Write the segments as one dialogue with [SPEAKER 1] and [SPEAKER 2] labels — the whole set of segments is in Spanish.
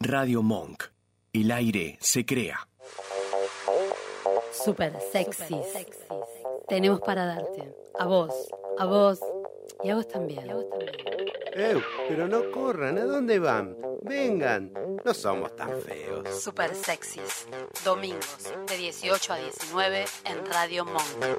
[SPEAKER 1] Radio Monk. El aire se crea.
[SPEAKER 2] Super sexy. Tenemos para darte. A vos, a vos y a vos también.
[SPEAKER 3] ¡Ew! Eh, Pero no corran, ¿a dónde van? Vengan, no somos tan feos.
[SPEAKER 2] Super sexys. Domingos de 18 a 19 en Radio Monk.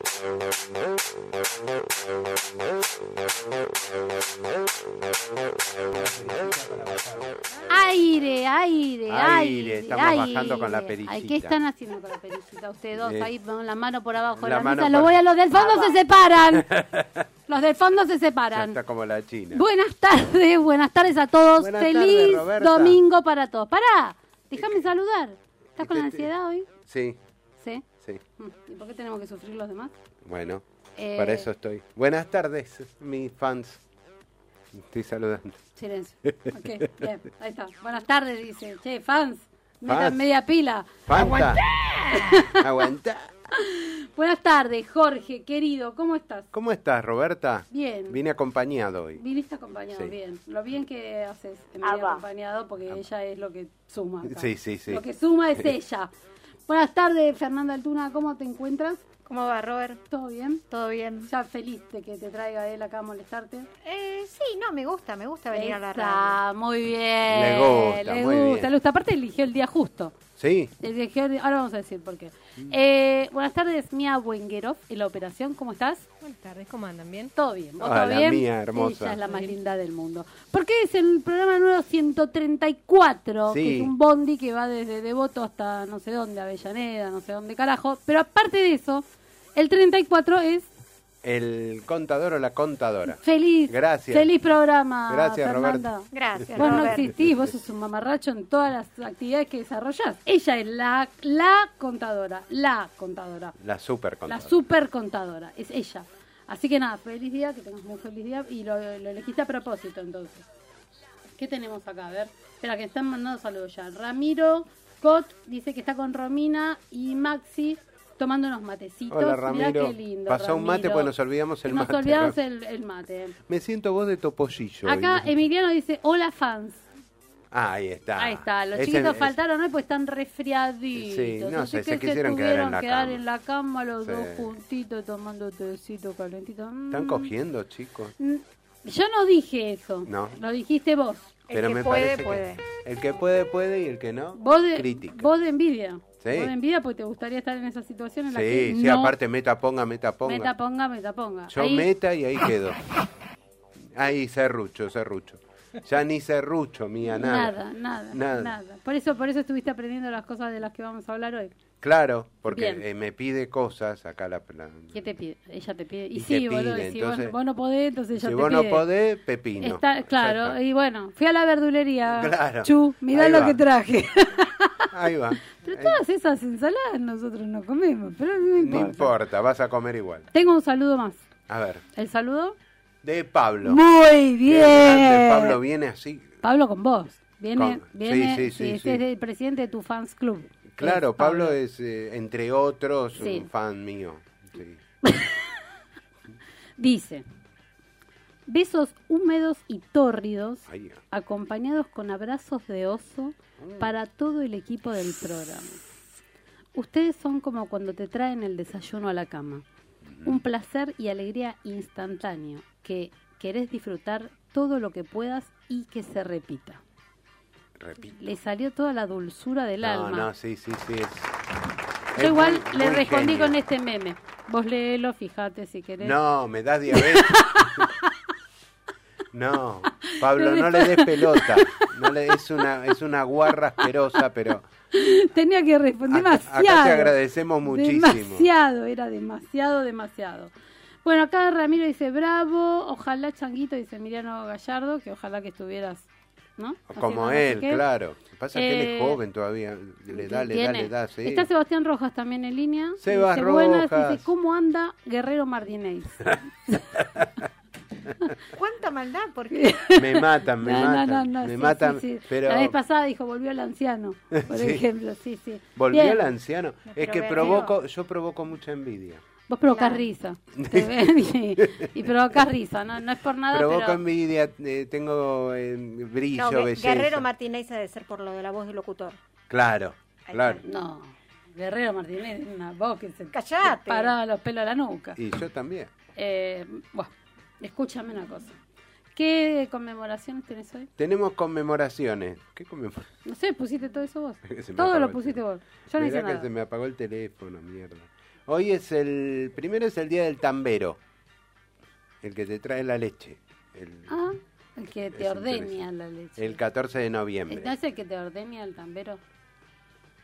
[SPEAKER 4] Aire, aire,
[SPEAKER 3] Aire,
[SPEAKER 4] aire.
[SPEAKER 3] estamos bajando con la
[SPEAKER 4] Ay,
[SPEAKER 3] perillita.
[SPEAKER 4] ¿Qué están haciendo con la perillita? Ustedes dos
[SPEAKER 3] Eh,
[SPEAKER 4] ahí con la mano por abajo de
[SPEAKER 3] la
[SPEAKER 4] la,
[SPEAKER 3] mano
[SPEAKER 4] mesa.
[SPEAKER 3] por-
[SPEAKER 4] Los, voy a- los del fondo se separan. Los del fondo se
[SPEAKER 3] Ya
[SPEAKER 4] separan.
[SPEAKER 3] está como la China.
[SPEAKER 4] Buenas tardes, buenas tardes a todos.
[SPEAKER 3] Buenas
[SPEAKER 4] Feliz
[SPEAKER 3] tardes, Roberta.
[SPEAKER 4] domingo para todos. Pará, déjame saludar. ¿Estás con la
[SPEAKER 3] Este,
[SPEAKER 4] ansiedad hoy?
[SPEAKER 3] Sí,
[SPEAKER 4] Sí.
[SPEAKER 3] sí.
[SPEAKER 4] Mm, ¿Y por qué tenemos que sufrir los demás?
[SPEAKER 3] Bueno,
[SPEAKER 4] Eh,
[SPEAKER 3] para eso estoy. Buenas tardes, mis fans. Estoy saludando.
[SPEAKER 4] Silencio. Ok, bien, ahí está. Buenas tardes, dice. Che, fans, metan media pila.
[SPEAKER 3] ¡Fanta! ¡Aguantá!
[SPEAKER 4] Buenas tardes, Jorge, querido, ¿cómo estás?
[SPEAKER 3] ¿Cómo estás, Roberta?
[SPEAKER 4] Bien.
[SPEAKER 3] Vine acompañado hoy.
[SPEAKER 4] Viniste acompañado,
[SPEAKER 3] Sí.
[SPEAKER 4] bien. Lo bien que haces en
[SPEAKER 5] Ah,
[SPEAKER 4] venir
[SPEAKER 5] va.
[SPEAKER 4] acompañado porque ella es lo que suma. acá.
[SPEAKER 3] Sí, sí, sí.
[SPEAKER 4] Lo que suma es ella. Buenas tardes, Fernanda Altuna, ¿cómo te encuentras?
[SPEAKER 5] ¿Cómo va, Robert?
[SPEAKER 4] ¿Todo bien?
[SPEAKER 5] ¿Todo bien?
[SPEAKER 4] Ya feliz de que te traiga él acá a molestarte.
[SPEAKER 5] Eh, sí, no, me gusta, me gusta venir a la radio.
[SPEAKER 4] Está, muy bien.
[SPEAKER 3] Le gusta, muy
[SPEAKER 4] le gusta,
[SPEAKER 3] bien.
[SPEAKER 4] le gusta. Aparte eligió el día justo.
[SPEAKER 3] Sí,
[SPEAKER 4] Eligió el- Eh, Ahora vamos a decir por qué. Eh, buenas tardes, Mía Wengerov, en la operación, ¿cómo estás?
[SPEAKER 6] Buenas tardes, ¿cómo andan? ¿Bien?
[SPEAKER 4] Todo bien, ¿vos
[SPEAKER 3] Hola,
[SPEAKER 4] todo bien?
[SPEAKER 3] mía Ah, hermosa.
[SPEAKER 4] Ella es la más linda del mundo. Porque es el programa número 134,
[SPEAKER 3] Sí.
[SPEAKER 4] que es un bondi que va desde Devoto hasta no sé dónde, Avellaneda, no sé dónde carajo. Pero aparte de eso, el 34 es
[SPEAKER 3] el contador o la contadora.
[SPEAKER 4] feliz.
[SPEAKER 3] Gracias.
[SPEAKER 4] Feliz programa.
[SPEAKER 3] Gracias,
[SPEAKER 4] Fernanda.
[SPEAKER 3] Roberto.
[SPEAKER 5] Gracias,
[SPEAKER 4] Vos no
[SPEAKER 5] Robert.
[SPEAKER 4] existís, vos sos un mamarracho en todas las actividades que desarrollás. Ella es la, la contadora, la contadora.
[SPEAKER 3] La super
[SPEAKER 4] La
[SPEAKER 3] contadora.
[SPEAKER 4] super contadora, es ella. Así que nada, feliz día, que tengas muy feliz día. Y lo, lo elegiste a propósito entonces. ¿Qué tenemos acá? A ver, espera, que están mandando saludos ya. Ramiro Cot dice que está con Romina y Maxi tomando unos matecitos.
[SPEAKER 3] Hola,
[SPEAKER 4] Mirá
[SPEAKER 3] Ramiro.
[SPEAKER 4] qué lindo.
[SPEAKER 3] Pasó un mate,
[SPEAKER 4] Ramiro.
[SPEAKER 3] pues nos olvidamos el
[SPEAKER 4] Nos
[SPEAKER 3] mate.
[SPEAKER 4] olvidamos el, el mate.
[SPEAKER 3] Me siento voz de topollillo.
[SPEAKER 4] Acá
[SPEAKER 3] hoy.
[SPEAKER 4] Emiliano dice, hola fans.
[SPEAKER 3] Ah, ahí está.
[SPEAKER 4] Ahí está, los
[SPEAKER 3] Ese-
[SPEAKER 4] chiquitos
[SPEAKER 3] es-
[SPEAKER 4] faltaron hoy pues están resfriaditos.
[SPEAKER 3] Sí, no
[SPEAKER 4] Así
[SPEAKER 3] sé, se
[SPEAKER 4] que
[SPEAKER 3] quisieron quedar en
[SPEAKER 4] tuvieron
[SPEAKER 3] la
[SPEAKER 4] quedar
[SPEAKER 3] cama.
[SPEAKER 4] en la cama los
[SPEAKER 3] Sí.
[SPEAKER 4] dos juntitos tomando tecito calentito. Mm.
[SPEAKER 3] Están cogiendo, chicos.
[SPEAKER 4] Mm. Yo no dije eso.
[SPEAKER 3] No.
[SPEAKER 4] Lo dijiste vos.
[SPEAKER 5] El
[SPEAKER 3] Pero
[SPEAKER 5] que
[SPEAKER 3] me
[SPEAKER 5] puede,
[SPEAKER 3] parece
[SPEAKER 5] puede.
[SPEAKER 3] que el que puede puede y el que no
[SPEAKER 4] Vos de,
[SPEAKER 3] crítica.
[SPEAKER 4] vos de envidia.
[SPEAKER 3] Sí.
[SPEAKER 4] Vos de envidia porque te gustaría estar en esa situación en la que
[SPEAKER 3] sí, sí,
[SPEAKER 4] no
[SPEAKER 3] aparte meta ponga, meta ponga.
[SPEAKER 4] meta ponga, meta ponga.
[SPEAKER 3] Yo
[SPEAKER 4] Ahí-
[SPEAKER 3] meta y ahí quedo. Ahí serrucho, serrucho. Ya ni serrucho, mía, nada.
[SPEAKER 4] nada, nada,
[SPEAKER 3] Nada.
[SPEAKER 4] nada, Por eso, por eso estuviste aprendiendo las cosas de las que vamos a hablar hoy.
[SPEAKER 3] Claro, porque
[SPEAKER 4] Bien.
[SPEAKER 3] eh, me pide cosas acá la la-
[SPEAKER 4] ¿Qué te pide? Ella te pide. Y,
[SPEAKER 3] Y
[SPEAKER 4] sí,
[SPEAKER 3] te
[SPEAKER 4] boludo,
[SPEAKER 3] pide,
[SPEAKER 4] y si vos-
[SPEAKER 3] entonces-
[SPEAKER 4] vos, no podés, entonces ella
[SPEAKER 3] Si
[SPEAKER 4] te
[SPEAKER 3] vos
[SPEAKER 4] pide.
[SPEAKER 3] no podés, pepino.
[SPEAKER 4] Está, claro,
[SPEAKER 3] Exacto.
[SPEAKER 4] y bueno, fui a la verdulería.
[SPEAKER 3] Claro.
[SPEAKER 4] Chu, mirá
[SPEAKER 3] Ahí
[SPEAKER 4] lo
[SPEAKER 3] va.
[SPEAKER 4] que traje.
[SPEAKER 3] Ahí va.
[SPEAKER 4] pero
[SPEAKER 3] Ahí-
[SPEAKER 4] todas esas ensaladas nosotros no comemos, pero no
[SPEAKER 3] No
[SPEAKER 4] importa.
[SPEAKER 3] importa, vas a comer igual.
[SPEAKER 4] Tengo un saludo más.
[SPEAKER 3] A ver,
[SPEAKER 4] ¿El saludo?
[SPEAKER 3] de Pablo.
[SPEAKER 4] Muy
[SPEAKER 3] Qué
[SPEAKER 4] bien.
[SPEAKER 3] grande, Pablo viene así.
[SPEAKER 4] Pablo con vos. Viene,
[SPEAKER 3] Con-
[SPEAKER 4] viene, este
[SPEAKER 3] sí, sí, sí,
[SPEAKER 4] es,
[SPEAKER 3] sí.
[SPEAKER 4] es el presidente de tu fans club.
[SPEAKER 3] Claro,
[SPEAKER 4] Es
[SPEAKER 3] Pablo, es, eh, entre otros,
[SPEAKER 4] Sí.
[SPEAKER 3] un fan mío. Sí.
[SPEAKER 4] Dice, besos húmedos y tórridos,
[SPEAKER 3] Ahí.
[SPEAKER 4] acompañados con abrazos de oso para todo el equipo del programa. Ustedes son como cuando te traen el desayuno a la cama. Un placer y alegría instantáneo que querés disfrutar todo lo que puedas y que se repita.
[SPEAKER 3] Repito.
[SPEAKER 4] Le salió toda la dulzura del
[SPEAKER 3] No,
[SPEAKER 4] alma.
[SPEAKER 3] no, sí, sí, sí. es-
[SPEAKER 4] Yo
[SPEAKER 3] es
[SPEAKER 4] igual
[SPEAKER 3] muy-
[SPEAKER 4] le
[SPEAKER 3] muy
[SPEAKER 4] respondí
[SPEAKER 3] genio.
[SPEAKER 4] con ¿eh? este meme. Vos léelo, fíjate si querés.
[SPEAKER 3] No, me das diabetes. no, Pablo, no le des pelota. No le, es, una, es una guarra asquerosa, pero
[SPEAKER 4] Tenía que responder
[SPEAKER 3] acá, acá
[SPEAKER 4] demasiado.
[SPEAKER 3] te agradecemos muchísimo.
[SPEAKER 4] Demasiado, era demasiado, demasiado. Bueno, acá Ramiro dice bravo, ojalá Changuito, dice Emiliano Gallardo, que ojalá que estuvieras, ¿no? Haciendo
[SPEAKER 3] Como
[SPEAKER 4] no sé
[SPEAKER 3] él,
[SPEAKER 4] qué.
[SPEAKER 3] claro. Lo que Pasa es que él es
[SPEAKER 4] Eh,
[SPEAKER 3] joven todavía. Le da, le da,
[SPEAKER 4] Tiene.
[SPEAKER 3] le da, sí.
[SPEAKER 4] Está Sebastián Rojas también en línea.
[SPEAKER 3] Sebas
[SPEAKER 4] dice, buenas,
[SPEAKER 3] Rojas.
[SPEAKER 4] dice, ¿cómo anda Guerrero Martínez?
[SPEAKER 5] ¿Cuánta maldad? Porque
[SPEAKER 3] Me matan, me matan. me
[SPEAKER 4] sí,
[SPEAKER 3] matan.
[SPEAKER 4] sí, sí.
[SPEAKER 3] Pero
[SPEAKER 4] La vez pasada dijo, volvió el anciano, por
[SPEAKER 3] Sí.
[SPEAKER 4] ejemplo, sí, sí.
[SPEAKER 3] volvió
[SPEAKER 4] Bien.
[SPEAKER 3] el anciano. Es
[SPEAKER 5] pero
[SPEAKER 3] que
[SPEAKER 5] veo-
[SPEAKER 3] provoco, yo provoco mucha envidia.
[SPEAKER 4] Vos provocás
[SPEAKER 5] Claro.
[SPEAKER 4] risa. Te ven y, y provocás risa. No, Ah, no es por nada,
[SPEAKER 3] Provoco
[SPEAKER 4] pero.
[SPEAKER 3] envidia, eh, tengo eh, brillo,
[SPEAKER 5] No, Gue-
[SPEAKER 3] belleza.
[SPEAKER 5] Guerrero Martínez ha de ser por lo de la voz del locutor.
[SPEAKER 3] Claro,
[SPEAKER 5] Ahí
[SPEAKER 3] claro.
[SPEAKER 4] No. Guerrero Martínez, una voz que se te
[SPEAKER 5] Callate.
[SPEAKER 4] paraba los pelos a la nuca.
[SPEAKER 3] Y yo también.
[SPEAKER 4] Eh, bueno, escúchame una cosa. ¿Qué conmemoraciones tenés hoy?
[SPEAKER 3] Tenemos conmemoraciones. ¿Qué conmemoraciones?
[SPEAKER 4] No sé, pusiste todo eso vos.
[SPEAKER 3] Se me
[SPEAKER 4] todo
[SPEAKER 3] acabó
[SPEAKER 4] lo
[SPEAKER 3] el
[SPEAKER 4] pusiste
[SPEAKER 3] tiempo.
[SPEAKER 4] vos. Yo no
[SPEAKER 3] Mirá
[SPEAKER 4] hice
[SPEAKER 3] que
[SPEAKER 4] nada.
[SPEAKER 3] se me apagó el teléfono, mierda. Hoy es el. Primero es el día del tambero. El que te trae la leche. El,
[SPEAKER 4] Ah, el que te
[SPEAKER 3] Es
[SPEAKER 4] ordeña
[SPEAKER 3] interesante.
[SPEAKER 4] la leche.
[SPEAKER 3] el 14 de noviembre.
[SPEAKER 4] ¿No es el que te ordeña el tambero?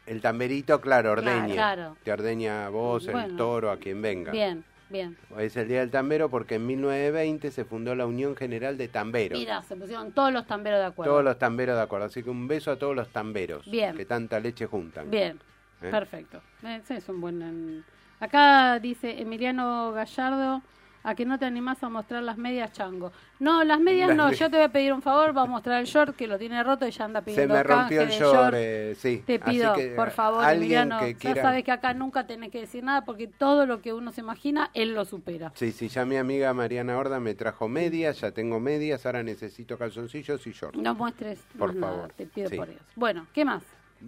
[SPEAKER 3] El tamberito, claro, ordeña.
[SPEAKER 4] claro.
[SPEAKER 3] Te ordeña a vos,
[SPEAKER 4] Bueno.
[SPEAKER 3] el toro, a quien venga.
[SPEAKER 4] Bien, bien.
[SPEAKER 3] Es el día del tambero porque en 1920 se fundó la Unión General de Tamberos.
[SPEAKER 4] Mira, se pusieron todos los tamberos de acuerdo.
[SPEAKER 3] Todos los tamberos de acuerdo. Así que un beso a todos los tamberos.
[SPEAKER 4] Bien.
[SPEAKER 3] Que tanta leche juntan.
[SPEAKER 4] Bien,
[SPEAKER 3] ¿Eh?
[SPEAKER 4] perfecto. Ese es un buen... en- Acá dice Emiliano Gallardo, a que no te animás a mostrar las medias, chango. No, las medias
[SPEAKER 3] Las
[SPEAKER 4] no,
[SPEAKER 3] me-
[SPEAKER 4] yo te voy a pedir un favor, va a mostrar el short que lo tiene roto y ya anda
[SPEAKER 3] Se
[SPEAKER 4] pidiendo
[SPEAKER 3] me rompió
[SPEAKER 4] canje
[SPEAKER 3] el
[SPEAKER 4] de
[SPEAKER 3] short, eh, sí.
[SPEAKER 4] Te
[SPEAKER 3] Así
[SPEAKER 4] pido,
[SPEAKER 3] que, eh,
[SPEAKER 4] por favor,
[SPEAKER 3] alguien
[SPEAKER 4] Emiliano,
[SPEAKER 3] que
[SPEAKER 4] ya
[SPEAKER 3] quiera-
[SPEAKER 4] sabes que acá nunca tenés que decir nada porque todo lo que uno se imagina, él lo supera.
[SPEAKER 3] Sí, sí, ya mi amiga Mariana Horda me trajo medias, ya tengo medias, ahora necesito calzoncillos y shorts.
[SPEAKER 4] No muestres
[SPEAKER 3] Por
[SPEAKER 4] más nada,
[SPEAKER 3] favor,
[SPEAKER 4] te pido
[SPEAKER 3] sí.
[SPEAKER 4] por Dios. Bueno, ¿qué más?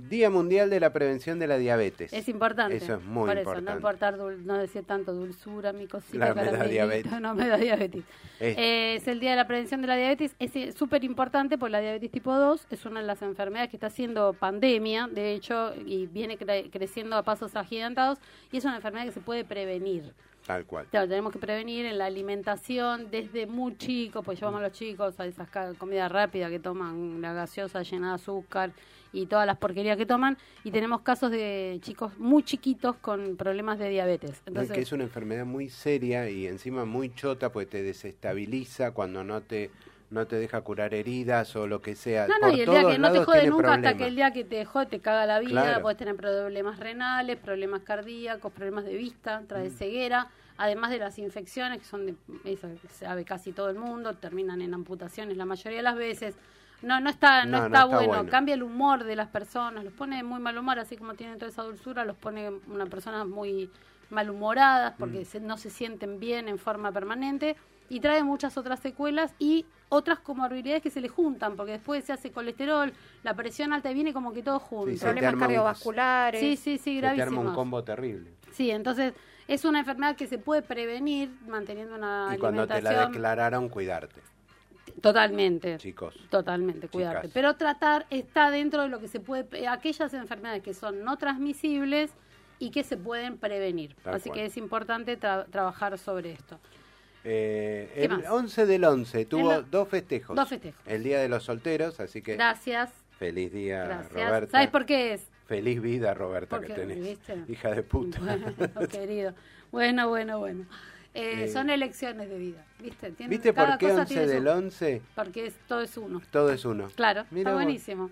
[SPEAKER 3] Día Mundial de la Prevención de la Diabetes.
[SPEAKER 4] Es importante.
[SPEAKER 3] Eso es muy
[SPEAKER 4] Por eso,
[SPEAKER 3] importante.
[SPEAKER 4] no importar, dul- no decir tanto dulzura, mi cosita,
[SPEAKER 3] Claro, me da
[SPEAKER 4] caramelito,
[SPEAKER 3] diabetes.
[SPEAKER 4] no me da diabetes.
[SPEAKER 3] Es-
[SPEAKER 4] Eh, es el día de la prevención de la diabetes. Es eh, súper importante porque la diabetes tipo 2 es una de las enfermedades que está siendo pandemia, de hecho, y viene cre- creciendo a pasos agigantados, y es una enfermedad que se puede prevenir.
[SPEAKER 3] Tal cual.
[SPEAKER 4] Claro, tenemos que prevenir en la alimentación desde muy chicos, pues llevamos a los chicos a esas ca- comidas rápidas que toman, la gaseosa llena de azúcar y todas las porquerías que toman. Y tenemos casos de chicos muy chiquitos con problemas de diabetes.
[SPEAKER 3] No, es
[SPEAKER 4] Entonces,
[SPEAKER 3] que es una enfermedad muy seria y encima muy chota, pues te desestabiliza cuando no te no te deja curar heridas o lo que sea.
[SPEAKER 4] no, no,
[SPEAKER 3] Por
[SPEAKER 4] y el día
[SPEAKER 3] todos
[SPEAKER 4] que no te
[SPEAKER 3] lados
[SPEAKER 4] jode
[SPEAKER 3] tiene
[SPEAKER 4] nunca hasta
[SPEAKER 3] problemas.
[SPEAKER 4] que el día que te jode te caga la vida,
[SPEAKER 3] Claro.
[SPEAKER 4] puedes tener problemas renales, problemas cardíacos, problemas de vista, trae
[SPEAKER 3] Mm.
[SPEAKER 4] ceguera, además de las infecciones que son de, eso que sabe casi todo el mundo, terminan en amputaciones la mayoría de las veces. No, no está, no,
[SPEAKER 3] No, no
[SPEAKER 4] está,
[SPEAKER 3] está
[SPEAKER 4] bueno.
[SPEAKER 3] bueno.
[SPEAKER 4] Cambia el humor de las personas, los pone de muy mal humor, así como tienen toda esa dulzura, los pone una personas muy malhumoradas porque
[SPEAKER 3] Mm.
[SPEAKER 4] se- no se sienten bien en forma permanente y trae muchas otras secuelas y otras comorbilidades que se le juntan porque después se hace colesterol, la presión alta y viene como que todo
[SPEAKER 3] Sí, se
[SPEAKER 4] junto.
[SPEAKER 3] te
[SPEAKER 5] Problemas
[SPEAKER 3] arma un-
[SPEAKER 5] cardiovasculares.
[SPEAKER 4] Sí, sí, sí,
[SPEAKER 3] se te arma un
[SPEAKER 4] gravísimos.
[SPEAKER 3] combo terrible.
[SPEAKER 4] Sí, entonces es una enfermedad que se puede prevenir manteniendo una
[SPEAKER 3] Y cuando te la
[SPEAKER 4] alimentación
[SPEAKER 3] declararon, cuidarte,
[SPEAKER 4] totalmente.
[SPEAKER 3] chicos.
[SPEAKER 4] Totalmente, cuidarte.
[SPEAKER 3] Chicas.
[SPEAKER 4] Pero tratar está dentro de lo que se puede, eh, aquellas enfermedades que son no transmisibles y que se pueden prevenir.
[SPEAKER 3] Tal
[SPEAKER 4] Así
[SPEAKER 3] cual.
[SPEAKER 4] que es importante tra- trabajar sobre esto.
[SPEAKER 3] Eh,
[SPEAKER 4] ¿Qué
[SPEAKER 3] el
[SPEAKER 4] más?
[SPEAKER 3] 11 del 11 tuvo
[SPEAKER 4] El-
[SPEAKER 3] dos festejos.
[SPEAKER 4] dos festejos.
[SPEAKER 3] El Día de los Solteros, así que
[SPEAKER 4] Gracias,
[SPEAKER 3] feliz día,
[SPEAKER 4] gracias.
[SPEAKER 3] Ah, Roberta.
[SPEAKER 4] ¿Sabes por qué es?
[SPEAKER 3] Feliz vida, Roberta,
[SPEAKER 4] Porque,
[SPEAKER 3] que tenés.
[SPEAKER 4] ¿viste?
[SPEAKER 3] Hija de puta.
[SPEAKER 4] Bueno, querido. Bueno, bueno, bueno. Eh,
[SPEAKER 3] Eh,
[SPEAKER 4] son elecciones de vida, ¿viste? Tienen-
[SPEAKER 3] ¿Viste
[SPEAKER 4] cada
[SPEAKER 3] por qué
[SPEAKER 4] cosa
[SPEAKER 3] 11
[SPEAKER 4] tiene su-
[SPEAKER 3] del 11?
[SPEAKER 4] Porque es- todo es uno.
[SPEAKER 3] Todo es uno.
[SPEAKER 4] Claro,
[SPEAKER 3] Mira
[SPEAKER 4] está
[SPEAKER 3] vos.
[SPEAKER 4] buenísimo.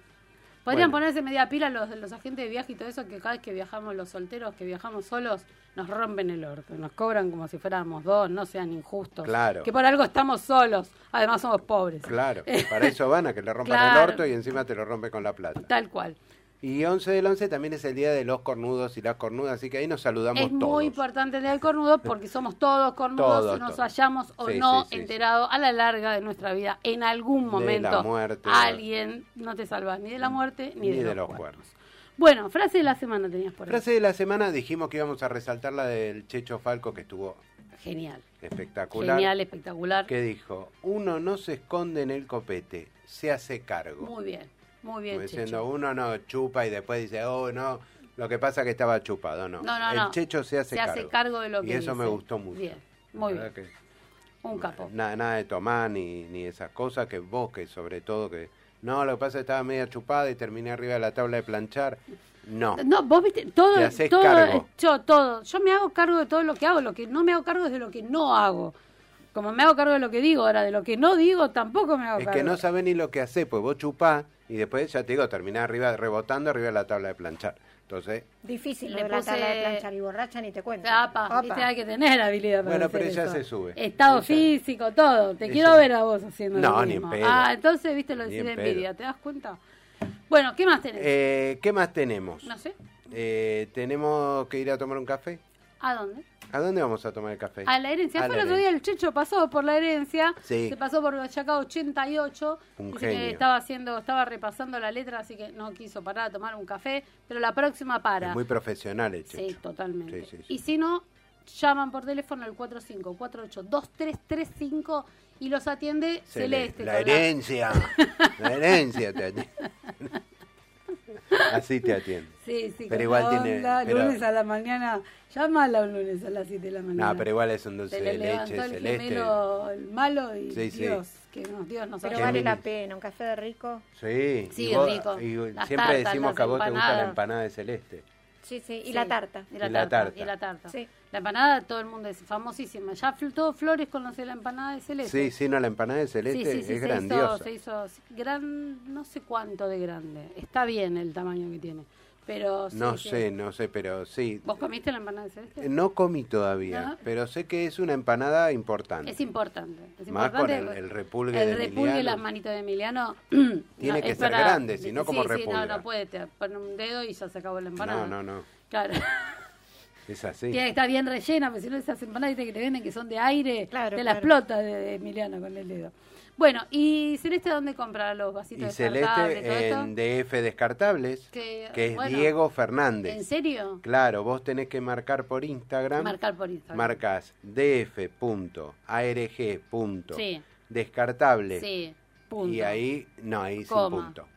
[SPEAKER 4] Podrían
[SPEAKER 3] Bueno.
[SPEAKER 4] ponerse media pila los, los agentes de viaje y todo eso, que cada vez que viajamos los solteros, que viajamos solos, nos rompen el orto, nos cobran como si fuéramos dos, no sean injustos.
[SPEAKER 3] Claro.
[SPEAKER 4] Que por algo estamos solos, además somos pobres.
[SPEAKER 3] Claro, para eso van a que le rompan
[SPEAKER 4] Claro.
[SPEAKER 3] el orto y encima te lo rompe con la plata.
[SPEAKER 4] Tal cual.
[SPEAKER 3] Y 11 del 11 también es el día de los cornudos y las cornudas, así que ahí nos saludamos
[SPEAKER 4] es
[SPEAKER 3] todos.
[SPEAKER 4] muy importante el día del cornudo porque somos todos cornudos,
[SPEAKER 3] Todos,
[SPEAKER 4] nos
[SPEAKER 3] todos.
[SPEAKER 4] hayamos o
[SPEAKER 3] Sí,
[SPEAKER 4] no
[SPEAKER 3] sí, sí, sí.
[SPEAKER 4] enterado a la larga de nuestra vida, en algún
[SPEAKER 3] la
[SPEAKER 4] momento
[SPEAKER 3] muerte.
[SPEAKER 4] alguien no te salva ni de la muerte ni,
[SPEAKER 3] Ni
[SPEAKER 4] de,
[SPEAKER 3] de
[SPEAKER 4] los
[SPEAKER 3] los
[SPEAKER 4] cuernos.
[SPEAKER 3] cuernos.
[SPEAKER 4] Bueno, frase de la semana tenías por ahí.
[SPEAKER 3] Frase de la semana, dijimos que íbamos a resaltar la del Checho Falco, que estuvo
[SPEAKER 4] Genial.
[SPEAKER 3] espectacular.
[SPEAKER 4] Genial, espectacular.
[SPEAKER 3] Que dijo, uno no se esconde en el copete, se hace cargo.
[SPEAKER 4] Muy bien, muy bien.
[SPEAKER 3] Como diciendo,
[SPEAKER 4] Checho.
[SPEAKER 3] uno no chupa y después dice, oh, no, lo que pasa es que estaba chupado, no.
[SPEAKER 4] No, no,
[SPEAKER 3] el
[SPEAKER 4] no.
[SPEAKER 3] Checho se hace
[SPEAKER 4] Se
[SPEAKER 3] cargo.
[SPEAKER 4] hace cargo de lo que
[SPEAKER 3] Y eso me
[SPEAKER 4] dice.
[SPEAKER 3] gustó mucho.
[SPEAKER 4] Bien,
[SPEAKER 3] La
[SPEAKER 4] muy
[SPEAKER 3] verdad
[SPEAKER 4] bien.
[SPEAKER 3] que-
[SPEAKER 4] Un capo.
[SPEAKER 3] Nada, nada de tomar ni, ni esas cosas que vos, que sobre todo que... No, lo que pasa es que estaba media chupada y terminé arriba de la tabla de planchar. No.
[SPEAKER 4] No, vos viste, todo,
[SPEAKER 3] Te haces
[SPEAKER 4] todo,
[SPEAKER 3] cargo.
[SPEAKER 4] yo todo, yo me hago cargo de todo lo que hago, lo que no me hago cargo es de lo que no hago. Como me hago cargo de lo que digo, ahora de lo que no digo tampoco me hago
[SPEAKER 3] es
[SPEAKER 4] cargo.
[SPEAKER 3] que no sabe ni lo que hace, pues vos chupás y después, ya te digo, terminás arriba, rebotando arriba de la tabla de planchar. Entonces,
[SPEAKER 5] Difícil
[SPEAKER 4] Le
[SPEAKER 5] lo de la tabla
[SPEAKER 4] puse-
[SPEAKER 5] de planchar y borracha ni te cuento.
[SPEAKER 4] Apa,
[SPEAKER 5] Apa.
[SPEAKER 4] viste, hay que tener habilidad para
[SPEAKER 3] Bueno,
[SPEAKER 4] hacer
[SPEAKER 3] pero ella
[SPEAKER 4] eso.
[SPEAKER 3] se sube.
[SPEAKER 4] Estado
[SPEAKER 3] Ella-
[SPEAKER 4] físico, todo. Te
[SPEAKER 3] Ella-
[SPEAKER 4] quiero ver a vos haciendo
[SPEAKER 3] No,
[SPEAKER 4] lo
[SPEAKER 3] ni en
[SPEAKER 4] mismo.
[SPEAKER 3] pedo.
[SPEAKER 4] Ah, entonces, viste, lo
[SPEAKER 3] Ni
[SPEAKER 4] decís de
[SPEAKER 3] en pedo.
[SPEAKER 4] envidia, ¿te das cuenta? Bueno, ¿qué más tenés?
[SPEAKER 3] eh, ¿qué más eh, tenemos?
[SPEAKER 4] no sé.
[SPEAKER 3] Eh, ¿Tenemos que ir a tomar un café?
[SPEAKER 4] ¿A dónde?
[SPEAKER 3] ¿A dónde vamos a tomar el café?
[SPEAKER 4] A la herencia.
[SPEAKER 3] A
[SPEAKER 4] Fue
[SPEAKER 3] la
[SPEAKER 4] el otro día el Checho pasó por la herencia.
[SPEAKER 3] Sí.
[SPEAKER 4] Se pasó por Boyacá 88.
[SPEAKER 3] Un
[SPEAKER 4] Dice que
[SPEAKER 3] genio.
[SPEAKER 4] estaba haciendo, estaba repasando la letra, así que no quiso parar a tomar un café. Pero la próxima para.
[SPEAKER 3] Es muy profesional este el
[SPEAKER 4] Sí,
[SPEAKER 3] Checho.
[SPEAKER 4] totalmente.
[SPEAKER 3] Sí, sí, sí.
[SPEAKER 4] Y si no, llaman por teléfono al 45482335 y los atiende Celeste.
[SPEAKER 3] la
[SPEAKER 4] con la-
[SPEAKER 3] herencia. La herencia te atiende. Así te atiende.
[SPEAKER 4] Sí, sí,
[SPEAKER 3] Pero
[SPEAKER 4] con
[SPEAKER 3] igual
[SPEAKER 4] la
[SPEAKER 3] tiene-
[SPEAKER 4] onda,
[SPEAKER 3] pero-
[SPEAKER 4] Lunes a la mañana. Llámala un lunes a las 7 de la mañana.
[SPEAKER 3] No, pero igual es un dulce
[SPEAKER 4] Se le
[SPEAKER 3] de leche
[SPEAKER 4] levantó el
[SPEAKER 3] celeste.
[SPEAKER 4] gemelo, el malo y
[SPEAKER 3] Sí, sí.
[SPEAKER 4] Dios, que nos, Dios nos
[SPEAKER 5] Pero
[SPEAKER 3] Qué
[SPEAKER 4] ayude.
[SPEAKER 5] vale la
[SPEAKER 3] lindo.
[SPEAKER 5] pena, un café de rico.
[SPEAKER 3] Sí,
[SPEAKER 4] Sí,
[SPEAKER 3] y vos-
[SPEAKER 4] rico.
[SPEAKER 3] y
[SPEAKER 4] Las
[SPEAKER 3] siempre
[SPEAKER 4] tartas,
[SPEAKER 3] decimos
[SPEAKER 4] las
[SPEAKER 3] que a vos te gusta la
[SPEAKER 4] empanadas.
[SPEAKER 3] empanada de celeste.
[SPEAKER 5] Sí, sí. Y
[SPEAKER 4] Sí.
[SPEAKER 5] la tarta.
[SPEAKER 4] Y la,
[SPEAKER 3] Y la
[SPEAKER 4] tarta,
[SPEAKER 3] tarta.
[SPEAKER 4] Y la tarta.
[SPEAKER 5] Sí.
[SPEAKER 4] La empanada, todo el mundo es famosísima. Ya fl- todo Flores conoce la empanada de
[SPEAKER 3] Sí,
[SPEAKER 4] celeste.
[SPEAKER 3] sí, no, la empanada de celeste es
[SPEAKER 4] se
[SPEAKER 3] grandiosa.
[SPEAKER 4] hizo, se hizo gran, no sé cuánto de grande. Está bien el tamaño que tiene. Pero sí,
[SPEAKER 3] no
[SPEAKER 4] sí.
[SPEAKER 3] sé, no sé, pero sí.
[SPEAKER 4] ¿Vos comiste la empanada de celeste?
[SPEAKER 3] Eh, No comí todavía,
[SPEAKER 4] No.
[SPEAKER 3] pero sé que es una empanada importante.
[SPEAKER 4] Es importante. Es
[SPEAKER 3] Más con
[SPEAKER 4] importante
[SPEAKER 3] el-
[SPEAKER 4] porque-
[SPEAKER 3] el repulgue
[SPEAKER 4] el
[SPEAKER 3] de
[SPEAKER 4] repulgue y
[SPEAKER 3] Emiliano.
[SPEAKER 4] las manitas de Emiliano.
[SPEAKER 3] Tiene que
[SPEAKER 4] es
[SPEAKER 3] ser
[SPEAKER 4] para-
[SPEAKER 3] grande, si no, ¿cómo
[SPEAKER 4] sí, sí, no,
[SPEAKER 3] repulga?
[SPEAKER 4] no puede. Te pone un dedo y ya se acabó la empanada.
[SPEAKER 3] no, no, no.
[SPEAKER 4] Claro.
[SPEAKER 3] Es así.
[SPEAKER 4] Tiene que estar bien rellena, porque si no esas empanadas viste, que te venden que son de aire,
[SPEAKER 5] Claro,
[SPEAKER 4] te la
[SPEAKER 5] claro.
[SPEAKER 4] explota de, de Emiliano con el dedo. Bueno, ¿y Celeste dónde compra los vasitos
[SPEAKER 3] Y
[SPEAKER 4] descartables, todo
[SPEAKER 3] celeste
[SPEAKER 4] esto?
[SPEAKER 3] en DF Descartables,
[SPEAKER 4] Que,
[SPEAKER 3] que, es
[SPEAKER 4] bueno,
[SPEAKER 3] Diego
[SPEAKER 4] ¿En
[SPEAKER 3] Fernández.
[SPEAKER 4] serio?
[SPEAKER 3] Claro, vos tenés que marcar por Instagram.
[SPEAKER 4] Marcar por Instagram.
[SPEAKER 3] Marcas df.arg.
[SPEAKER 4] Sí.
[SPEAKER 3] Descartable.
[SPEAKER 4] Sí, punto.
[SPEAKER 3] Y ahí, no, ahí
[SPEAKER 4] Coma.
[SPEAKER 3] sin punto.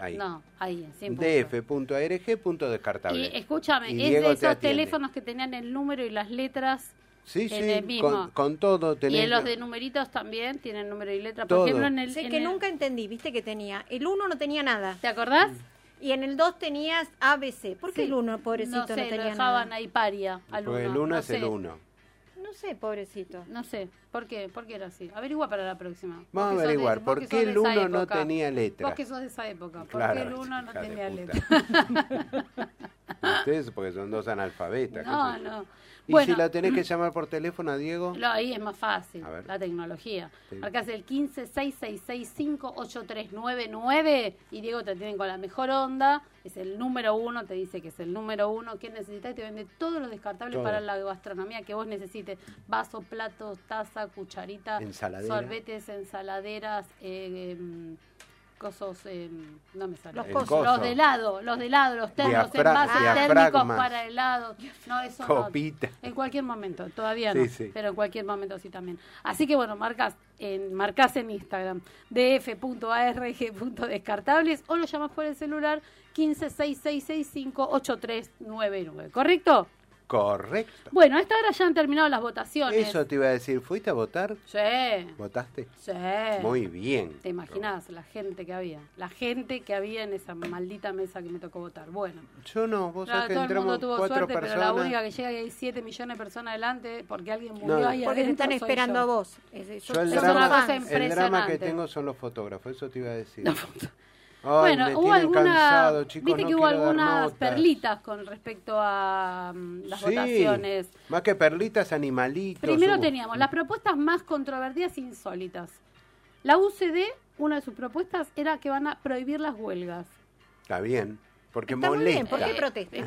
[SPEAKER 3] Ahí.
[SPEAKER 4] No, ahí, sin punto.
[SPEAKER 3] df.arg.descartable.
[SPEAKER 4] Y escúchame,
[SPEAKER 3] Y
[SPEAKER 4] es
[SPEAKER 3] Diego
[SPEAKER 4] de
[SPEAKER 3] te
[SPEAKER 4] esos
[SPEAKER 3] atiende.
[SPEAKER 4] teléfonos que tenían el número y las letras.
[SPEAKER 3] Sí, sí,
[SPEAKER 4] en el mismo.
[SPEAKER 3] Con, con todo tenés.
[SPEAKER 4] Y en los de numeritos también tienen número y letra.
[SPEAKER 3] Todo.
[SPEAKER 4] Por ejemplo, en el.
[SPEAKER 5] Sé
[SPEAKER 4] en
[SPEAKER 5] que
[SPEAKER 4] el-
[SPEAKER 5] nunca entendí, viste que tenía. El uno no tenía nada.
[SPEAKER 4] ¿Te acordás?
[SPEAKER 5] Y en el 2 tenías ABC. ¿Por qué
[SPEAKER 4] Sí.
[SPEAKER 5] el 1, pobrecito,
[SPEAKER 4] No
[SPEAKER 5] no,
[SPEAKER 4] sé,
[SPEAKER 5] tenía
[SPEAKER 4] lo dejaban
[SPEAKER 5] nada?
[SPEAKER 4] ahí paria al
[SPEAKER 3] Porque el
[SPEAKER 4] uno,
[SPEAKER 3] 1
[SPEAKER 4] no
[SPEAKER 3] es el
[SPEAKER 4] sé.
[SPEAKER 3] 1.
[SPEAKER 5] No sé, pobrecito.
[SPEAKER 4] No sé, ¿por qué? ¿Por qué era así? Averigua para la próxima. Vos
[SPEAKER 3] Vamos a
[SPEAKER 4] que sos de-
[SPEAKER 3] averiguar,
[SPEAKER 4] vos
[SPEAKER 3] ¿por
[SPEAKER 4] que
[SPEAKER 3] qué
[SPEAKER 4] sos de
[SPEAKER 3] el
[SPEAKER 4] esa
[SPEAKER 3] 1 no
[SPEAKER 4] época.
[SPEAKER 3] tenía letra?
[SPEAKER 4] Vos que sos de esa época, ¿por qué el
[SPEAKER 3] Claro,
[SPEAKER 4] 1 no
[SPEAKER 3] hija de
[SPEAKER 4] tenía
[SPEAKER 3] puta.
[SPEAKER 4] letra?
[SPEAKER 3] Ustedes, porque son dos analfabetas. qué
[SPEAKER 4] No,
[SPEAKER 3] sé yo.
[SPEAKER 4] no.
[SPEAKER 3] Y
[SPEAKER 4] Bueno,
[SPEAKER 3] si la tenés que llamar por teléfono a Diego,
[SPEAKER 4] lo- ahí es más fácil,
[SPEAKER 3] A ver.
[SPEAKER 4] la tecnología.
[SPEAKER 3] Sí.
[SPEAKER 4] Marcás el 15 5839 y Diego te atienden con la mejor onda. Es el número uno, te dice que es el número uno que necesitas y te vende todos los descartables
[SPEAKER 3] Todo.
[SPEAKER 4] para la gastronomía que vos necesites. Vaso, plato, taza, cucharita,
[SPEAKER 3] Ensaladera.
[SPEAKER 4] sorbetes, ensaladeras, eh, em, cosos, em, no me sale.
[SPEAKER 5] Los
[SPEAKER 3] El
[SPEAKER 5] cosos.
[SPEAKER 3] coso.
[SPEAKER 4] Los de helado, los de helado, los termos,
[SPEAKER 3] Diafra-
[SPEAKER 4] envases térmicos
[SPEAKER 3] diafragmas.
[SPEAKER 4] para helado. No, eso no.
[SPEAKER 3] Copita.
[SPEAKER 4] En cualquier momento, todavía
[SPEAKER 3] Sí,
[SPEAKER 4] no,
[SPEAKER 3] sí.
[SPEAKER 4] pero en cualquier momento sí también. Así que bueno, marcas en, marcas en Instagram df.arg.descartables o lo llamas por el celular 1566658399, ¿correcto?
[SPEAKER 3] correcto.
[SPEAKER 4] Bueno, a esta hora ya han terminado las votaciones.
[SPEAKER 3] Eso te iba a decir, ¿fuiste a votar?
[SPEAKER 4] Sí,
[SPEAKER 3] ¿Votaste?
[SPEAKER 4] sí.
[SPEAKER 3] Muy bien.
[SPEAKER 4] ¿Te imaginas la gente que había? La gente que había en esa maldita mesa que me tocó votar. Bueno.
[SPEAKER 3] Yo no, vos
[SPEAKER 4] Claro,
[SPEAKER 3] sabés que
[SPEAKER 4] todo el mundo
[SPEAKER 3] entramos
[SPEAKER 4] tuvo
[SPEAKER 3] cuatro
[SPEAKER 4] suerte, pero la única
[SPEAKER 3] personas.
[SPEAKER 4] que llega y hay 7 millones de personas adelante porque alguien murió
[SPEAKER 3] No,
[SPEAKER 4] ahí
[SPEAKER 5] Porque te
[SPEAKER 4] adentro,
[SPEAKER 5] están
[SPEAKER 4] soy
[SPEAKER 5] esperando
[SPEAKER 4] yo.
[SPEAKER 5] a vos. Es- yo-
[SPEAKER 3] Yo el
[SPEAKER 4] Eso
[SPEAKER 5] yo
[SPEAKER 4] es
[SPEAKER 5] soy
[SPEAKER 4] una
[SPEAKER 3] drama,
[SPEAKER 4] cosa
[SPEAKER 5] fan.
[SPEAKER 3] el drama que
[SPEAKER 4] impresionante.
[SPEAKER 3] tengo son los fotógrafos, eso te iba a decir.
[SPEAKER 4] La foto.
[SPEAKER 3] Ay, me
[SPEAKER 4] bueno, hubo
[SPEAKER 3] tienen
[SPEAKER 4] alguna,
[SPEAKER 3] cansado, chicos,
[SPEAKER 4] viste
[SPEAKER 3] no
[SPEAKER 4] que hubo
[SPEAKER 3] quiero dar
[SPEAKER 4] algunas
[SPEAKER 3] notas.
[SPEAKER 4] perlitas con respecto a mm, las
[SPEAKER 3] Sí,
[SPEAKER 4] votaciones.
[SPEAKER 3] Más que perlitas, animalitos.
[SPEAKER 4] Primero
[SPEAKER 3] hubo.
[SPEAKER 4] teníamos las propuestas más controvertidas e insólitas. La UCD, una de sus propuestas era que van a prohibir las huelgas.
[SPEAKER 3] Está bien, porque
[SPEAKER 5] Está muy bien,
[SPEAKER 3] molesta.
[SPEAKER 5] ¿por qué
[SPEAKER 4] Eh,
[SPEAKER 5] protestas?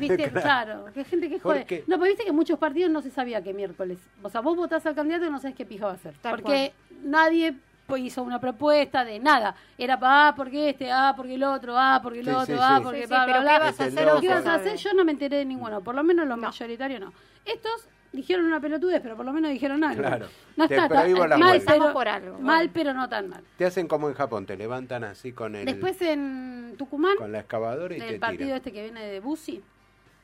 [SPEAKER 4] ¿Viste? claro, que hay gente que jode.
[SPEAKER 3] Porque-
[SPEAKER 4] No, pero viste que en muchos partidos no se sabía que miércoles. O sea, vos votás al candidato y no sabés qué pija va a hacer.
[SPEAKER 5] Tal
[SPEAKER 4] porque nadie pues, hizo una propuesta de nada. Era para, ah, porque este, ah, porque el otro, ah, porque el
[SPEAKER 3] Sí,
[SPEAKER 4] otro,
[SPEAKER 3] sí,
[SPEAKER 4] ah,
[SPEAKER 3] sí.
[SPEAKER 4] porque
[SPEAKER 5] Sí, sí,
[SPEAKER 4] bla, bla,
[SPEAKER 5] pero
[SPEAKER 4] bla.
[SPEAKER 5] ¿qué vas a
[SPEAKER 3] Este
[SPEAKER 5] hacer?
[SPEAKER 3] loco.
[SPEAKER 4] ¿Qué vas a hacer?
[SPEAKER 5] sabe.
[SPEAKER 4] Yo no me enteré de ninguno. Por lo menos los mayoritarios no. Estos dijeron una pelotudes, pero por lo menos dijeron algo.
[SPEAKER 3] Claro.
[SPEAKER 4] No
[SPEAKER 3] Te
[SPEAKER 4] está tan-
[SPEAKER 3] prohíbo la
[SPEAKER 4] mal,
[SPEAKER 3] huelga.
[SPEAKER 4] pero,
[SPEAKER 5] Estamos por algo.
[SPEAKER 4] mal,
[SPEAKER 5] Bueno.
[SPEAKER 4] pero no tan mal.
[SPEAKER 3] Te hacen como en Japón, te levantan así con el
[SPEAKER 4] Después en Tucumán,
[SPEAKER 3] con la excavadora y te
[SPEAKER 4] del
[SPEAKER 3] tiran.
[SPEAKER 4] partido este que viene de Bussi,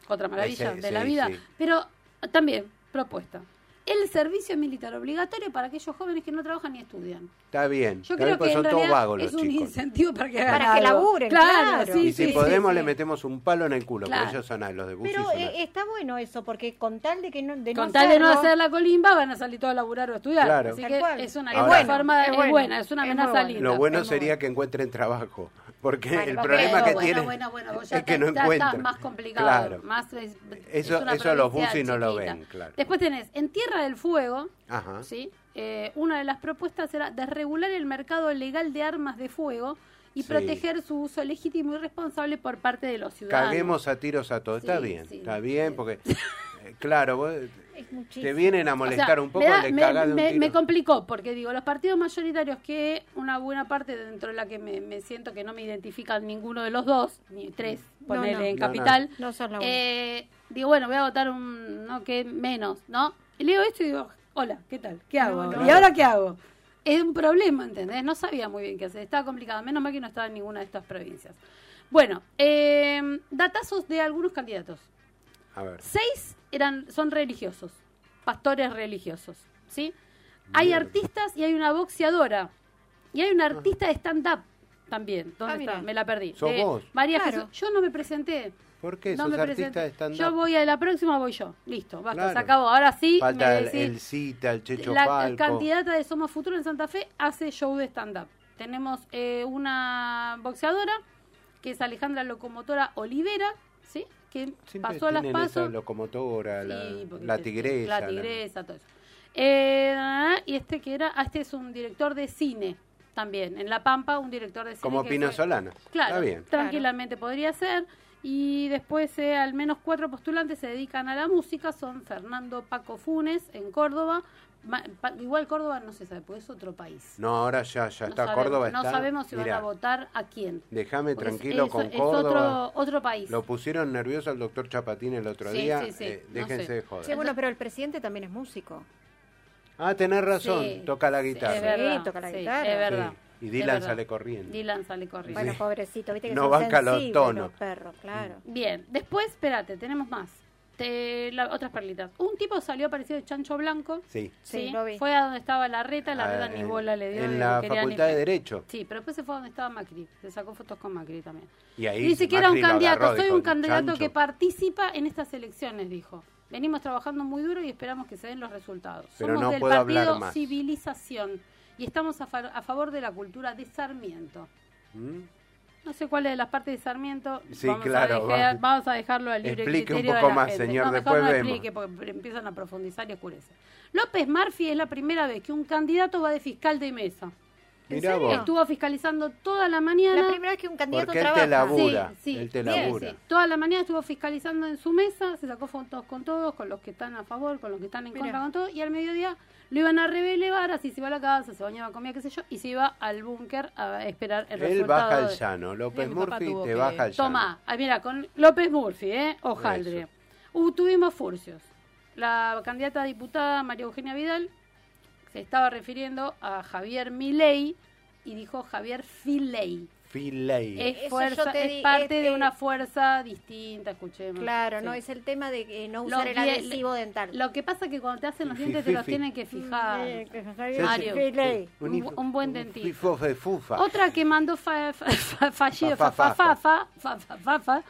[SPEAKER 4] otra maravilla
[SPEAKER 3] Ese,
[SPEAKER 4] de la
[SPEAKER 3] sí,
[SPEAKER 4] vida,
[SPEAKER 3] sí.
[SPEAKER 4] pero también propuesta. El servicio militar obligatorio para aquellos jóvenes que no trabajan ni estudian.
[SPEAKER 3] Está bien.
[SPEAKER 4] Yo
[SPEAKER 3] está
[SPEAKER 4] creo
[SPEAKER 3] bien, porque
[SPEAKER 4] que en
[SPEAKER 3] son todos
[SPEAKER 4] realidad
[SPEAKER 3] vagos los
[SPEAKER 4] es un
[SPEAKER 3] chicos.
[SPEAKER 4] incentivo para que hagan
[SPEAKER 5] Para que
[SPEAKER 4] algo.
[SPEAKER 5] laburen, claro.
[SPEAKER 4] sí,
[SPEAKER 3] y si
[SPEAKER 4] sí,
[SPEAKER 3] podemos
[SPEAKER 4] sí,
[SPEAKER 3] le
[SPEAKER 4] sí.
[SPEAKER 3] metemos un palo en el culo,
[SPEAKER 4] Claro.
[SPEAKER 3] porque ellos son a- los de Busi
[SPEAKER 5] Pero
[SPEAKER 3] son a-
[SPEAKER 5] eh, está bueno eso, porque con tal de que no de
[SPEAKER 4] Con
[SPEAKER 5] no
[SPEAKER 4] tal de no
[SPEAKER 5] hacerlo-
[SPEAKER 4] hacer la colimba, van a salir todos a laburar o a estudiar.
[SPEAKER 3] Claro.
[SPEAKER 4] Así
[SPEAKER 5] Tal
[SPEAKER 4] que
[SPEAKER 5] cual.
[SPEAKER 4] es una
[SPEAKER 3] Ahora-
[SPEAKER 4] linda
[SPEAKER 3] Es bueno,
[SPEAKER 4] forma,
[SPEAKER 5] es
[SPEAKER 4] es,
[SPEAKER 5] bueno,
[SPEAKER 4] buena, es una
[SPEAKER 5] es
[SPEAKER 4] amenaza
[SPEAKER 5] muy bueno.
[SPEAKER 4] linda.
[SPEAKER 3] Lo bueno
[SPEAKER 4] es muy
[SPEAKER 3] sería que encuentren trabajo, porque
[SPEAKER 5] Bueno,
[SPEAKER 3] el
[SPEAKER 5] vos
[SPEAKER 3] problema
[SPEAKER 5] crees,
[SPEAKER 3] que
[SPEAKER 5] bueno,
[SPEAKER 3] tienen
[SPEAKER 4] bueno, bueno, vos ya
[SPEAKER 3] es que
[SPEAKER 4] está-
[SPEAKER 3] no
[SPEAKER 4] ya
[SPEAKER 3] encuentran.
[SPEAKER 4] está más complicado.
[SPEAKER 3] Claro.
[SPEAKER 4] más es-
[SPEAKER 3] Eso-
[SPEAKER 4] es una
[SPEAKER 3] eso los
[SPEAKER 4] provincia
[SPEAKER 3] busis no lo
[SPEAKER 4] chiquita.
[SPEAKER 3] ven, claro.
[SPEAKER 4] Después tenés, en Tierra del Fuego,
[SPEAKER 3] Ajá.
[SPEAKER 4] ¿sí? Eh, una de las propuestas era desregular el mercado legal de armas de fuego y
[SPEAKER 3] Sí.
[SPEAKER 4] proteger su uso legítimo y responsable por parte de los ciudadanos.
[SPEAKER 3] Caguemos a tiros a todos.
[SPEAKER 4] Sí,
[SPEAKER 3] está bien,
[SPEAKER 4] sí,
[SPEAKER 3] está bien,
[SPEAKER 4] sí.
[SPEAKER 3] porque eh, claro, vos
[SPEAKER 5] Es muchísimo.
[SPEAKER 3] te vienen a
[SPEAKER 4] O sea,
[SPEAKER 3] molestar un poco,
[SPEAKER 4] me da-
[SPEAKER 3] le
[SPEAKER 4] me-
[SPEAKER 3] cagás de un
[SPEAKER 4] me-
[SPEAKER 3] tiro.
[SPEAKER 4] me complicó, porque digo, los partidos mayoritarios que una buena parte dentro de la que me, me siento que no me identifican ninguno de los dos, ni tres,
[SPEAKER 5] No,
[SPEAKER 4] ponerle
[SPEAKER 5] no.
[SPEAKER 4] en
[SPEAKER 3] No, no.
[SPEAKER 4] capital,
[SPEAKER 5] No son la única.
[SPEAKER 4] eh, digo, bueno, voy a votar un, no, que menos, ¿no? Y leo esto y digo, hola, ¿qué tal? ¿Qué hago?
[SPEAKER 5] no.
[SPEAKER 4] ahora? ¿Y ahora qué hago? Es un problema, ¿entendés? No sabía muy bien qué hacer, estaba complicado, menos mal que no estaba en ninguna de estas provincias. Bueno, eh, datazos de algunos candidatos.
[SPEAKER 3] A ver,
[SPEAKER 4] Seis eran, son religiosos, pastores religiosos, ¿sí? Hay artistas y hay una boxeadora. Y hay una artista de stand-up también. ¿Dónde
[SPEAKER 5] Ah,
[SPEAKER 4] está?
[SPEAKER 5] mira.
[SPEAKER 4] Me la perdí.
[SPEAKER 3] Sos
[SPEAKER 4] De
[SPEAKER 3] vos.
[SPEAKER 4] María
[SPEAKER 5] Claro.
[SPEAKER 4] Jesús. Yo no me presenté.
[SPEAKER 3] ¿por qué
[SPEAKER 4] no
[SPEAKER 3] sos
[SPEAKER 4] me
[SPEAKER 3] artista
[SPEAKER 4] presenté.
[SPEAKER 3] de stand-up?
[SPEAKER 4] Yo voy a la próxima, voy yo. Listo, basta,
[SPEAKER 3] Claro.
[SPEAKER 4] se acabó. Ahora sí,
[SPEAKER 3] Falta
[SPEAKER 4] me
[SPEAKER 3] el,
[SPEAKER 4] decís-
[SPEAKER 3] el Cita, el Checho
[SPEAKER 4] la
[SPEAKER 3] Falco.
[SPEAKER 4] candidata de Somos Futuro en Santa Fe hace show de stand-up. Tenemos eh, una boxeadora que es Alejandra Locomotora Olivera, ¿sí? que
[SPEAKER 3] Siempre
[SPEAKER 4] pasó a las
[SPEAKER 3] tienen esa
[SPEAKER 4] pasos.
[SPEAKER 3] locomotora, la,
[SPEAKER 4] Sí, porque
[SPEAKER 3] la
[SPEAKER 4] te-
[SPEAKER 3] tigresa.
[SPEAKER 4] La
[SPEAKER 3] la-
[SPEAKER 4] tigresa, todo eso. Eh, y este que era, ah, este es un director de cine también. En La Pampa, un director de cine.
[SPEAKER 3] Como
[SPEAKER 4] que
[SPEAKER 3] Pino
[SPEAKER 4] fue-
[SPEAKER 3] Solana. Está
[SPEAKER 4] Claro,
[SPEAKER 3] bien.
[SPEAKER 4] tranquilamente podría ser. Y después eh, al menos cuatro postulantes se dedican a la música. Son Fernando Paco Funes en Córdoba. Ma- pa- igual Córdoba no se sabe, porque es otro país.
[SPEAKER 3] No, ahora ya, ya
[SPEAKER 4] No
[SPEAKER 3] está.
[SPEAKER 4] sabemos-
[SPEAKER 3] Córdoba
[SPEAKER 4] No
[SPEAKER 3] está.
[SPEAKER 4] sabemos si
[SPEAKER 3] mirá,
[SPEAKER 4] van a votar a quién.
[SPEAKER 3] Déjame
[SPEAKER 4] Porque es-
[SPEAKER 3] tranquilo
[SPEAKER 4] es-
[SPEAKER 3] con
[SPEAKER 4] es
[SPEAKER 3] Córdoba.
[SPEAKER 4] otro, otro país.
[SPEAKER 3] Lo pusieron nervioso al doctor Chapatín el otro
[SPEAKER 4] Sí,
[SPEAKER 3] día.
[SPEAKER 4] sí, sí,
[SPEAKER 3] eh,
[SPEAKER 4] no
[SPEAKER 3] déjense
[SPEAKER 4] sé.
[SPEAKER 3] de joder.
[SPEAKER 5] Sí, bueno, pero el presidente también es músico.
[SPEAKER 3] Ah, tenés razón.
[SPEAKER 4] Sí,
[SPEAKER 3] toca la
[SPEAKER 4] sí,
[SPEAKER 3] guitarra.
[SPEAKER 4] es verdad,
[SPEAKER 5] toca la
[SPEAKER 4] sí,
[SPEAKER 5] guitarra.
[SPEAKER 4] es verdad.
[SPEAKER 3] Sí, y
[SPEAKER 4] es
[SPEAKER 3] Dylan
[SPEAKER 4] verdad.
[SPEAKER 3] sale corriendo.
[SPEAKER 4] Dylan sale corriendo.
[SPEAKER 5] Bueno, pobrecito, viste que
[SPEAKER 3] No
[SPEAKER 5] son
[SPEAKER 3] banca los
[SPEAKER 5] sensibles
[SPEAKER 3] tonos.
[SPEAKER 5] los perros, claro.
[SPEAKER 4] Bien, después, espérate, tenemos más. Te- la- otras perlitas. Un tipo salió parecido de Chancho Blanco.
[SPEAKER 3] Sí.
[SPEAKER 5] Sí, lo vi.
[SPEAKER 4] Fue a donde estaba la reta, la
[SPEAKER 3] Ah,
[SPEAKER 4] reta ni
[SPEAKER 3] en-
[SPEAKER 4] bola le dio.
[SPEAKER 3] En
[SPEAKER 4] ni
[SPEAKER 3] la
[SPEAKER 4] quería ni
[SPEAKER 3] Facultad de
[SPEAKER 4] ver.
[SPEAKER 3] Derecho.
[SPEAKER 4] Sí, pero después se fue a donde estaba Macri. Se sacó fotos con Macri también.
[SPEAKER 3] Y ahí
[SPEAKER 4] Dice que era un
[SPEAKER 3] Macri lo
[SPEAKER 4] candidato,
[SPEAKER 3] agarró,
[SPEAKER 4] soy
[SPEAKER 3] dijo,
[SPEAKER 4] un candidato
[SPEAKER 3] "Chancho".
[SPEAKER 4] que participa en estas elecciones, dijo. Venimos trabajando muy duro y esperamos que se den los resultados.
[SPEAKER 3] Pero
[SPEAKER 4] Somos
[SPEAKER 3] no
[SPEAKER 4] del
[SPEAKER 3] puedo hablar
[SPEAKER 4] partido
[SPEAKER 3] más.
[SPEAKER 4] Civilización y estamos a, fa- a favor de la cultura de Sarmiento.
[SPEAKER 3] ¿Mm?
[SPEAKER 4] No sé cuál es la parte de Sarmiento.
[SPEAKER 3] Sí,
[SPEAKER 4] vamos
[SPEAKER 3] claro,
[SPEAKER 4] A dejar-
[SPEAKER 3] va.
[SPEAKER 4] Vamos a dejarlo al libre
[SPEAKER 3] Explique un
[SPEAKER 4] criterio de
[SPEAKER 3] poco
[SPEAKER 4] la
[SPEAKER 3] más,
[SPEAKER 4] gente.
[SPEAKER 3] señor,
[SPEAKER 4] No, mejor
[SPEAKER 3] después
[SPEAKER 4] no
[SPEAKER 3] vemos.
[SPEAKER 4] explique porque empiezan a profundizar y oscurece. López Murphy es la primera vez que un candidato va de fiscal de mesa.
[SPEAKER 3] Mirá
[SPEAKER 5] serio?
[SPEAKER 3] vos.
[SPEAKER 4] Estuvo fiscalizando toda la mañana.
[SPEAKER 5] La primera vez que un candidato
[SPEAKER 3] Porque él te
[SPEAKER 5] trabaja.
[SPEAKER 3] labura.
[SPEAKER 4] Sí, sí,
[SPEAKER 3] él te
[SPEAKER 4] bien,
[SPEAKER 3] labura.
[SPEAKER 4] sí. Toda la mañana estuvo fiscalizando en su mesa, se sacó fotos con todos, con los que están a favor, con los que están en
[SPEAKER 5] Mirá.
[SPEAKER 4] contra, con todos, y al mediodía lo iban a relevar, así se iba a la casa, se bañaba, comía, qué sé yo, y se iba al búnker a esperar el
[SPEAKER 3] Él
[SPEAKER 4] resultado.
[SPEAKER 3] baja al
[SPEAKER 4] de-
[SPEAKER 3] llano. López
[SPEAKER 4] Mira, mi papá
[SPEAKER 3] Murphy
[SPEAKER 4] tuvo
[SPEAKER 3] te
[SPEAKER 4] que-
[SPEAKER 3] baja al llano.
[SPEAKER 4] Tomá, ah, mira, con López Murphy, ¿eh? Hojaldre.
[SPEAKER 3] Eso.
[SPEAKER 4] Uh, tuvimos furcios. La candidata a diputada María Eugenia Vidal se estaba refiriendo a Javier Milei y dijo Javier Filei.
[SPEAKER 3] Filey.
[SPEAKER 4] Es,
[SPEAKER 5] Eso
[SPEAKER 4] fuerza,
[SPEAKER 5] yo te
[SPEAKER 4] es
[SPEAKER 5] di-
[SPEAKER 4] parte
[SPEAKER 5] es-
[SPEAKER 4] de
[SPEAKER 5] es-
[SPEAKER 4] una fuerza distinta, escuchemos.
[SPEAKER 5] Claro,
[SPEAKER 4] Sí.
[SPEAKER 5] no es el tema de que no
[SPEAKER 4] Los
[SPEAKER 5] usar el
[SPEAKER 4] die-
[SPEAKER 5] adhesivo dental. Ah, Mm,
[SPEAKER 4] Lo que pasa es que cuando te hacen los
[SPEAKER 3] Fi,
[SPEAKER 4] dientes
[SPEAKER 3] fi,
[SPEAKER 4] te los
[SPEAKER 3] fi.
[SPEAKER 4] tienen que fijar.
[SPEAKER 3] Sí, sí.
[SPEAKER 4] Mario.
[SPEAKER 5] Filey.
[SPEAKER 4] un- un buen dentista.
[SPEAKER 3] Fifo de fufa.
[SPEAKER 4] Otra que mandó fa- fa- fa- fallido, fa,
[SPEAKER 3] Fa-
[SPEAKER 4] fa,
[SPEAKER 3] fa-
[SPEAKER 4] fa,
[SPEAKER 3] fa.
[SPEAKER 4] fa- fa- fa- fa.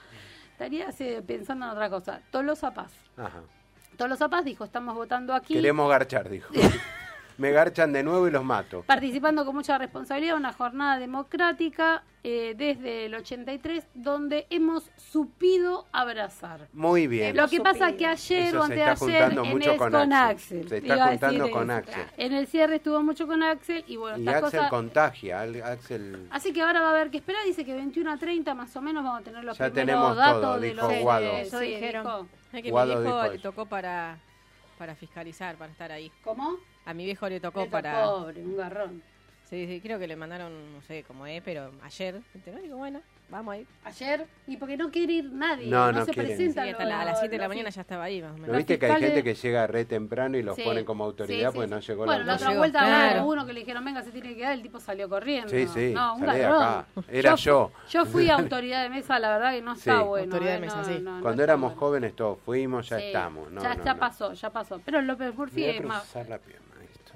[SPEAKER 4] estaría eh, pensando en otra cosa. Tolosa Paz.
[SPEAKER 3] Ajá.
[SPEAKER 4] Tolosa Paz dijo, estamos votando aquí,
[SPEAKER 3] Queremos garchar, dijo. Me garchan de nuevo y los mato.
[SPEAKER 4] participando con mucha responsabilidad en una jornada democrática eh, desde el 83, donde hemos supido abrazar.
[SPEAKER 3] Muy bien.
[SPEAKER 4] Lo que pasa
[SPEAKER 5] Supido.
[SPEAKER 4] que ayer
[SPEAKER 3] Eso
[SPEAKER 4] o
[SPEAKER 3] se está
[SPEAKER 4] anteayer
[SPEAKER 3] juntando
[SPEAKER 4] en
[SPEAKER 3] mucho
[SPEAKER 4] el
[SPEAKER 3] con
[SPEAKER 4] con,
[SPEAKER 3] Axel. Se
[SPEAKER 4] Axel. te
[SPEAKER 3] está
[SPEAKER 4] iba a decir
[SPEAKER 3] juntando
[SPEAKER 4] eso.
[SPEAKER 3] con Axel.
[SPEAKER 4] En el cierre estuvo mucho con Axel y bueno,
[SPEAKER 3] Y
[SPEAKER 4] estas
[SPEAKER 3] Axel
[SPEAKER 4] cosas-
[SPEAKER 3] contagia. Al- Axel.
[SPEAKER 4] Así que ahora va a haber que esperar. Dice que 21 a 30 más o menos vamos a tener los
[SPEAKER 3] Ya
[SPEAKER 4] primeros
[SPEAKER 3] tenemos
[SPEAKER 4] datos
[SPEAKER 3] todo,
[SPEAKER 4] de
[SPEAKER 3] dijo
[SPEAKER 4] los.
[SPEAKER 3] Guado.
[SPEAKER 4] Sí,
[SPEAKER 5] Eso
[SPEAKER 4] sí,
[SPEAKER 5] dijeron.
[SPEAKER 4] dijo.
[SPEAKER 6] Es que
[SPEAKER 3] Guado
[SPEAKER 6] mi viejo
[SPEAKER 3] dijo
[SPEAKER 6] le
[SPEAKER 3] eso.
[SPEAKER 6] tocó para, para fiscalizar, para estar ahí.
[SPEAKER 4] ¿Cómo?
[SPEAKER 6] A mi viejo le tocó
[SPEAKER 4] Esto
[SPEAKER 6] para...
[SPEAKER 4] Pobre, un garrón.
[SPEAKER 6] Sí, sí, creo que le mandaron, no sé cómo es, pero ayer. ¿viste, no? Digo, bueno, vamos ahí.
[SPEAKER 4] Ayer, y porque no quiere ir nadie.
[SPEAKER 3] No,
[SPEAKER 4] No,
[SPEAKER 3] no
[SPEAKER 4] se
[SPEAKER 3] quieren.
[SPEAKER 6] Sí,
[SPEAKER 4] presenta.
[SPEAKER 6] hasta la- a las 7 de la mañana ya estaba ahí, más o
[SPEAKER 3] ¿No
[SPEAKER 6] menos.
[SPEAKER 4] los
[SPEAKER 3] viste que hay
[SPEAKER 4] fiscales-
[SPEAKER 3] gente que llega re temprano y los ponen como autoridad porque no llegó
[SPEAKER 4] bueno,
[SPEAKER 3] la
[SPEAKER 4] la
[SPEAKER 6] noche?
[SPEAKER 4] otra
[SPEAKER 6] No
[SPEAKER 4] vuelta
[SPEAKER 6] llegó.
[SPEAKER 4] habrá
[SPEAKER 6] Claro.
[SPEAKER 4] uno que le dijeron, venga, se tiene que dar, el tipo salió corriendo.
[SPEAKER 3] Sí, sí,
[SPEAKER 4] No, un
[SPEAKER 3] salí de
[SPEAKER 4] garrón.
[SPEAKER 3] acá. Era yo.
[SPEAKER 4] Yo fui autoridad de mesa, la verdad que no está
[SPEAKER 3] Sí.
[SPEAKER 4] bueno.
[SPEAKER 6] Autoridad de
[SPEAKER 4] eh,
[SPEAKER 6] mesa,
[SPEAKER 4] no,
[SPEAKER 6] sí.
[SPEAKER 4] no, no
[SPEAKER 3] Cuando
[SPEAKER 4] está
[SPEAKER 3] éramos
[SPEAKER 4] bueno.
[SPEAKER 3] jóvenes todos fuimos, ya
[SPEAKER 4] Sí,
[SPEAKER 3] estamos. No,
[SPEAKER 4] ya
[SPEAKER 3] no,
[SPEAKER 4] ya
[SPEAKER 3] no.
[SPEAKER 4] pasó, ya pasó. Pero López Murphy
[SPEAKER 3] Me voy a
[SPEAKER 4] es más.
[SPEAKER 3] cruzar la pierna. esto.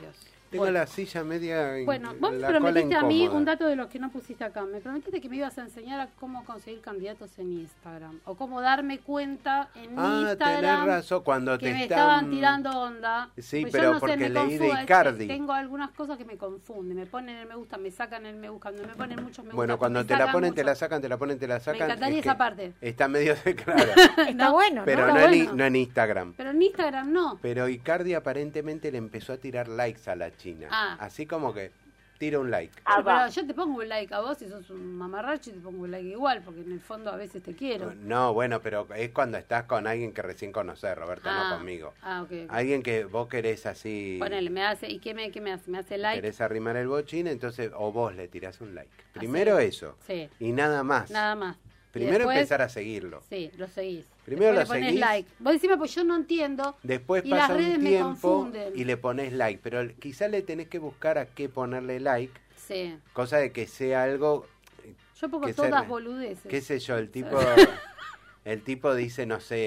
[SPEAKER 4] Dios.
[SPEAKER 3] Tengo la silla media. en-
[SPEAKER 4] Bueno, vos me
[SPEAKER 3] la cola
[SPEAKER 4] prometiste a mí
[SPEAKER 3] incómoda.
[SPEAKER 4] un dato de los que no pusiste acá. Me prometiste que me ibas a enseñar a cómo conseguir candidatos en Instagram o cómo darme cuenta en
[SPEAKER 3] Ah, tenés
[SPEAKER 4] Instagram
[SPEAKER 3] razón. Cuando
[SPEAKER 4] que
[SPEAKER 3] te
[SPEAKER 4] me
[SPEAKER 3] están-
[SPEAKER 4] estaban tirando onda.
[SPEAKER 3] Sí,
[SPEAKER 4] Pues yo
[SPEAKER 3] pero
[SPEAKER 4] no sé,
[SPEAKER 3] porque
[SPEAKER 4] me
[SPEAKER 3] leí de
[SPEAKER 4] confundo, es que
[SPEAKER 3] Icardi.
[SPEAKER 4] Tengo algunas cosas que me confunden. Me ponen el me gusta, me sacan el me gusta, me ponen muchos me gusta.
[SPEAKER 3] Bueno, cuando te la ponen, te la sacan, te la ponen, te la sacan.
[SPEAKER 4] encantaría
[SPEAKER 3] es que
[SPEAKER 4] esa parte.
[SPEAKER 3] Está medio de claro.
[SPEAKER 5] Está bueno,
[SPEAKER 3] Pero
[SPEAKER 4] Está
[SPEAKER 3] no, en,
[SPEAKER 4] bueno.
[SPEAKER 3] no en Instagram.
[SPEAKER 4] Pero en Instagram no.
[SPEAKER 3] Pero Icardi aparentemente le empezó a tirar likes a la China.
[SPEAKER 4] Ah.
[SPEAKER 3] Así como que tira un like.
[SPEAKER 7] Ah,
[SPEAKER 4] Pero
[SPEAKER 7] va.
[SPEAKER 4] yo te pongo un like a vos si sos un mamarracho y te pongo un like igual, porque en el fondo a veces te quiero.
[SPEAKER 3] No, bueno, pero es cuando estás con alguien que recién conoces, Roberto,
[SPEAKER 4] Ah,
[SPEAKER 3] no conmigo.
[SPEAKER 4] Ah, ok. ok.
[SPEAKER 3] Alguien que vos querés así,
[SPEAKER 4] Ponele, me hace, ¿y qué me, qué me hace? Me hace like. Ah,
[SPEAKER 3] querés arrimar el bochín, entonces o vos le tirás un like. Primero eso.
[SPEAKER 4] Sí,
[SPEAKER 3] Y nada más.
[SPEAKER 4] nada más. Y
[SPEAKER 3] Primero
[SPEAKER 4] después-
[SPEAKER 3] empezar a seguirlo.
[SPEAKER 4] Sí, lo seguís.
[SPEAKER 3] Primero
[SPEAKER 4] Después
[SPEAKER 3] lo
[SPEAKER 4] le ponés
[SPEAKER 3] seguís.
[SPEAKER 4] like. Vos decime, pues yo no entiendo.
[SPEAKER 3] Después
[SPEAKER 4] Y
[SPEAKER 3] pasa
[SPEAKER 4] las redes
[SPEAKER 3] un
[SPEAKER 4] me
[SPEAKER 3] tiempo
[SPEAKER 4] confunden.
[SPEAKER 3] y le pones like, pero l- quizá le tenés que buscar a qué ponerle like,
[SPEAKER 4] Sí.
[SPEAKER 3] cosa de que sea algo,
[SPEAKER 4] Yo pongo
[SPEAKER 3] Que se
[SPEAKER 4] todas
[SPEAKER 3] re-
[SPEAKER 4] boludeces.
[SPEAKER 3] qué sé yo, el tipo el tipo dice, no sé,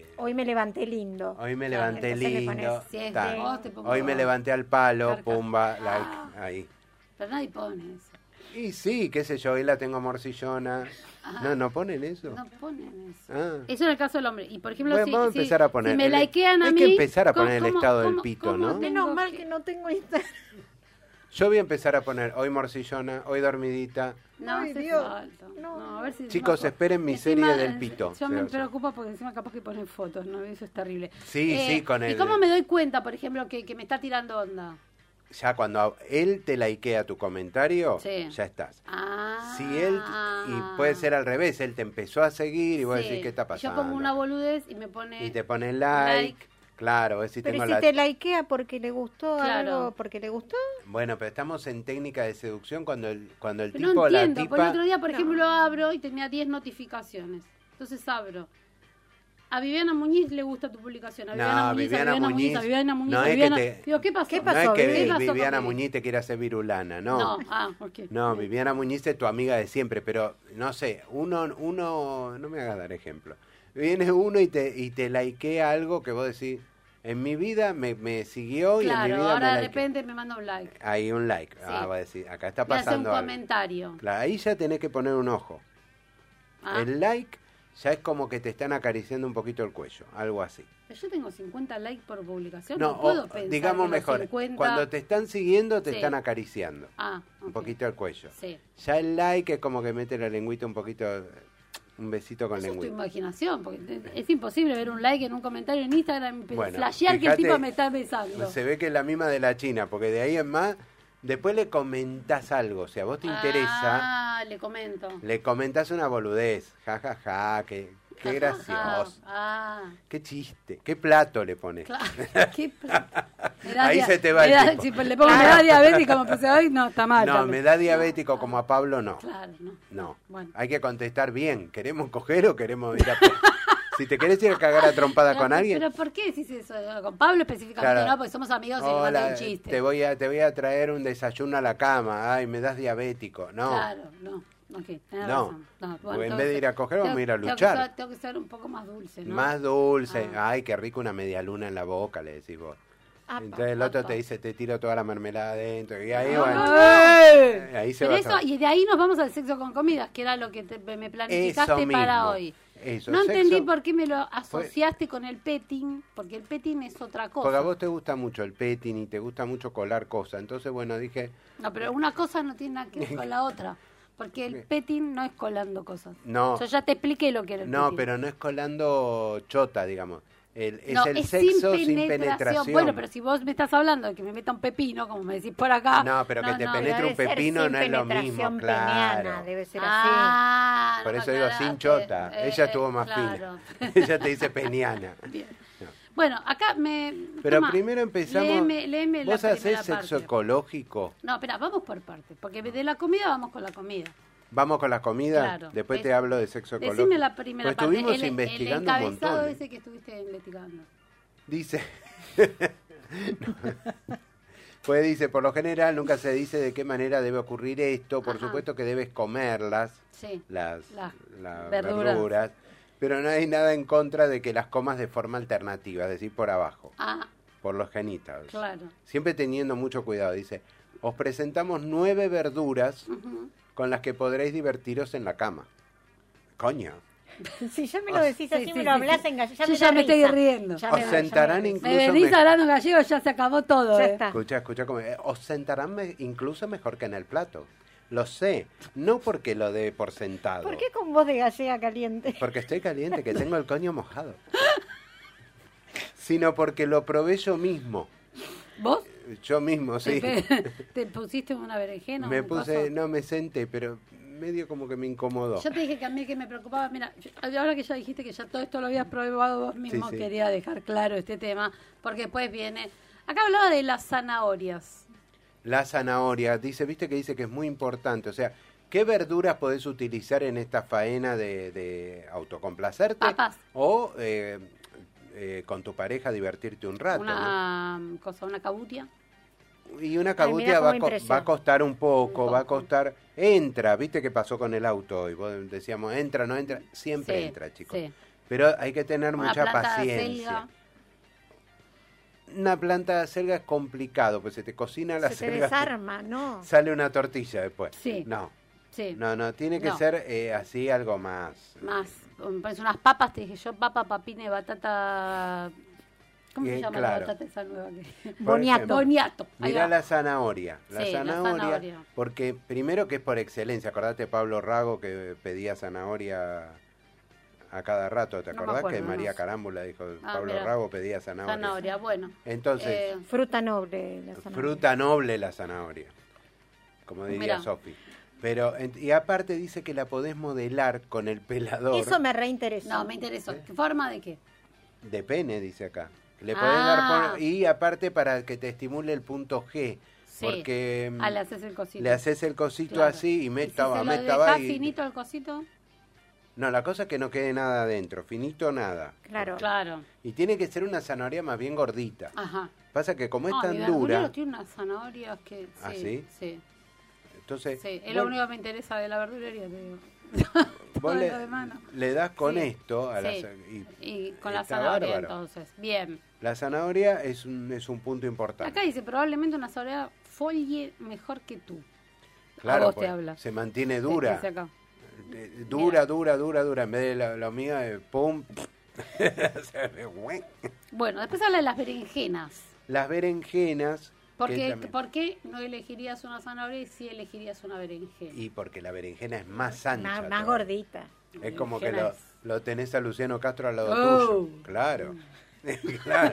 [SPEAKER 3] eh,
[SPEAKER 5] Hoy me levanté lindo.
[SPEAKER 3] hoy me
[SPEAKER 4] Claro,
[SPEAKER 3] levanté
[SPEAKER 5] entonces le
[SPEAKER 3] lindo,
[SPEAKER 5] pones
[SPEAKER 4] Si es
[SPEAKER 3] ta.
[SPEAKER 4] de vos, te pongo- Ah.
[SPEAKER 3] hoy me levanté al palo,
[SPEAKER 4] Carca-
[SPEAKER 3] pumba, like, ahí.
[SPEAKER 4] Pero nadie pone eso.
[SPEAKER 3] Y sí, qué sé yo, hoy la tengo morcillona. No, no ponen eso.
[SPEAKER 4] Ah. No ponen eso.
[SPEAKER 3] Ah.
[SPEAKER 4] Eso en el caso del hombre. Y por ejemplo,
[SPEAKER 3] Bueno,
[SPEAKER 4] si,
[SPEAKER 3] vamos a
[SPEAKER 4] si-
[SPEAKER 3] empezar a
[SPEAKER 4] si
[SPEAKER 3] poner
[SPEAKER 4] me
[SPEAKER 3] el-
[SPEAKER 4] likean a
[SPEAKER 3] hay
[SPEAKER 4] mí.
[SPEAKER 3] que empezar a
[SPEAKER 4] ¿cómo-
[SPEAKER 3] poner el
[SPEAKER 4] cómo-
[SPEAKER 3] estado del
[SPEAKER 4] cómo-
[SPEAKER 3] pito,
[SPEAKER 4] cómo
[SPEAKER 3] ¿no?
[SPEAKER 4] tengo
[SPEAKER 5] Menos mal que no tengo Instagram.
[SPEAKER 3] Yo voy a empezar a poner hoy morcillona, hoy dormidita.
[SPEAKER 4] No,
[SPEAKER 5] Ay,
[SPEAKER 4] hace
[SPEAKER 5] Dios.
[SPEAKER 4] falta.
[SPEAKER 5] No.
[SPEAKER 4] No, a ver si-
[SPEAKER 3] Chicos,
[SPEAKER 4] no,
[SPEAKER 3] esperen mi
[SPEAKER 4] encima,
[SPEAKER 3] serie del
[SPEAKER 4] eh,
[SPEAKER 3] pito.
[SPEAKER 4] Yo me
[SPEAKER 3] O sea,
[SPEAKER 4] preocupo porque encima capaz que ponen fotos, ¿no? Eso es terrible. Eh,
[SPEAKER 3] Sí, sí, con
[SPEAKER 4] ¿Y
[SPEAKER 3] el-
[SPEAKER 4] cómo me doy cuenta, por ejemplo, que, que me está tirando onda?
[SPEAKER 3] Ya cuando él te likea tu comentario,
[SPEAKER 4] Sí.
[SPEAKER 3] ya estás.
[SPEAKER 4] Ah.
[SPEAKER 3] Si él, y puede ser al revés, él te empezó a seguir y vos
[SPEAKER 4] Sí.
[SPEAKER 3] decís, ¿qué está pasando?
[SPEAKER 4] Yo pongo una boludez y me pone.
[SPEAKER 3] y te pone like.
[SPEAKER 4] like.
[SPEAKER 3] Claro, vos decís,
[SPEAKER 5] Pero
[SPEAKER 3] tengo
[SPEAKER 5] si
[SPEAKER 3] la...
[SPEAKER 5] te likea porque le gustó
[SPEAKER 4] Claro.
[SPEAKER 5] algo, porque le gustó.
[SPEAKER 3] Bueno, pero estamos en técnica de seducción cuando el, cuando el
[SPEAKER 4] Pero
[SPEAKER 3] tipo
[SPEAKER 4] no
[SPEAKER 3] o la
[SPEAKER 4] entiendo. Por el
[SPEAKER 3] tipa...
[SPEAKER 4] otro día, por ejemplo, abro y tenía 10 notificaciones. Entonces abro. A Viviana Muñiz le gusta tu publicación. A
[SPEAKER 3] No,
[SPEAKER 4] Viviana, Muñiz,
[SPEAKER 3] Viviana
[SPEAKER 4] a Viviana Muñiz,
[SPEAKER 3] Muñiz.
[SPEAKER 4] a Viviana Muñiz,
[SPEAKER 3] No
[SPEAKER 4] a
[SPEAKER 3] es que
[SPEAKER 4] Viviana-
[SPEAKER 3] te-
[SPEAKER 4] Digo, ¿qué pasó?
[SPEAKER 5] ¿Qué
[SPEAKER 3] No
[SPEAKER 5] pasó?
[SPEAKER 3] es que
[SPEAKER 5] ¿Qué
[SPEAKER 3] Vi-
[SPEAKER 4] pasó con
[SPEAKER 3] Viviana
[SPEAKER 4] él?
[SPEAKER 3] Muñiz te quiere hacer virulana,
[SPEAKER 4] No, ah, ok.
[SPEAKER 3] No, Viviana Muñiz es tu amiga de siempre, pero no sé, uno, uno, no me hagas dar ejemplo. Viene uno y te, y te likea algo que vos decís, en mi vida me, me siguió y en
[SPEAKER 4] Claro,
[SPEAKER 3] mi vida
[SPEAKER 4] ahora
[SPEAKER 3] me
[SPEAKER 4] de
[SPEAKER 3] likeó".
[SPEAKER 4] repente me manda un like.
[SPEAKER 3] Hay un like, ah,
[SPEAKER 4] Sí.
[SPEAKER 3] va a decir, acá está
[SPEAKER 4] Me hace un
[SPEAKER 3] pasando algo.
[SPEAKER 4] comentario.
[SPEAKER 3] Claro, ahí ya tenés que poner un ojo.
[SPEAKER 4] Ah,
[SPEAKER 3] El like ya es como que te están acariciando un poquito el cuello, algo así.
[SPEAKER 4] pero yo tengo 50 likes por publicación. No,
[SPEAKER 3] No, o-
[SPEAKER 4] puedo pensar.
[SPEAKER 3] digamos
[SPEAKER 4] que los
[SPEAKER 3] mejor,
[SPEAKER 4] 50
[SPEAKER 3] cuando te están siguiendo te
[SPEAKER 4] Sí.
[SPEAKER 3] están acariciando
[SPEAKER 4] Ah,
[SPEAKER 3] un
[SPEAKER 4] ok.
[SPEAKER 3] poquito el cuello.
[SPEAKER 4] Sí.
[SPEAKER 3] Ya el like es como que mete la lengüita un poquito, un besito con
[SPEAKER 4] Eso es tu
[SPEAKER 3] lengüita.
[SPEAKER 4] imaginación, porque te- es imposible ver un like en un comentario en Instagram y pe-
[SPEAKER 3] Bueno,
[SPEAKER 4] flashear que
[SPEAKER 3] fíjate,
[SPEAKER 4] el tipo me está besando.
[SPEAKER 3] Se ve que es la misma de la China, porque de ahí en más, después le comentás algo, o sea, vos te interesa,
[SPEAKER 4] Ah, le comento.
[SPEAKER 3] le comentás una boludez, ja, ja, ja, que, qué gracioso,
[SPEAKER 4] Ah,
[SPEAKER 3] qué chiste, qué plato le pones.
[SPEAKER 4] claro. Qué plata. Me da
[SPEAKER 3] Ahí
[SPEAKER 4] dia-
[SPEAKER 3] se te va
[SPEAKER 4] me
[SPEAKER 3] el
[SPEAKER 4] da-
[SPEAKER 3] tipo. Ah.
[SPEAKER 4] si le pongo me da diabetes como puse hoy, no, está mal.
[SPEAKER 3] No,
[SPEAKER 4] también.
[SPEAKER 3] me da diabético como a Pablo, no.
[SPEAKER 4] Claro, no.
[SPEAKER 3] No,
[SPEAKER 4] Bueno.
[SPEAKER 3] hay que contestar bien, ¿queremos coger o queremos ir a... si te querés ir a cagar a trompada
[SPEAKER 4] Pero-
[SPEAKER 3] con alguien...
[SPEAKER 4] Pero ¿por qué decís eso? Con Pablo específicamente
[SPEAKER 3] Claro.
[SPEAKER 4] no, porque somos amigos y le
[SPEAKER 3] Hola, eh,
[SPEAKER 4] mando un chiste.
[SPEAKER 3] te voy a te voy a traer un desayuno a la cama. Ay, me das diabético. No.
[SPEAKER 4] Claro, no. ok, tenés
[SPEAKER 3] No.
[SPEAKER 4] razón.
[SPEAKER 3] Porque en vez de ir a coger, vamos a ir a
[SPEAKER 4] tengo que
[SPEAKER 3] luchar.
[SPEAKER 4] ser- Tengo que, ser, un poco más dulce, ¿no?
[SPEAKER 3] Más dulce.
[SPEAKER 4] Ah.
[SPEAKER 3] Ay, qué rico una media luna en la boca, le decís vos.
[SPEAKER 5] Apa,
[SPEAKER 3] Entonces el otro
[SPEAKER 4] apa.
[SPEAKER 3] te dice, te tiro toda la mermelada adentro. Y ahí,
[SPEAKER 4] No,
[SPEAKER 3] bueno,
[SPEAKER 4] no, no.
[SPEAKER 3] eh, ahí se
[SPEAKER 4] Pero
[SPEAKER 3] va
[SPEAKER 4] eso,
[SPEAKER 3] todo.
[SPEAKER 4] y de ahí nos vamos al sexo con comidas, que era lo que te- me planificaste
[SPEAKER 3] Eso
[SPEAKER 4] para
[SPEAKER 3] mismo.
[SPEAKER 4] hoy.
[SPEAKER 3] Eso,
[SPEAKER 4] no
[SPEAKER 3] sexo-
[SPEAKER 4] entendí por qué me lo asociaste con el petting, porque el petting es otra cosa.
[SPEAKER 3] Porque a vos te gusta mucho el petting y te gusta mucho colar cosas. Entonces, bueno, dije,
[SPEAKER 4] No, pero una cosa no tiene nada que ver con la otra. Porque el petting no es colando cosas.
[SPEAKER 3] No.
[SPEAKER 4] Yo ya te expliqué lo que era el
[SPEAKER 3] no,
[SPEAKER 4] petting.
[SPEAKER 3] pero no es colando chota, digamos. El- es
[SPEAKER 4] No,
[SPEAKER 3] el sexo sin penetración.
[SPEAKER 4] Bueno, pero si vos me estás hablando de que me meta un pepino, como me decís por acá.
[SPEAKER 3] No, pero que te penetre
[SPEAKER 5] Debe
[SPEAKER 3] un
[SPEAKER 5] ser
[SPEAKER 3] pepino
[SPEAKER 5] sin
[SPEAKER 3] no es lo
[SPEAKER 5] penetración
[SPEAKER 3] mismo,
[SPEAKER 5] peniana,
[SPEAKER 3] claro.
[SPEAKER 5] Debe ser
[SPEAKER 4] Ah,
[SPEAKER 3] Por
[SPEAKER 4] no
[SPEAKER 3] eso
[SPEAKER 4] me
[SPEAKER 3] digo
[SPEAKER 4] aclaraste.
[SPEAKER 3] sin chota.
[SPEAKER 4] Eh,
[SPEAKER 3] Ella
[SPEAKER 4] eh,
[SPEAKER 3] estuvo más
[SPEAKER 4] claro.
[SPEAKER 3] fina. Ella te dice peniana.
[SPEAKER 4] Bien. Bueno, acá me.
[SPEAKER 3] Pero
[SPEAKER 4] toma,
[SPEAKER 3] primero empezamos.
[SPEAKER 4] Léeme, léeme la
[SPEAKER 3] ¿Vos hacés
[SPEAKER 4] primera
[SPEAKER 3] sexo
[SPEAKER 4] parte.
[SPEAKER 3] ecológico?
[SPEAKER 4] No, espera, vamos por partes. Porque de la comida vamos con la comida.
[SPEAKER 3] Vamos con la comida.
[SPEAKER 4] Claro.
[SPEAKER 3] Después
[SPEAKER 4] Es-
[SPEAKER 3] te hablo de sexo ecológico.
[SPEAKER 4] Decime la primera
[SPEAKER 3] Pues
[SPEAKER 4] parte.
[SPEAKER 3] estuvimos
[SPEAKER 4] el, el
[SPEAKER 3] investigando un
[SPEAKER 4] encabezado
[SPEAKER 3] montón. ¿eh?
[SPEAKER 4] ese que estuviste investigando.
[SPEAKER 3] Dice. No. Pues dice, por lo general nunca se dice de qué manera debe ocurrir esto. Por
[SPEAKER 4] Ajá.
[SPEAKER 3] supuesto que debes comerlas.
[SPEAKER 4] Sí.
[SPEAKER 3] las,
[SPEAKER 4] Las
[SPEAKER 3] las
[SPEAKER 4] verduras.
[SPEAKER 3] verduras. pero no hay nada en contra de que las comas de forma alternativa, es decir, por abajo,
[SPEAKER 4] Ah,
[SPEAKER 3] por los genitales.
[SPEAKER 4] claro.
[SPEAKER 3] Siempre teniendo mucho cuidado, dice, os presentamos nueve verduras con las que podréis divertiros en la cama. Coño.
[SPEAKER 5] así. Si ya me lo decís así,
[SPEAKER 4] Sí,
[SPEAKER 5] me
[SPEAKER 4] sí,
[SPEAKER 5] lo
[SPEAKER 4] sí,
[SPEAKER 5] hablas
[SPEAKER 4] sí.
[SPEAKER 5] en gallego. Ya
[SPEAKER 4] Yo
[SPEAKER 5] me
[SPEAKER 4] ya
[SPEAKER 5] da
[SPEAKER 4] me estoy
[SPEAKER 5] risa.
[SPEAKER 4] riendo.
[SPEAKER 5] Ya
[SPEAKER 3] Os
[SPEAKER 5] me da-
[SPEAKER 3] sentarán
[SPEAKER 5] ya me da
[SPEAKER 4] Me
[SPEAKER 3] Incluso
[SPEAKER 4] venís
[SPEAKER 3] me-
[SPEAKER 4] hablando gallego, ya se acabó todo.
[SPEAKER 5] risa. Ya
[SPEAKER 4] eh.
[SPEAKER 5] está.
[SPEAKER 3] Escucha, escucha, como, eh, os sentarán me- incluso mejor que en el plato. Lo sé, no porque lo dé por sentado.
[SPEAKER 5] ¿Por qué con voz de gallega caliente?
[SPEAKER 3] Porque estoy caliente, que tengo el coño mojado. Sino porque lo probé yo mismo.
[SPEAKER 4] ¿Vos?
[SPEAKER 3] Yo mismo, sí.
[SPEAKER 4] Te, pe- te pusiste una berenjena.
[SPEAKER 3] me
[SPEAKER 4] un
[SPEAKER 3] puse,
[SPEAKER 4] coso.
[SPEAKER 3] no me senté, pero medio como que me incomodó.
[SPEAKER 4] Yo te dije que a mí que me preocupaba, mira, yo- ahora que ya dijiste que ya todo esto lo habías probado vos mismo,
[SPEAKER 3] Sí, sí.
[SPEAKER 4] quería dejar claro este tema, porque después viene... Acá hablaba de las zanahorias.
[SPEAKER 3] La zanahoria, dice, viste que dice que es muy importante, o sea, ¿qué verduras podés utilizar en esta faena de, de autocomplacerte?
[SPEAKER 4] Papas.
[SPEAKER 3] O eh, eh, con tu pareja divertirte un rato,
[SPEAKER 4] una mm, cosa, una cabutia.
[SPEAKER 3] ¿no? Y una
[SPEAKER 5] Ay, mirá
[SPEAKER 3] cabutia va,
[SPEAKER 5] cómo
[SPEAKER 3] a co-
[SPEAKER 5] impresiona.
[SPEAKER 3] va a costar un poco,
[SPEAKER 4] Un
[SPEAKER 3] va a
[SPEAKER 4] poco.
[SPEAKER 3] costar... Entra, viste que pasó con el auto hoy, vos decíamos, entra, no entra, siempre
[SPEAKER 4] Sí,
[SPEAKER 3] entra, chicos.
[SPEAKER 4] sí.
[SPEAKER 3] Pero hay que tener
[SPEAKER 4] Una
[SPEAKER 3] mucha
[SPEAKER 4] planta de
[SPEAKER 3] paciencia.
[SPEAKER 4] acelga.
[SPEAKER 3] Una planta de acelga es complicado, pues se te cocina la
[SPEAKER 5] Se te
[SPEAKER 3] acelga,
[SPEAKER 5] desarma, ¿no?
[SPEAKER 3] Sale una tortilla después.
[SPEAKER 4] Sí.
[SPEAKER 3] No,
[SPEAKER 4] Sí,
[SPEAKER 3] no, no, tiene que
[SPEAKER 4] No.
[SPEAKER 3] ser eh, así algo más.
[SPEAKER 4] más, me parece unas papas, te dije yo, papa, papine, batata... ¿Cómo
[SPEAKER 3] Eh,
[SPEAKER 4] se llama
[SPEAKER 3] claro.
[SPEAKER 4] la batata esa nueva? que-
[SPEAKER 3] Por
[SPEAKER 5] Boniato.
[SPEAKER 3] ejemplo,
[SPEAKER 4] Boniato. ahí
[SPEAKER 3] Mirá
[SPEAKER 4] va.
[SPEAKER 3] la zanahoria. La,
[SPEAKER 4] Sí, la
[SPEAKER 3] zanahoria,
[SPEAKER 4] zanahoria.
[SPEAKER 3] Porque primero que es por excelencia. Acordate Pablo Rago que pedía zanahoria a cada rato. ¿Te
[SPEAKER 4] No me
[SPEAKER 3] acordás
[SPEAKER 4] acuerdo,
[SPEAKER 3] que
[SPEAKER 4] no
[SPEAKER 3] María
[SPEAKER 4] sé.
[SPEAKER 3] Carámbula dijo
[SPEAKER 4] Ah,
[SPEAKER 3] Pablo
[SPEAKER 4] mirá.
[SPEAKER 3] Rago pedía zanahoria?
[SPEAKER 4] Zanahoria, bueno.
[SPEAKER 3] Entonces,
[SPEAKER 4] Eh,
[SPEAKER 5] Fruta noble. La zanahoria.
[SPEAKER 3] fruta noble la zanahoria. Como diría
[SPEAKER 4] Mirá.
[SPEAKER 3] Sofi. Pero, en- y aparte dice que la podés modelar con el pelador
[SPEAKER 5] Eso me reinteresa.
[SPEAKER 4] no, me interesó.
[SPEAKER 3] ¿eh?
[SPEAKER 4] ¿Qué ¿Forma de qué?
[SPEAKER 3] de pene, dice acá. Le podés
[SPEAKER 4] Ah.
[SPEAKER 3] dar por- y aparte para que te estimule el punto G.
[SPEAKER 4] Sí.
[SPEAKER 3] Porque mm,
[SPEAKER 4] Ah, le haces el cosito.
[SPEAKER 3] Le haces el cosito
[SPEAKER 4] Claro.
[SPEAKER 3] así y
[SPEAKER 4] ¿Y si se
[SPEAKER 3] metaba,
[SPEAKER 4] lo
[SPEAKER 3] metaba
[SPEAKER 4] dejás
[SPEAKER 3] y...
[SPEAKER 4] finito el cosito?
[SPEAKER 3] No, la cosa es que no quede nada adentro, finito nada.
[SPEAKER 5] Claro.
[SPEAKER 4] Claro.
[SPEAKER 3] Y tiene que ser una zanahoria más bien gordita.
[SPEAKER 4] Ajá.
[SPEAKER 3] Pasa que como es
[SPEAKER 4] Ah, mi
[SPEAKER 3] tan
[SPEAKER 4] verdulero
[SPEAKER 3] dura,
[SPEAKER 4] tiene unas zanahorias que... Sí,
[SPEAKER 3] ¿Ah, sí?
[SPEAKER 4] Sí,
[SPEAKER 3] entonces
[SPEAKER 4] sí.
[SPEAKER 3] vos-
[SPEAKER 4] Es lo único que me interesa de la verdulería, te digo.
[SPEAKER 3] vos
[SPEAKER 4] todo
[SPEAKER 3] le,
[SPEAKER 4] lo demás, no.
[SPEAKER 3] le das con
[SPEAKER 4] Sí.
[SPEAKER 3] esto a la
[SPEAKER 4] Sí.
[SPEAKER 3] za- y
[SPEAKER 4] Y con la
[SPEAKER 3] está
[SPEAKER 4] zanahoria,
[SPEAKER 3] bárbaro.
[SPEAKER 4] entonces. Bien.
[SPEAKER 3] La zanahoria es un, es un punto importante.
[SPEAKER 4] Acá dice, probablemente una zanahoria folie mejor que tú.
[SPEAKER 3] claro,
[SPEAKER 4] a vos te
[SPEAKER 3] pues,
[SPEAKER 4] habla.
[SPEAKER 3] se mantiene
[SPEAKER 4] Sí,
[SPEAKER 3] dura.
[SPEAKER 4] dice acá.
[SPEAKER 3] Eh, Dura, dura, dura, dura. En vez de la, la mía, eh, pum. se me hue-
[SPEAKER 4] Bueno, después habla de las berenjenas.
[SPEAKER 3] Las berenjenas. que
[SPEAKER 4] ¿Por qué,
[SPEAKER 3] también-
[SPEAKER 4] por qué no elegirías una zanahoria y sí elegirías una berenjena?
[SPEAKER 3] Y porque la berenjena es más ancha.
[SPEAKER 5] Más,
[SPEAKER 3] todavía.
[SPEAKER 5] más gordita.
[SPEAKER 3] Es como que lo,
[SPEAKER 4] Berenjenas.
[SPEAKER 3] lo tenés a Luciano Castro al lado
[SPEAKER 4] Oh.
[SPEAKER 3] tuyo. Claro. claro.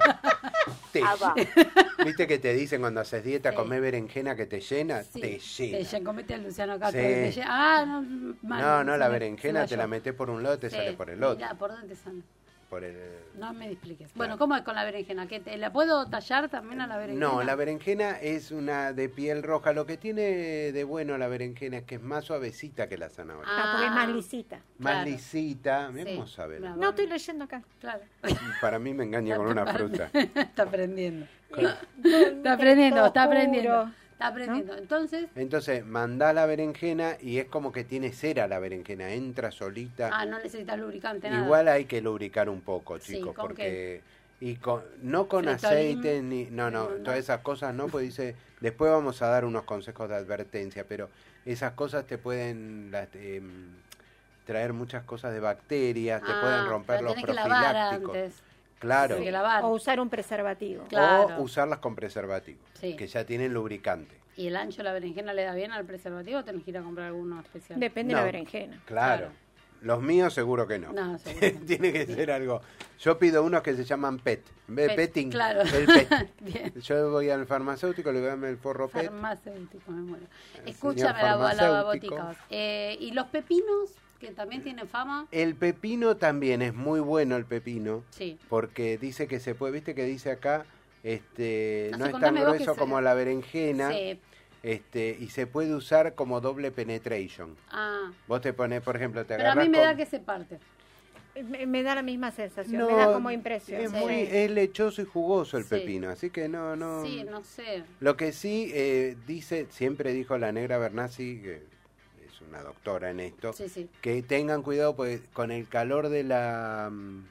[SPEAKER 3] Te-
[SPEAKER 5] Ah,
[SPEAKER 3] ¿Viste que te dicen cuando haces dieta,
[SPEAKER 4] Sí.
[SPEAKER 3] comés berenjena que te llena?
[SPEAKER 4] Sí,
[SPEAKER 3] Te llena.
[SPEAKER 4] comete al Luciano Castro.
[SPEAKER 3] Sí.
[SPEAKER 4] y te llena. Ah, no, mal,
[SPEAKER 3] no, no,
[SPEAKER 4] se
[SPEAKER 3] la
[SPEAKER 4] me- se
[SPEAKER 3] berenjena
[SPEAKER 4] me
[SPEAKER 3] te la
[SPEAKER 4] cayó.
[SPEAKER 3] metes por un lado y te
[SPEAKER 4] Sí,
[SPEAKER 3] sale por el otro.
[SPEAKER 4] mirá, ¿por dónde sale?
[SPEAKER 3] Por el...
[SPEAKER 4] No me expliques. Bueno, ¿cómo es con la berenjena? ¿Que te, ¿La puedo tallar también a la berenjena?
[SPEAKER 3] No, la berenjena es una de piel roja. Lo que tiene de bueno la berenjena es que es más suavecita que la zanahoria.
[SPEAKER 5] Ah, porque es más lisita.
[SPEAKER 3] más
[SPEAKER 4] claro.
[SPEAKER 3] lisita. Mirá
[SPEAKER 4] Sí,
[SPEAKER 3] cómo sabe.
[SPEAKER 4] bravo.
[SPEAKER 5] No, estoy leyendo acá.
[SPEAKER 4] Claro.
[SPEAKER 3] Para mí me engaña con una fruta.
[SPEAKER 4] está aprendiendo. Está aprendiendo, está
[SPEAKER 5] Todo
[SPEAKER 4] aprendiendo.
[SPEAKER 5] oscuro.
[SPEAKER 4] Está aprendiendo. Entonces,
[SPEAKER 3] Entonces, mandá la berenjena y es como que tiene cera la berenjena, entra solita.
[SPEAKER 4] ah, no necesitas lubricante, nada.
[SPEAKER 3] Igual hay que lubricar un poco,
[SPEAKER 4] Sí,
[SPEAKER 3] chicos,
[SPEAKER 4] ¿con
[SPEAKER 3] porque y con, no con
[SPEAKER 4] Fritolín.
[SPEAKER 3] aceite ni no, no,
[SPEAKER 4] No, no.
[SPEAKER 3] todas esas cosas no, pues dice, después vamos a dar unos consejos de advertencia, pero esas cosas te pueden las, em, traer muchas cosas de bacterias, te
[SPEAKER 4] Ah,
[SPEAKER 3] pueden romper
[SPEAKER 4] la
[SPEAKER 3] los
[SPEAKER 4] tenés que lavar
[SPEAKER 3] profilácticos.
[SPEAKER 4] antes.
[SPEAKER 3] Claro.
[SPEAKER 4] Tenés que lavar.
[SPEAKER 5] O usar un preservativo.
[SPEAKER 4] Claro.
[SPEAKER 3] O usarlas con preservativo,
[SPEAKER 4] Sí.
[SPEAKER 3] que ya tienen lubricante.
[SPEAKER 4] ¿Y el ancho de la berenjena le da bien al preservativo o tenés que ir a comprar alguno especial?
[SPEAKER 5] Depende
[SPEAKER 3] No.
[SPEAKER 5] de la berenjena.
[SPEAKER 3] Claro.
[SPEAKER 4] Claro.
[SPEAKER 3] Los míos seguro que
[SPEAKER 4] No, seguro.
[SPEAKER 3] Tiene que ser algo. Yo pido unos que se llaman PET. En vez de
[SPEAKER 4] Pet,
[SPEAKER 3] petting,
[SPEAKER 4] claro.
[SPEAKER 3] el PET.
[SPEAKER 4] Bien.
[SPEAKER 3] Yo voy al farmacéutico, le voy a darme el forro PET.
[SPEAKER 4] Farmacéutico, me muero.
[SPEAKER 3] El
[SPEAKER 4] Escúchame,
[SPEAKER 3] señor
[SPEAKER 4] la, la
[SPEAKER 3] farmacéutico.
[SPEAKER 4] boticos. Eh, ¿Y los pepinos, que también tienen fama?
[SPEAKER 3] El pepino también es muy bueno el pepino,
[SPEAKER 4] Sí.
[SPEAKER 3] porque dice que se puede, viste que dice acá, este,
[SPEAKER 4] No
[SPEAKER 3] no es tan
[SPEAKER 4] sé, contame vos que
[SPEAKER 3] grueso
[SPEAKER 4] se-
[SPEAKER 3] como la berenjena,
[SPEAKER 4] Sí.
[SPEAKER 3] este, y se puede usar como doble penetration.
[SPEAKER 4] Ah.
[SPEAKER 3] Vos te pones, por ejemplo, te
[SPEAKER 4] Pero a
[SPEAKER 3] agarras
[SPEAKER 4] mí me
[SPEAKER 3] con-
[SPEAKER 4] da que se parte.
[SPEAKER 5] Me, me da la misma sensación,
[SPEAKER 3] No,
[SPEAKER 5] me da como impresión.
[SPEAKER 3] Es,
[SPEAKER 5] Sí.
[SPEAKER 3] muy, es lechoso y jugoso el
[SPEAKER 4] Sí.
[SPEAKER 3] pepino, así que no, no.
[SPEAKER 4] Sí, no sé.
[SPEAKER 3] Lo que sí eh, dice, siempre dijo la negra Bernasi, que es una doctora en esto,
[SPEAKER 4] Sí, sí.
[SPEAKER 3] que tengan cuidado pues, con el calor de la mm,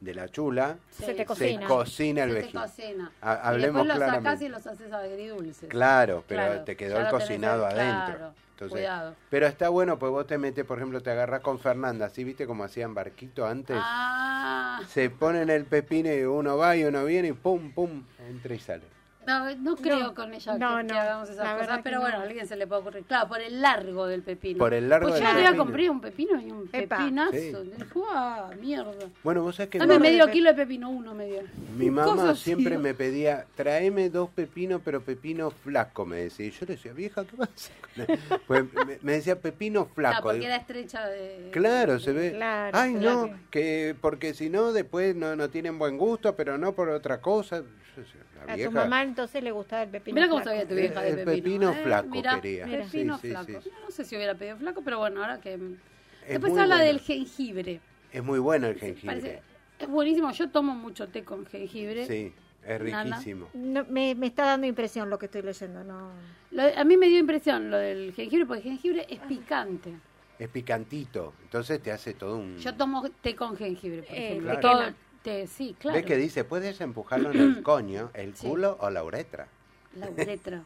[SPEAKER 3] de la chula,
[SPEAKER 5] Se
[SPEAKER 4] Sí.
[SPEAKER 5] te cocina.
[SPEAKER 3] se cocina el
[SPEAKER 4] Se te
[SPEAKER 3] vegino.
[SPEAKER 4] cocina.
[SPEAKER 3] Ha- hablemos
[SPEAKER 4] y después los sacás
[SPEAKER 3] claramente.
[SPEAKER 4] y los haces agridulces.
[SPEAKER 3] Claro, pero
[SPEAKER 4] Claro,
[SPEAKER 3] te quedó
[SPEAKER 4] ya
[SPEAKER 3] el
[SPEAKER 4] lo tenés
[SPEAKER 3] cocinado
[SPEAKER 4] ahí,
[SPEAKER 3] adentro.
[SPEAKER 4] claro,
[SPEAKER 3] Entonces,
[SPEAKER 4] cuidado.
[SPEAKER 3] Pero está bueno, pues vos te metes, por ejemplo, te agarrás con Fernanda, así viste como hacían barquito antes.
[SPEAKER 4] Ah.
[SPEAKER 3] Se ponen el pepino y uno va y uno viene y pum, pum, entra y sale.
[SPEAKER 4] No, no creo
[SPEAKER 5] No,
[SPEAKER 4] con ella que,
[SPEAKER 5] no,
[SPEAKER 4] que
[SPEAKER 5] no,
[SPEAKER 4] hagamos esas
[SPEAKER 5] la
[SPEAKER 4] cosas,
[SPEAKER 5] verdad
[SPEAKER 4] pero
[SPEAKER 5] que
[SPEAKER 4] bueno,
[SPEAKER 5] no.
[SPEAKER 4] a alguien se le puede ocurrir. Claro, por el largo del pepino.
[SPEAKER 3] Por el largo
[SPEAKER 4] Pues
[SPEAKER 3] del
[SPEAKER 4] yo le voy a
[SPEAKER 3] pepino.
[SPEAKER 4] comprar un pepino y un
[SPEAKER 5] Epa.
[SPEAKER 4] pepinazo.
[SPEAKER 3] Sí.
[SPEAKER 4] ¡Fua! Mierda.
[SPEAKER 3] Bueno, vos sabés que
[SPEAKER 4] Dame
[SPEAKER 3] mi-
[SPEAKER 4] medio
[SPEAKER 5] de pe-
[SPEAKER 4] kilo de pepino, uno me dio.
[SPEAKER 3] mi
[SPEAKER 4] Cosas
[SPEAKER 3] mamá
[SPEAKER 4] así.
[SPEAKER 3] siempre me pedía, traeme dos pepinos, pero pepino flaco, me decía. Y yo le decía, vieja, ¿qué pasa? Pues me, me decía pepino
[SPEAKER 4] Ah,
[SPEAKER 3] flaco.
[SPEAKER 4] porque
[SPEAKER 3] Digo,
[SPEAKER 4] era estrecha de...
[SPEAKER 3] Claro, se ve.
[SPEAKER 5] Claro,
[SPEAKER 3] Ay,
[SPEAKER 5] claro.
[SPEAKER 3] no, que porque si no, después no, no tienen buen gusto, pero no por otra cosa. Yo sé, La
[SPEAKER 5] A
[SPEAKER 3] vieja,
[SPEAKER 5] tu mamá entonces le gustaba el pepino.
[SPEAKER 4] Mira cómo
[SPEAKER 5] flaco.
[SPEAKER 4] sabía tu vieja de
[SPEAKER 3] El
[SPEAKER 4] pepino.
[SPEAKER 3] Eh,
[SPEAKER 4] Eh,
[SPEAKER 3] pepino flaco
[SPEAKER 4] mirá,
[SPEAKER 3] quería.
[SPEAKER 4] mirá.
[SPEAKER 3] Sí,
[SPEAKER 4] Pepino
[SPEAKER 3] sí,
[SPEAKER 4] flaco.
[SPEAKER 3] sí.
[SPEAKER 4] No sé si hubiera pedido flaco, pero bueno, ahora que...
[SPEAKER 3] es
[SPEAKER 4] Después
[SPEAKER 3] muy
[SPEAKER 4] habla
[SPEAKER 3] bueno.
[SPEAKER 4] del jengibre.
[SPEAKER 3] Es muy bueno el
[SPEAKER 4] Parece-
[SPEAKER 3] jengibre.
[SPEAKER 4] Es buenísimo. Yo tomo mucho té con jengibre.
[SPEAKER 3] Sí, es
[SPEAKER 4] Nana.
[SPEAKER 3] riquísimo.
[SPEAKER 5] No, me, me está dando impresión lo que estoy leyendo, no.
[SPEAKER 4] Lo- a mí me dio impresión lo del jengibre, porque el jengibre es picante.
[SPEAKER 3] Es picantito, entonces te hace todo un...
[SPEAKER 4] Yo tomo té con jengibre, por
[SPEAKER 5] Eh,
[SPEAKER 4] ejemplo.
[SPEAKER 3] te
[SPEAKER 4] Todo
[SPEAKER 5] quema.
[SPEAKER 4] té, sí, claro.
[SPEAKER 3] ¿Ves que dice? Puedes empujarlo en el coño, el
[SPEAKER 4] Sí.
[SPEAKER 3] culo o la uretra.
[SPEAKER 4] La uretra.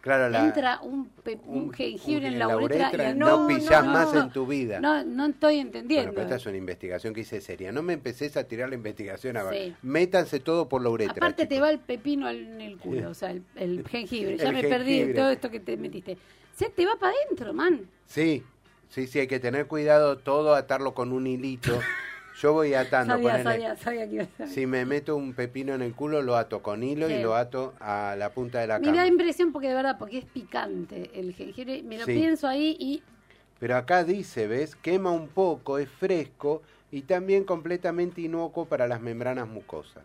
[SPEAKER 3] Claro, la...
[SPEAKER 4] Entra un, pe- un jengibre
[SPEAKER 3] un-
[SPEAKER 4] en la uretra, y
[SPEAKER 3] no,
[SPEAKER 5] no,
[SPEAKER 3] pisás
[SPEAKER 5] no,
[SPEAKER 3] más
[SPEAKER 4] no.
[SPEAKER 3] en tu vida.
[SPEAKER 4] No, no estoy
[SPEAKER 3] Bueno,
[SPEAKER 4] entendiendo.
[SPEAKER 3] pero esta es una investigación que hice seria. No me empecés a tirar la investigación abajo.
[SPEAKER 4] Sí.
[SPEAKER 3] Métanse todo por la uretra.
[SPEAKER 4] Aparte te
[SPEAKER 3] chicos.
[SPEAKER 4] va el pepino en el culo, o sea, el, el jengibre. Ya
[SPEAKER 3] El
[SPEAKER 4] me perdí de
[SPEAKER 3] jengibre.
[SPEAKER 4] todo esto que te metiste. Se te va para adentro, man.
[SPEAKER 3] Sí, sí, sí, hay que tener cuidado todo, atarlo con un hilito. Yo voy atando.
[SPEAKER 4] sabía,
[SPEAKER 3] ponele,
[SPEAKER 4] sabía, sabía que ibas a
[SPEAKER 3] Si me meto un pepino en el culo, lo ato con hilo
[SPEAKER 4] Sí.
[SPEAKER 3] y lo ato a la punta de la
[SPEAKER 4] Me da
[SPEAKER 3] cama.
[SPEAKER 4] impresión porque de verdad, porque es picante el jengibre. Me lo
[SPEAKER 3] Sí.
[SPEAKER 4] pienso ahí y
[SPEAKER 3] Pero acá dice, ¿ves? Quema un poco, es fresco y también completamente inocuo para las membranas mucosas.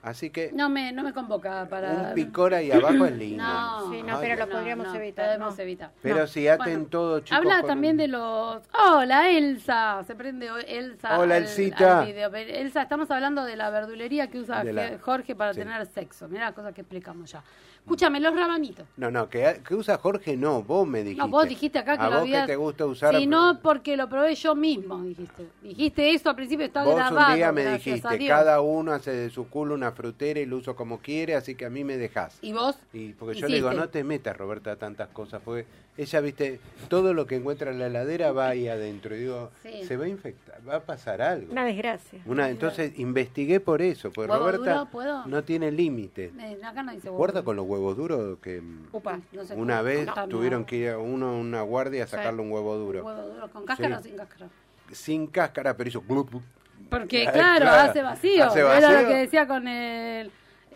[SPEAKER 3] Así que
[SPEAKER 4] no me, no me convoca para...
[SPEAKER 3] un picor ahí abajo es lindo.
[SPEAKER 4] No.
[SPEAKER 5] Sí, no, pero lo
[SPEAKER 4] No,
[SPEAKER 5] podríamos
[SPEAKER 4] no,
[SPEAKER 5] evitar,
[SPEAKER 4] podemos
[SPEAKER 5] no.
[SPEAKER 4] evitar.
[SPEAKER 3] Pero
[SPEAKER 4] No.
[SPEAKER 3] si aten
[SPEAKER 4] Bueno,
[SPEAKER 3] todo, chicos.
[SPEAKER 4] Habla
[SPEAKER 3] con
[SPEAKER 4] también
[SPEAKER 3] un-
[SPEAKER 4] de los... Hola, Elsa. Se prende hoy Elsa.
[SPEAKER 3] Hola,
[SPEAKER 4] al-
[SPEAKER 3] Elsita.
[SPEAKER 4] al video. Pero, Elsa, estamos hablando de la verdulería que usa
[SPEAKER 3] De la-
[SPEAKER 4] Je- Jorge para
[SPEAKER 3] sí.
[SPEAKER 4] tener sexo. Mira las cosas que explicamos ya. Escúchame, los rabanitos.
[SPEAKER 3] No, no, que, que usa Jorge no, vos me dijiste.
[SPEAKER 4] No, vos dijiste acá que
[SPEAKER 3] a
[SPEAKER 4] lo
[SPEAKER 3] vos
[SPEAKER 4] habías...
[SPEAKER 3] que te gusta usar...
[SPEAKER 4] Sí, no, porque lo probé yo mismo, dijiste. Dijiste eso al principio, está
[SPEAKER 3] Vos
[SPEAKER 4] grabado.
[SPEAKER 3] un día me
[SPEAKER 4] gracias a
[SPEAKER 3] dijiste,
[SPEAKER 4] Dios.
[SPEAKER 3] cada uno hace de su culo una frutera y lo uso como quiere, así que a mí me dejás.
[SPEAKER 4] Y vos
[SPEAKER 3] Y porque yo le digo,
[SPEAKER 4] hiciste.
[SPEAKER 3] no te metas, Roberta, a tantas cosas, porque ella, viste, todo lo que encuentra en la heladera va ahí adentro. Y digo,
[SPEAKER 4] Sí.
[SPEAKER 3] se va a infectar, va a pasar algo.
[SPEAKER 5] Una desgracia.
[SPEAKER 3] Una, entonces investigué por eso, porque
[SPEAKER 4] ¿Huevo
[SPEAKER 3] Roberta
[SPEAKER 4] duro puedo?
[SPEAKER 3] no tiene límite.
[SPEAKER 4] Eh, acá no dice
[SPEAKER 3] Guarda
[SPEAKER 4] huevo.
[SPEAKER 3] con los huevos duros que mm,
[SPEAKER 5] Upa.
[SPEAKER 4] No sé
[SPEAKER 3] una
[SPEAKER 4] cómo-
[SPEAKER 3] vez
[SPEAKER 4] contame.
[SPEAKER 3] tuvieron que ir a uno a una guardia a sacarle un huevo duro.
[SPEAKER 4] Huevo duro, ¿Con cáscara
[SPEAKER 3] Sí.
[SPEAKER 4] o sin cáscara?
[SPEAKER 3] Sin cáscara, pero hizo glup, glup.
[SPEAKER 4] Porque,
[SPEAKER 3] Ah,
[SPEAKER 4] claro,
[SPEAKER 3] claro,
[SPEAKER 4] hace vacío.
[SPEAKER 3] hace
[SPEAKER 4] Era lo
[SPEAKER 3] vacío.
[SPEAKER 4] que decía con el.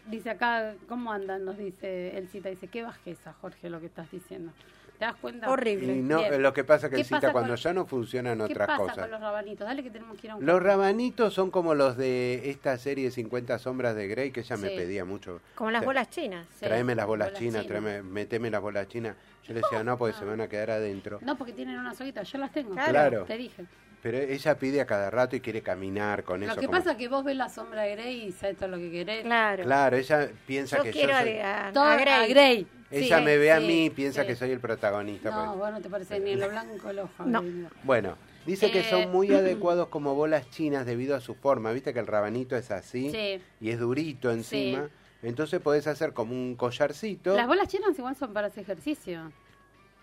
[SPEAKER 4] Dice acá, ¿cómo andan? Nos dice el cita. Dice, qué bajeza, Jorge, lo que estás diciendo. ¿Te das cuenta?
[SPEAKER 5] Horrible.
[SPEAKER 3] Y no, eh,
[SPEAKER 4] Bien.
[SPEAKER 3] lo que pasa que
[SPEAKER 4] ¿Qué
[SPEAKER 3] el cita
[SPEAKER 4] pasa
[SPEAKER 3] cuando
[SPEAKER 4] con-
[SPEAKER 3] ya no funcionan
[SPEAKER 4] ¿Qué
[SPEAKER 3] otras
[SPEAKER 4] pasa
[SPEAKER 3] cosas.
[SPEAKER 4] con los rabanitos? Dale que tenemos que ir a un.
[SPEAKER 3] Los rabanitos son como los de esta serie 50 sombras de Grey que ella me
[SPEAKER 4] Sí.
[SPEAKER 3] pedía mucho.
[SPEAKER 5] Como las
[SPEAKER 3] Tra-
[SPEAKER 5] bolas chinas.
[SPEAKER 4] Sí,
[SPEAKER 3] Tráeme las bolas
[SPEAKER 4] bolas
[SPEAKER 3] chinas,
[SPEAKER 4] chinas.
[SPEAKER 3] tráeme- meteme las bolas chinas. Yo le decía, no, porque se van a quedar adentro.
[SPEAKER 4] No, porque tienen una solita. Yo las tengo.
[SPEAKER 5] Claro.
[SPEAKER 3] Claro.
[SPEAKER 4] Te dije.
[SPEAKER 3] Pero ella pide a cada rato y quiere caminar con eso.
[SPEAKER 4] lo que
[SPEAKER 3] como-
[SPEAKER 4] pasa es que vos ves la sombra de Grey y sabes todo lo que querés.
[SPEAKER 5] Claro.
[SPEAKER 3] Claro, ella piensa
[SPEAKER 5] Yo
[SPEAKER 3] que
[SPEAKER 5] quiero
[SPEAKER 3] yo
[SPEAKER 5] a-
[SPEAKER 3] soy-
[SPEAKER 5] a,
[SPEAKER 4] Todo
[SPEAKER 5] a Grey.
[SPEAKER 3] Ella
[SPEAKER 4] Sí,
[SPEAKER 3] me ve a
[SPEAKER 4] sí,
[SPEAKER 3] mí y piensa
[SPEAKER 4] sí.
[SPEAKER 3] que soy el protagonista.
[SPEAKER 4] No,
[SPEAKER 3] pues.
[SPEAKER 4] vos no te parece ni en lo blanco el ojo.
[SPEAKER 5] No.
[SPEAKER 4] Gabriela.
[SPEAKER 3] Bueno, dice que
[SPEAKER 4] Eh,
[SPEAKER 3] son muy adecuados como bolas chinas debido a su forma. Viste que el rabanito es así
[SPEAKER 4] Sí.
[SPEAKER 3] y es durito encima. Entonces podés hacer como un collarcito.
[SPEAKER 4] Las bolas chinas igual son para hacer ejercicio.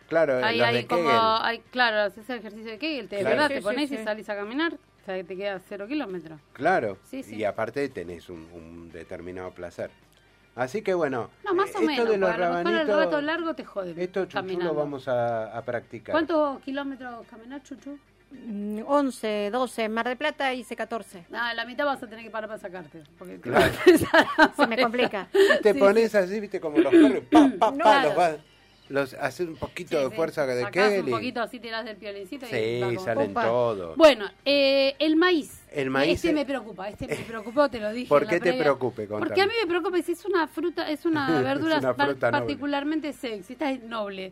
[SPEAKER 3] Claro,
[SPEAKER 4] Hay,
[SPEAKER 3] los
[SPEAKER 4] hay
[SPEAKER 3] de
[SPEAKER 4] como,
[SPEAKER 3] Kegel.
[SPEAKER 4] hay, claro, haces ejercicio de Kegel, te, de
[SPEAKER 3] Claro.
[SPEAKER 4] ¿verdad?
[SPEAKER 5] Sí,
[SPEAKER 4] te
[SPEAKER 5] sí,
[SPEAKER 4] pones y
[SPEAKER 5] sí.
[SPEAKER 4] salís a caminar, o sea que te queda cero kilómetros.
[SPEAKER 3] Claro.
[SPEAKER 4] Sí, sí.
[SPEAKER 3] Y aparte tenés un, un determinado placer. Así que bueno,
[SPEAKER 4] No, más o
[SPEAKER 3] eh, esto
[SPEAKER 4] menos,
[SPEAKER 3] de los
[SPEAKER 4] porque a lo mejor el
[SPEAKER 3] rabanitos,
[SPEAKER 4] rato largo te jode
[SPEAKER 3] esto chuchu
[SPEAKER 4] caminando.
[SPEAKER 3] lo vamos a, a practicar.
[SPEAKER 4] ¿Cuántos kilómetros caminar, Chuchu?
[SPEAKER 5] Mm, 11, 12. En Mar del Plata hice 14.
[SPEAKER 4] Nada, Ah, la mitad vas a tener que parar para sacarte. Porque te
[SPEAKER 3] Claro.
[SPEAKER 4] vas a empezar a
[SPEAKER 5] Se me
[SPEAKER 4] molestar.
[SPEAKER 5] complica.
[SPEAKER 3] Te pones así, viste, como los perros, pa, pa, pa,
[SPEAKER 4] Claro.
[SPEAKER 3] los vas- los haces un poquito
[SPEAKER 4] Sí,
[SPEAKER 3] de
[SPEAKER 4] sí.
[SPEAKER 3] fuerza de
[SPEAKER 4] Sacás
[SPEAKER 3] Kegel
[SPEAKER 4] un
[SPEAKER 3] y
[SPEAKER 4] poquito así, tirás del piolincito y va
[SPEAKER 3] Sí,
[SPEAKER 4] como-
[SPEAKER 3] salen
[SPEAKER 5] Opa.
[SPEAKER 3] todos.
[SPEAKER 4] Bueno, eh, el maíz.
[SPEAKER 3] El maíz
[SPEAKER 4] Este
[SPEAKER 3] es-
[SPEAKER 4] me preocupa, este me preocupó, te lo dije.
[SPEAKER 3] ¿Por
[SPEAKER 4] en la
[SPEAKER 3] qué te
[SPEAKER 4] previa.
[SPEAKER 3] preocupe? Contame.
[SPEAKER 4] Porque a mí me preocupa, es- es una fruta, es una
[SPEAKER 3] Es
[SPEAKER 4] verdura
[SPEAKER 3] una
[SPEAKER 4] par-
[SPEAKER 3] fruta noble.
[SPEAKER 4] particularmente sexy, esta es noble.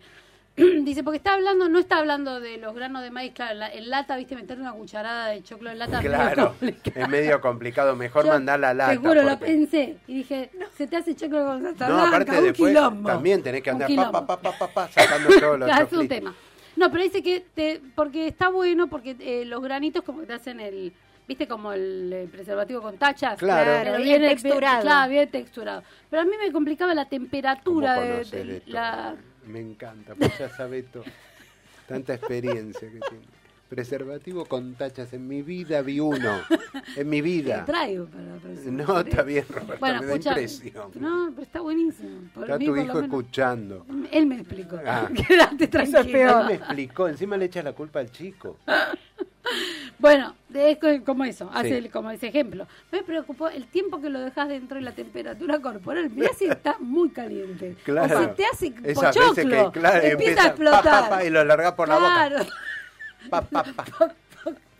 [SPEAKER 4] Dice, porque está hablando, no está hablando de los granos de maíz, claro, la- en lata, viste, meter una cucharada de choclo en lata. es medio
[SPEAKER 3] Claro,
[SPEAKER 4] complicado.
[SPEAKER 3] es medio complicado, mejor
[SPEAKER 4] Yo,
[SPEAKER 3] mandar la lata.
[SPEAKER 4] Te juro, lo
[SPEAKER 3] porque-
[SPEAKER 4] pensé. Y dije, se te hace choclo con salsa
[SPEAKER 3] No,
[SPEAKER 4] blanca,
[SPEAKER 3] aparte
[SPEAKER 4] un
[SPEAKER 3] después
[SPEAKER 4] quilombo.
[SPEAKER 3] también tenés que
[SPEAKER 4] Un
[SPEAKER 3] andar pa,
[SPEAKER 4] quilombo.
[SPEAKER 3] pa, pa, pa, pa, pa, sacando todos los
[SPEAKER 4] Claro, es un
[SPEAKER 3] choclitos.
[SPEAKER 4] tema. No, pero dice que te, porque está bueno, porque eh, los granitos como que te hacen el, viste como el, eh, preservativo con tachas.
[SPEAKER 3] Claro.
[SPEAKER 5] Claro,
[SPEAKER 4] Pero
[SPEAKER 5] bien
[SPEAKER 4] bien
[SPEAKER 5] texturado.
[SPEAKER 4] Claro, bien texturado. Pero a mí me complicaba la
[SPEAKER 3] ¿Cómo
[SPEAKER 4] temperatura de,
[SPEAKER 3] conoces
[SPEAKER 4] de
[SPEAKER 3] esto?
[SPEAKER 4] la...
[SPEAKER 3] Me encanta, pues ya sabe todo. Tanta experiencia que tiene. Preservativo con tachas. En mi vida vi uno. En mi vida.
[SPEAKER 4] Traigo para la próxima.
[SPEAKER 3] No, está bien, Roberto.
[SPEAKER 4] Bueno,
[SPEAKER 3] me da
[SPEAKER 4] escucha,
[SPEAKER 3] impresión.
[SPEAKER 4] No, pero está buenísimo. Por
[SPEAKER 3] está
[SPEAKER 4] mí,
[SPEAKER 3] tu
[SPEAKER 4] por lo
[SPEAKER 3] hijo
[SPEAKER 4] menos.
[SPEAKER 3] escuchando.
[SPEAKER 4] Él me explicó.
[SPEAKER 3] Ah.
[SPEAKER 4] Quédate tranquilo.
[SPEAKER 3] Él me explicó. Encima le echa la culpa al chico.
[SPEAKER 4] Bueno, es co- como eso, hace
[SPEAKER 3] Sí.
[SPEAKER 4] el- como ese ejemplo. Me preocupó el tiempo que lo dejas dentro y la temperatura corporal. Mirá si está muy caliente.
[SPEAKER 3] Claro.
[SPEAKER 4] O se te hace
[SPEAKER 3] Esas
[SPEAKER 4] pochoclo.
[SPEAKER 3] veces que, claro,
[SPEAKER 4] empieza, a
[SPEAKER 3] pa,
[SPEAKER 4] explotar.
[SPEAKER 3] pa, pa, y lo larga por la
[SPEAKER 4] claro.
[SPEAKER 3] boca. Pa, pa, pa.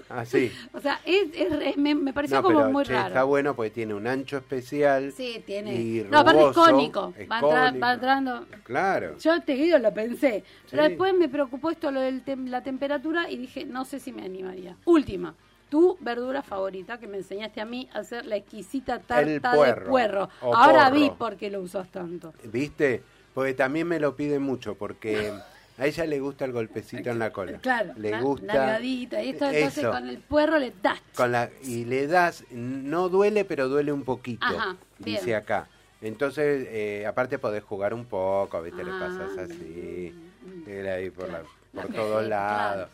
[SPEAKER 3] Así.
[SPEAKER 4] O sea, es, es re- me, me pareció
[SPEAKER 3] Ah, No,
[SPEAKER 4] como
[SPEAKER 3] pero
[SPEAKER 4] muy
[SPEAKER 3] che,
[SPEAKER 4] raro.
[SPEAKER 3] está bueno porque tiene un ancho especial.
[SPEAKER 4] Sí, tiene.
[SPEAKER 3] y
[SPEAKER 4] no, aparte es
[SPEAKER 3] rugoso,
[SPEAKER 4] cónico.
[SPEAKER 3] es
[SPEAKER 4] va, entra-
[SPEAKER 3] cónico.
[SPEAKER 4] va entrando.
[SPEAKER 3] Claro.
[SPEAKER 4] Yo te digo, lo pensé. Pero
[SPEAKER 3] Sí.
[SPEAKER 4] después me preocupó esto, lo de la temperatura, y dije, no sé si me animaría. Última, tu verdura favorita que me enseñaste a mí a hacer la exquisita
[SPEAKER 3] El
[SPEAKER 4] tarta
[SPEAKER 3] puerro,
[SPEAKER 4] de puerro.
[SPEAKER 3] o
[SPEAKER 4] Ahora
[SPEAKER 3] porro.
[SPEAKER 4] vi por qué lo usas tanto.
[SPEAKER 3] ¿Viste? Porque también me lo pide mucho, porque a ella le gusta el golpecito en la cola.
[SPEAKER 4] Claro,
[SPEAKER 3] le
[SPEAKER 4] la-
[SPEAKER 3] gusta.
[SPEAKER 4] nalgadita, Y esto entonces
[SPEAKER 3] eso,
[SPEAKER 4] con el puerro le das.
[SPEAKER 3] con la- y le das, no duele, pero duele un poquito,
[SPEAKER 4] Ajá, bien.
[SPEAKER 3] dice acá. Entonces, eh, aparte podés jugar un poco, ¿viste? le
[SPEAKER 4] Ah,
[SPEAKER 3] pasas así,
[SPEAKER 4] mm,
[SPEAKER 3] era ahí por, la-
[SPEAKER 4] claro.
[SPEAKER 3] por
[SPEAKER 4] La
[SPEAKER 3] todos
[SPEAKER 4] cajeta,
[SPEAKER 3] lados.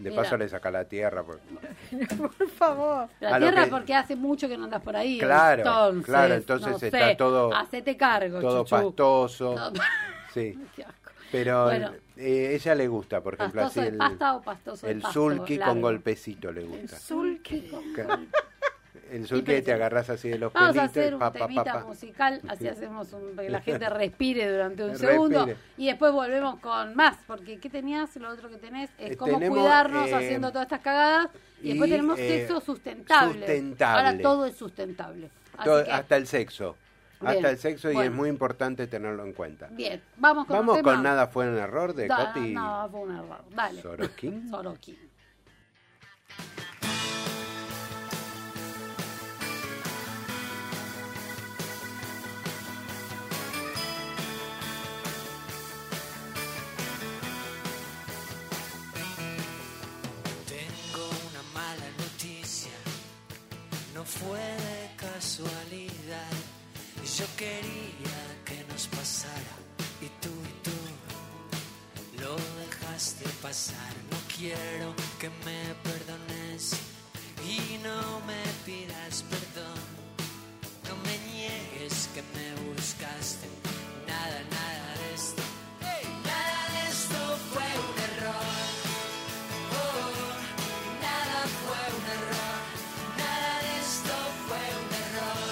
[SPEAKER 3] De
[SPEAKER 4] Mira.
[SPEAKER 3] paso le saca la tierra. pues, por-
[SPEAKER 5] Por favor.
[SPEAKER 4] La
[SPEAKER 3] a lo
[SPEAKER 4] tierra
[SPEAKER 3] que-
[SPEAKER 4] porque hace mucho que no andas por ahí.
[SPEAKER 3] Claro,
[SPEAKER 4] entonces,
[SPEAKER 3] claro, entonces
[SPEAKER 4] no
[SPEAKER 3] está
[SPEAKER 4] sé,
[SPEAKER 3] todo-
[SPEAKER 4] Hacete cargo,
[SPEAKER 3] todo
[SPEAKER 4] chuchu.
[SPEAKER 3] pastoso.
[SPEAKER 4] Todo-
[SPEAKER 3] Sí.
[SPEAKER 4] Qué asco.
[SPEAKER 3] Pero
[SPEAKER 4] Bueno.
[SPEAKER 3] eh, ella le gusta, por ejemplo,
[SPEAKER 4] ¿Pastoso
[SPEAKER 3] así
[SPEAKER 4] de
[SPEAKER 3] el,
[SPEAKER 4] pasta o pastoso de
[SPEAKER 3] el
[SPEAKER 4] pasto
[SPEAKER 3] sulky con
[SPEAKER 4] largo?
[SPEAKER 3] golpecito le gusta.
[SPEAKER 4] Sulky con
[SPEAKER 3] Claro. El sulky
[SPEAKER 4] pero
[SPEAKER 3] te
[SPEAKER 4] sí.
[SPEAKER 3] agarras así de los
[SPEAKER 4] Vamos a
[SPEAKER 3] pelitos.
[SPEAKER 4] hacer un
[SPEAKER 3] pa, pa, pa,
[SPEAKER 4] temita
[SPEAKER 3] pa.
[SPEAKER 4] musical, así hacemos un- que la gente respire durante un
[SPEAKER 3] Respire.
[SPEAKER 4] segundo y después volvemos con más, porque ¿qué tenías? Lo otro que tenés es
[SPEAKER 3] Eh,
[SPEAKER 4] cómo
[SPEAKER 3] tenemos,
[SPEAKER 4] cuidarnos
[SPEAKER 3] eh,
[SPEAKER 4] haciendo todas estas cagadas y, después
[SPEAKER 3] y,
[SPEAKER 4] tenemos
[SPEAKER 3] eh,
[SPEAKER 4] sexo sustentable.
[SPEAKER 3] sustentable.
[SPEAKER 4] Ahora todo es sustentable. Así
[SPEAKER 3] Todo-
[SPEAKER 4] que,
[SPEAKER 3] Hasta el sexo.
[SPEAKER 4] Bien,
[SPEAKER 3] Hasta el sexo y
[SPEAKER 4] bueno.
[SPEAKER 3] es muy importante tenerlo en cuenta.
[SPEAKER 4] bien, vamos con un
[SPEAKER 3] Vamos
[SPEAKER 4] tema.
[SPEAKER 3] con Nada fue un error de
[SPEAKER 4] Da-
[SPEAKER 3] Coti.
[SPEAKER 4] No, fue un error. Dale.
[SPEAKER 3] Sorokin.
[SPEAKER 4] Sorokin.
[SPEAKER 7] Tengo una mala noticia, no fue de casualidad. Yo quería que nos pasara y tú y tú lo dejaste pasar. No quiero que me perdones y no me pidas perdón. No me niegues que me buscaste. Nada, nada de esto. Nada de esto fue un error. Nada fue un error, nada de esto fue un error.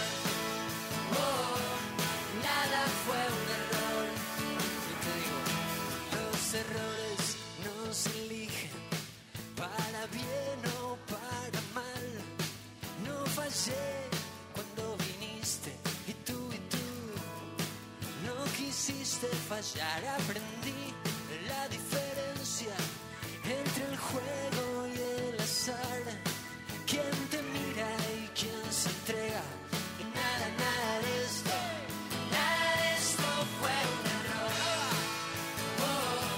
[SPEAKER 7] Oh, nada fue un error. Yo te digo, los errores no se eligen para bien o para mal. No fallé cuando viniste y tú y tú no quisiste fallar, aprendí la diferencia entre el juego y el azar. Quién te mira y quién se entrega. Nada, nada de esto, nada de esto fue un error. Oh,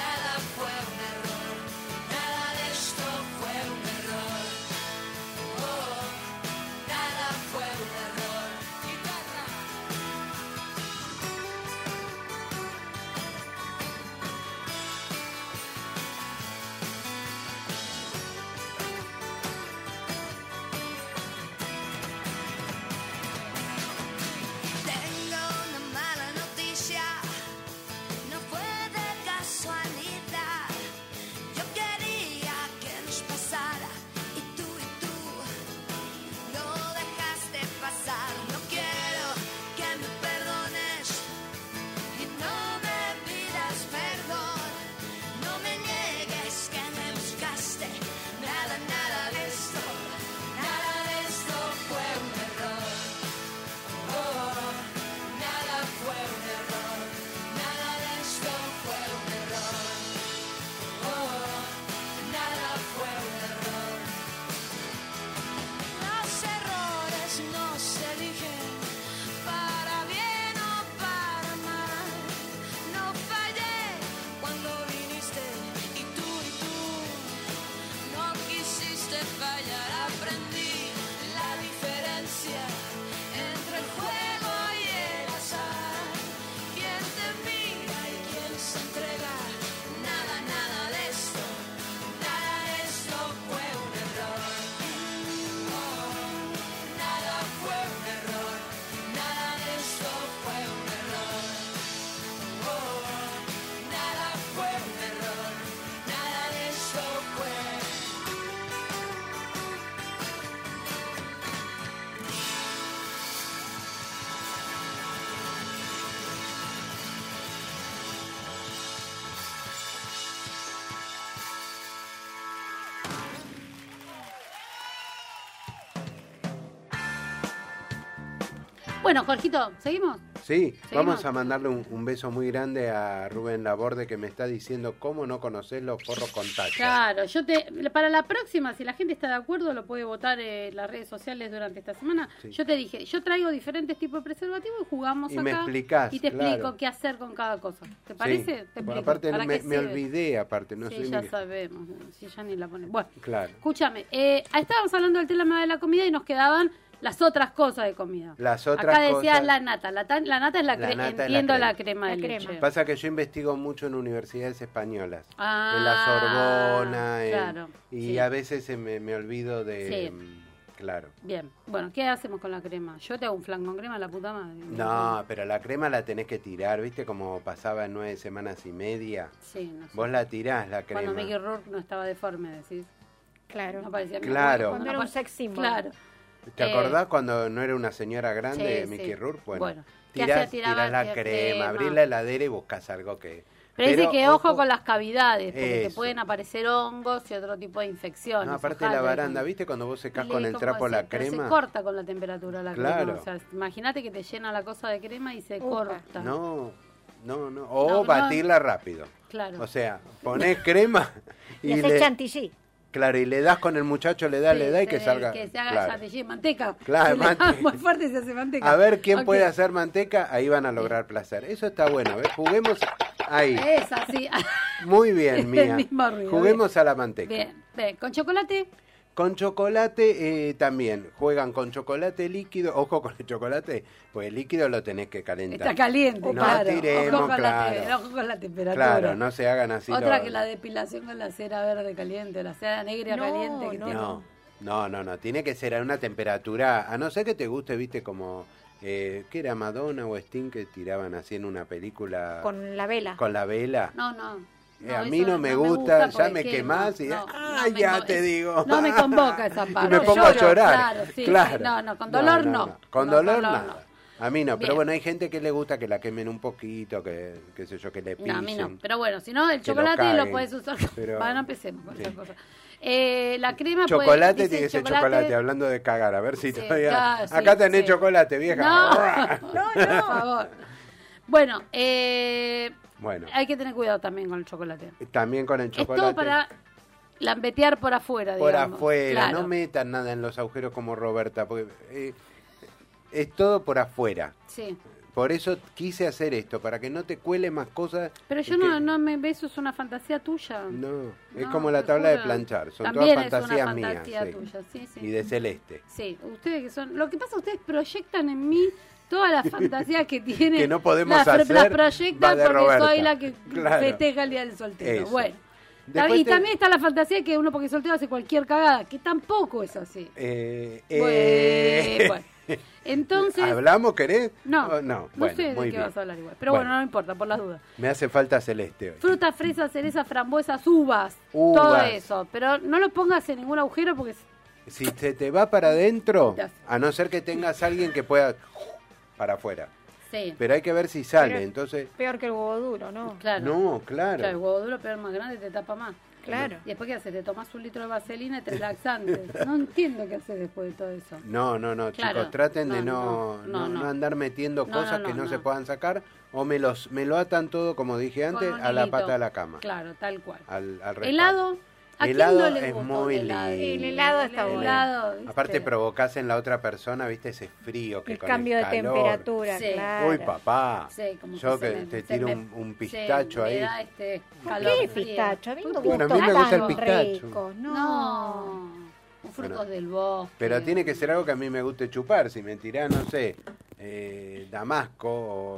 [SPEAKER 7] nada fue un error, nada de esto fue un error. Oh, nada fue un error. Guitarra. Nada Oh,
[SPEAKER 4] Bueno, Jorgito, ¿seguimos?
[SPEAKER 3] Sí,
[SPEAKER 4] Seguimos.
[SPEAKER 3] vamos a mandarle un, un beso muy grande a Rubén Laborde que me está diciendo cómo no conocer los forros con tacha.
[SPEAKER 4] Claro, yo te para la próxima, si la gente está de acuerdo, lo puede votar eh, en las redes sociales durante esta semana.
[SPEAKER 3] Sí.
[SPEAKER 4] Yo te dije, yo traigo diferentes tipos de preservativos y jugamos
[SPEAKER 3] Y
[SPEAKER 4] acá.
[SPEAKER 3] me explicás,
[SPEAKER 4] y te
[SPEAKER 3] claro.
[SPEAKER 4] explico qué hacer con cada cosa. ¿Te
[SPEAKER 3] Sí.
[SPEAKER 4] parece? Te
[SPEAKER 3] Bueno,
[SPEAKER 4] explico.
[SPEAKER 3] aparte
[SPEAKER 4] ¿Para
[SPEAKER 3] me,
[SPEAKER 4] qué
[SPEAKER 3] me
[SPEAKER 4] sirve?
[SPEAKER 3] olvidé, aparte, no
[SPEAKER 4] sí,
[SPEAKER 3] soy
[SPEAKER 4] ya
[SPEAKER 3] ni-
[SPEAKER 4] sabemos. Si ya ni la ponen. Bueno,
[SPEAKER 3] Claro.
[SPEAKER 4] escúchame. Eh, estábamos hablando del tema de la comida y nos quedaban las otras cosas de comida.
[SPEAKER 3] Las otras
[SPEAKER 4] Acá decías
[SPEAKER 3] cosas-
[SPEAKER 4] la nata. La, tan- la nata es la,
[SPEAKER 3] La
[SPEAKER 4] cre-
[SPEAKER 3] nata es la
[SPEAKER 4] entiendo la
[SPEAKER 3] crema.
[SPEAKER 4] crema,
[SPEAKER 5] La
[SPEAKER 4] de
[SPEAKER 5] crema.
[SPEAKER 4] leche.
[SPEAKER 3] Pasa que yo investigo mucho en universidades españolas, en la
[SPEAKER 4] Ah,
[SPEAKER 3] Sorbona, en-
[SPEAKER 4] claro,
[SPEAKER 3] y
[SPEAKER 4] sí.
[SPEAKER 3] a veces se me, me olvido de...
[SPEAKER 4] Sí.
[SPEAKER 3] mm, Claro.
[SPEAKER 4] Bien, bueno, ¿qué hacemos con la crema? Yo te hago un flan con crema, la puta madre.
[SPEAKER 3] No, pero la crema la tenés que tirar, ¿viste? Como pasaba en nueve semanas y media.
[SPEAKER 4] Sí, no sé.
[SPEAKER 3] Vos la tirás, la crema.
[SPEAKER 4] Cuando Mickey Rourke no estaba deforme, decís.
[SPEAKER 5] Claro.
[SPEAKER 4] No parecía Mickey
[SPEAKER 3] Claro.
[SPEAKER 4] Rourke,
[SPEAKER 5] Cuando era
[SPEAKER 4] no
[SPEAKER 5] un
[SPEAKER 4] pare-
[SPEAKER 5] sex symbol.
[SPEAKER 4] Claro.
[SPEAKER 3] ¿Te
[SPEAKER 4] Eh,
[SPEAKER 3] acordás cuando no era una señora grande,
[SPEAKER 4] sí,
[SPEAKER 3] Mickey
[SPEAKER 4] sí.
[SPEAKER 3] Rourke?
[SPEAKER 4] Bueno, ¿qué hacía?
[SPEAKER 3] tirás,
[SPEAKER 4] Tiraba
[SPEAKER 3] tirás la
[SPEAKER 4] la
[SPEAKER 3] crema,
[SPEAKER 4] crema.
[SPEAKER 3] abrís la heladera y buscas algo que...
[SPEAKER 4] Pero, dice que ojo con las cavidades, porque te
[SPEAKER 3] Eso.
[SPEAKER 4] pueden aparecer hongos y otro tipo de infecciones.
[SPEAKER 3] No, aparte
[SPEAKER 4] ojalá,
[SPEAKER 3] la baranda,
[SPEAKER 4] ¿no?
[SPEAKER 3] ¿viste? Cuando vos secás
[SPEAKER 4] Y le
[SPEAKER 3] con el
[SPEAKER 4] digo,
[SPEAKER 3] trapo
[SPEAKER 4] ¿cómo
[SPEAKER 3] la
[SPEAKER 4] hacer? Pero
[SPEAKER 3] crema.
[SPEAKER 4] Se corta con la temperatura la
[SPEAKER 3] Claro.
[SPEAKER 4] crema. O sea, imagínate que te llena la cosa de crema y se
[SPEAKER 5] Upa.
[SPEAKER 4] corta.
[SPEAKER 3] No, no, no.
[SPEAKER 4] No,
[SPEAKER 3] O
[SPEAKER 4] no.
[SPEAKER 3] batirla rápido.
[SPEAKER 4] Claro.
[SPEAKER 3] O sea, ponés crema
[SPEAKER 5] Y,
[SPEAKER 3] y,
[SPEAKER 5] hace
[SPEAKER 3] le,
[SPEAKER 5] chantilly.
[SPEAKER 3] claro, y le das con el muchacho, le das,
[SPEAKER 4] Sí,
[SPEAKER 3] le das y que
[SPEAKER 4] se-
[SPEAKER 3] salga.
[SPEAKER 4] Que se haga
[SPEAKER 3] claro.
[SPEAKER 4] chantilly, manteca.
[SPEAKER 3] Claro,
[SPEAKER 4] Se le da
[SPEAKER 3] mante-
[SPEAKER 4] Muy fuerte y se hace manteca.
[SPEAKER 3] A ver quién
[SPEAKER 4] Ok.
[SPEAKER 3] puede hacer manteca, ahí van a lograr placer. Eso está bueno. a ver, Juguemos ahí.
[SPEAKER 4] Es así.
[SPEAKER 3] Muy bien,
[SPEAKER 4] Eh. El
[SPEAKER 3] mía.
[SPEAKER 4] mismo ruido,
[SPEAKER 3] Juguemos a la manteca.
[SPEAKER 4] bien, bien. Con chocolate,
[SPEAKER 3] Con chocolate eh, también. Juegan con chocolate líquido. Ojo con el chocolate, pues el líquido lo tenés que calentar.
[SPEAKER 4] está caliente,
[SPEAKER 3] No
[SPEAKER 4] claro.
[SPEAKER 3] tiremos,
[SPEAKER 4] ojo, con la, te-
[SPEAKER 3] claro.
[SPEAKER 4] ojo con la temperatura.
[SPEAKER 3] Claro, no se hagan así.
[SPEAKER 4] Otra
[SPEAKER 3] lo-
[SPEAKER 4] que la depilación con la cera verde caliente, la cera negra
[SPEAKER 5] No,
[SPEAKER 4] caliente. Que
[SPEAKER 5] no,
[SPEAKER 4] tiene-
[SPEAKER 3] No, no, no, no. Tiene que ser a una temperatura, a no ser que te guste, viste, como... Eh, ¿Qué era Madonna o Sting que tiraban así en una película
[SPEAKER 5] Con la vela.
[SPEAKER 3] Ah. con la vela?
[SPEAKER 4] No, no.
[SPEAKER 3] Eh, a
[SPEAKER 4] no,
[SPEAKER 3] mí
[SPEAKER 4] eso
[SPEAKER 3] no me gusta, ya
[SPEAKER 4] porque
[SPEAKER 3] me
[SPEAKER 4] quema.
[SPEAKER 3] quemás y- ah,
[SPEAKER 4] me
[SPEAKER 3] ya
[SPEAKER 4] convo-
[SPEAKER 3] te digo.
[SPEAKER 4] No me convoca esa
[SPEAKER 3] Y
[SPEAKER 4] parte.
[SPEAKER 3] me pongo a
[SPEAKER 4] Lloro,
[SPEAKER 3] llorar.
[SPEAKER 4] Claro, sí,
[SPEAKER 3] Claro.
[SPEAKER 4] sí. No, no, con dolor no.
[SPEAKER 3] Con
[SPEAKER 4] No,
[SPEAKER 3] dolor, nada. A mí no, pero
[SPEAKER 4] Bien.
[SPEAKER 3] bueno, hay gente que le gusta que la quemen un poquito, que qué sé yo, que le pisen.
[SPEAKER 4] No, a mí no. Pero bueno, si no, el
[SPEAKER 3] lo
[SPEAKER 4] chocolate lo,
[SPEAKER 3] caguen.
[SPEAKER 4] podés usar.
[SPEAKER 3] Pero-
[SPEAKER 4] Bueno, empecemos con
[SPEAKER 3] Sí.
[SPEAKER 4] esa cosa. Eh, la crema puede-
[SPEAKER 3] Chocolate
[SPEAKER 4] dice
[SPEAKER 3] tiene que ser chocolate, hablando de cagar, a ver si
[SPEAKER 4] Sí,
[SPEAKER 3] todavía...
[SPEAKER 4] claro, sí,
[SPEAKER 3] Acá tenés
[SPEAKER 4] sí.
[SPEAKER 3] chocolate, vieja.
[SPEAKER 4] No, no, no, por favor. Bueno, eh,
[SPEAKER 3] Bueno,
[SPEAKER 4] hay que tener cuidado también con el chocolate.
[SPEAKER 3] también con el
[SPEAKER 4] Es
[SPEAKER 3] chocolate.
[SPEAKER 4] todo para lambetear por afuera,
[SPEAKER 3] por
[SPEAKER 4] digamos.
[SPEAKER 3] afuera,
[SPEAKER 4] Claro.
[SPEAKER 3] no metan nada en los agujeros como Roberta, porque eh, es todo por afuera.
[SPEAKER 4] Sí.
[SPEAKER 3] Por eso quise hacer esto, para que no te cuele más cosas.
[SPEAKER 4] Pero
[SPEAKER 3] y
[SPEAKER 4] yo
[SPEAKER 3] que-
[SPEAKER 4] no, no me eso es una fantasía tuya.
[SPEAKER 3] No, es
[SPEAKER 4] No,
[SPEAKER 3] como la
[SPEAKER 4] te
[SPEAKER 3] tabla de
[SPEAKER 4] juro.
[SPEAKER 3] planchar, son
[SPEAKER 4] También
[SPEAKER 3] todas fantasías
[SPEAKER 4] es una
[SPEAKER 3] mías.
[SPEAKER 4] fantasía
[SPEAKER 3] sí.
[SPEAKER 4] tuya, sí, sí.
[SPEAKER 3] Y de celeste.
[SPEAKER 4] Sí, ustedes que son. Lo que pasa, ustedes proyectan en mí todas las fantasías que tienen.
[SPEAKER 3] Que no podemos
[SPEAKER 4] las,
[SPEAKER 3] hacer,
[SPEAKER 4] Las
[SPEAKER 3] va
[SPEAKER 4] proyectan
[SPEAKER 3] de
[SPEAKER 4] porque soy
[SPEAKER 3] Roberta.
[SPEAKER 4] la que
[SPEAKER 3] Claro.
[SPEAKER 4] festeja el día del soltero.
[SPEAKER 3] Eso.
[SPEAKER 4] Bueno.
[SPEAKER 3] Después
[SPEAKER 4] y
[SPEAKER 3] te-
[SPEAKER 4] también está la fantasía que uno porque es soltero hace cualquier cagada, que tampoco es así.
[SPEAKER 3] Eh, eh,
[SPEAKER 4] Bueno, bueno. Entonces.
[SPEAKER 3] ¿Hablamos, querés?
[SPEAKER 4] No,
[SPEAKER 3] Oh,
[SPEAKER 4] no,
[SPEAKER 3] no. Bueno,
[SPEAKER 4] sé de
[SPEAKER 3] muy
[SPEAKER 4] qué
[SPEAKER 3] bien.
[SPEAKER 4] vas a hablar igual. Pero bueno,
[SPEAKER 3] Bueno.
[SPEAKER 4] no importa, por las dudas.
[SPEAKER 3] Me hace falta celeste hoy.
[SPEAKER 4] Frutas, fresas, cerezas, frambuesas, uvas,
[SPEAKER 3] Uvas.
[SPEAKER 4] todo eso. Pero no lo pongas en ningún agujero porque es-
[SPEAKER 3] Si se te va para adentro,
[SPEAKER 4] Te hace.
[SPEAKER 3] a no ser que tengas alguien que pueda para afuera.
[SPEAKER 4] sí,
[SPEAKER 3] Pero hay que ver si sale,
[SPEAKER 5] Pero-
[SPEAKER 3] entonces...
[SPEAKER 5] Peor que el huevo duro, ¿no?
[SPEAKER 4] claro.
[SPEAKER 3] No, claro.
[SPEAKER 4] Claro, el huevo duro, pero el más grande te tapa más.
[SPEAKER 5] Claro.
[SPEAKER 4] Y después, ¿qué haces? Te tomas un litro de vaselina y te laxantes. No entiendo qué haces después de todo eso.
[SPEAKER 3] No, no, no,
[SPEAKER 4] Claro.
[SPEAKER 3] chicos, traten de
[SPEAKER 4] No,
[SPEAKER 3] no,
[SPEAKER 4] no, no,
[SPEAKER 3] no-
[SPEAKER 4] no.
[SPEAKER 3] no andar metiendo
[SPEAKER 4] No,
[SPEAKER 3] cosas
[SPEAKER 4] no,
[SPEAKER 3] que
[SPEAKER 4] no,
[SPEAKER 3] no, se
[SPEAKER 4] no.
[SPEAKER 3] puedan sacar o me los me lo atan todo, como dije antes,
[SPEAKER 4] Con un
[SPEAKER 3] a la
[SPEAKER 4] hilito.
[SPEAKER 3] pata de la cama.
[SPEAKER 4] Claro, tal cual.
[SPEAKER 3] Al, al respaldo.
[SPEAKER 4] helado. ¿A
[SPEAKER 3] Helado
[SPEAKER 4] quién no le
[SPEAKER 3] es
[SPEAKER 4] gusta
[SPEAKER 3] muy
[SPEAKER 4] un helado?
[SPEAKER 3] lindo. El
[SPEAKER 5] helado está
[SPEAKER 4] El
[SPEAKER 5] bueno.
[SPEAKER 4] helado, ¿viste?
[SPEAKER 3] Aparte provocas en la otra persona, viste, ese frío que
[SPEAKER 5] El
[SPEAKER 3] con
[SPEAKER 5] cambio de
[SPEAKER 3] calor.
[SPEAKER 5] temperatura,
[SPEAKER 4] Sí.
[SPEAKER 5] claro.
[SPEAKER 3] Uy, papá.
[SPEAKER 4] Sí, como
[SPEAKER 3] Yo
[SPEAKER 4] se
[SPEAKER 3] que
[SPEAKER 4] me-
[SPEAKER 3] te
[SPEAKER 4] se
[SPEAKER 3] tiro
[SPEAKER 4] me-
[SPEAKER 3] un, un
[SPEAKER 4] sí,
[SPEAKER 3] pistacho
[SPEAKER 4] me
[SPEAKER 3] ahí.
[SPEAKER 4] da este
[SPEAKER 5] ¿Por
[SPEAKER 4] calor
[SPEAKER 5] qué
[SPEAKER 4] frío.
[SPEAKER 5] pistacho? A mí no
[SPEAKER 3] Bueno, a mí
[SPEAKER 5] gustos
[SPEAKER 3] me gusta el
[SPEAKER 5] tan
[SPEAKER 3] pistacho.
[SPEAKER 5] ricos, No.
[SPEAKER 4] No. Un frutos del bosque.
[SPEAKER 3] Pero tiene que ser algo que a mí me guste chupar. Si me tirás, no sé, eh, Damasco,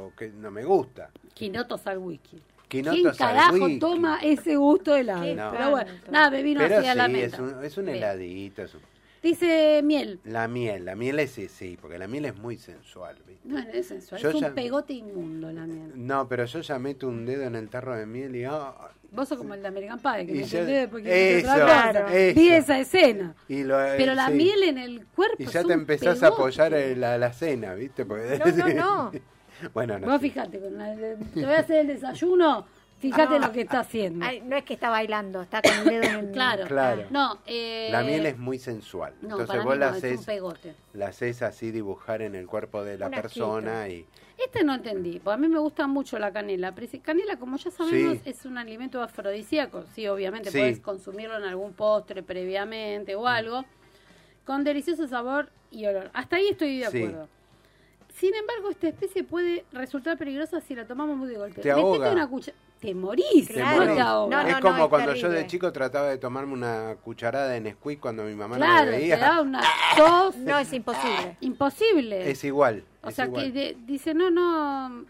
[SPEAKER 3] o que no me gusta.
[SPEAKER 4] Quinotos al whisky.
[SPEAKER 3] Quinotos
[SPEAKER 4] ¿Quién
[SPEAKER 3] al
[SPEAKER 4] carajo
[SPEAKER 3] whisky?
[SPEAKER 4] toma ese gusto de helado?
[SPEAKER 5] Qué
[SPEAKER 3] No.
[SPEAKER 4] Pero bueno,
[SPEAKER 5] espanto.
[SPEAKER 4] nada, me vino
[SPEAKER 3] Pero
[SPEAKER 4] así a la
[SPEAKER 3] sí, es
[SPEAKER 4] mente.
[SPEAKER 3] un, es un
[SPEAKER 4] Bien.
[SPEAKER 3] heladito. es un-
[SPEAKER 4] Dice miel.
[SPEAKER 3] La miel, la miel es eh, sí, porque la miel es muy sensual. ¿viste?
[SPEAKER 4] No, no es sensual.
[SPEAKER 3] Yo
[SPEAKER 4] es un
[SPEAKER 3] ya-
[SPEAKER 4] pegote inmundo la miel.
[SPEAKER 3] No, pero yo ya meto un dedo en el tarro de miel y... ah,
[SPEAKER 4] Vos sos como el de American Pie, que
[SPEAKER 3] Y
[SPEAKER 4] me
[SPEAKER 3] yo-
[SPEAKER 4] entendés porque
[SPEAKER 3] eso,
[SPEAKER 4] otra
[SPEAKER 3] claro,
[SPEAKER 4] cosa.
[SPEAKER 3] eso.
[SPEAKER 4] Vi esa escena.
[SPEAKER 3] y lo, eh,
[SPEAKER 4] Pero la
[SPEAKER 3] sí.
[SPEAKER 4] miel en el cuerpo.
[SPEAKER 3] Y
[SPEAKER 4] es
[SPEAKER 3] ya te
[SPEAKER 4] un
[SPEAKER 3] empezás a
[SPEAKER 4] pegote.
[SPEAKER 3] apoyar en la, la cena, ¿viste? Porque-
[SPEAKER 5] No, no, no.
[SPEAKER 3] bueno, no.
[SPEAKER 4] Vos
[SPEAKER 3] sí.
[SPEAKER 4] fijate, con la- te voy a hacer el desayuno. Fíjate
[SPEAKER 5] No.
[SPEAKER 4] lo que está haciendo.
[SPEAKER 5] Ay, no es que está bailando, está con el dedo en el...
[SPEAKER 4] Claro.
[SPEAKER 3] Claro.
[SPEAKER 4] No, eh,
[SPEAKER 3] La miel es muy sensual.
[SPEAKER 4] no, para
[SPEAKER 3] Entonces
[SPEAKER 4] mí
[SPEAKER 3] vos
[SPEAKER 4] no,
[SPEAKER 3] la
[SPEAKER 4] es
[SPEAKER 3] haces,
[SPEAKER 4] un pegote.
[SPEAKER 3] la haces así dibujar en el cuerpo de la
[SPEAKER 5] Una
[SPEAKER 3] persona y
[SPEAKER 4] Este no entendí, porque a mí me gusta mucho la canela. Pero si- Canela, como ya sabemos,
[SPEAKER 3] Sí.
[SPEAKER 4] es un alimento afrodisíaco. Sí, obviamente,
[SPEAKER 3] Sí. Mm.
[SPEAKER 4] puedes consumirlo en algún postre previamente o algo. Con delicioso sabor y olor. Hasta ahí estoy de
[SPEAKER 3] Sí.
[SPEAKER 4] acuerdo. Sin embargo, esta especie puede resultar peligrosa si la tomamos muy de golpe.
[SPEAKER 3] Te
[SPEAKER 4] Metete
[SPEAKER 3] ahoga.
[SPEAKER 4] una cuchara. Te morís,
[SPEAKER 3] te
[SPEAKER 5] Claro.
[SPEAKER 4] no
[SPEAKER 3] morís.
[SPEAKER 4] te ahoga.
[SPEAKER 5] No, no,
[SPEAKER 3] es
[SPEAKER 5] no,
[SPEAKER 3] como
[SPEAKER 5] es
[SPEAKER 3] cuando yo
[SPEAKER 5] terrible.
[SPEAKER 3] de chico trataba de tomarme una cucharada de Nesquik cuando mi mamá no
[SPEAKER 4] Claro,
[SPEAKER 3] me
[SPEAKER 4] te
[SPEAKER 3] veía.
[SPEAKER 4] da una tos
[SPEAKER 5] No, es imposible.
[SPEAKER 4] imposible.
[SPEAKER 3] Es igual.
[SPEAKER 4] o
[SPEAKER 3] es
[SPEAKER 4] sea, que
[SPEAKER 3] igual.
[SPEAKER 4] de- dice, no, no.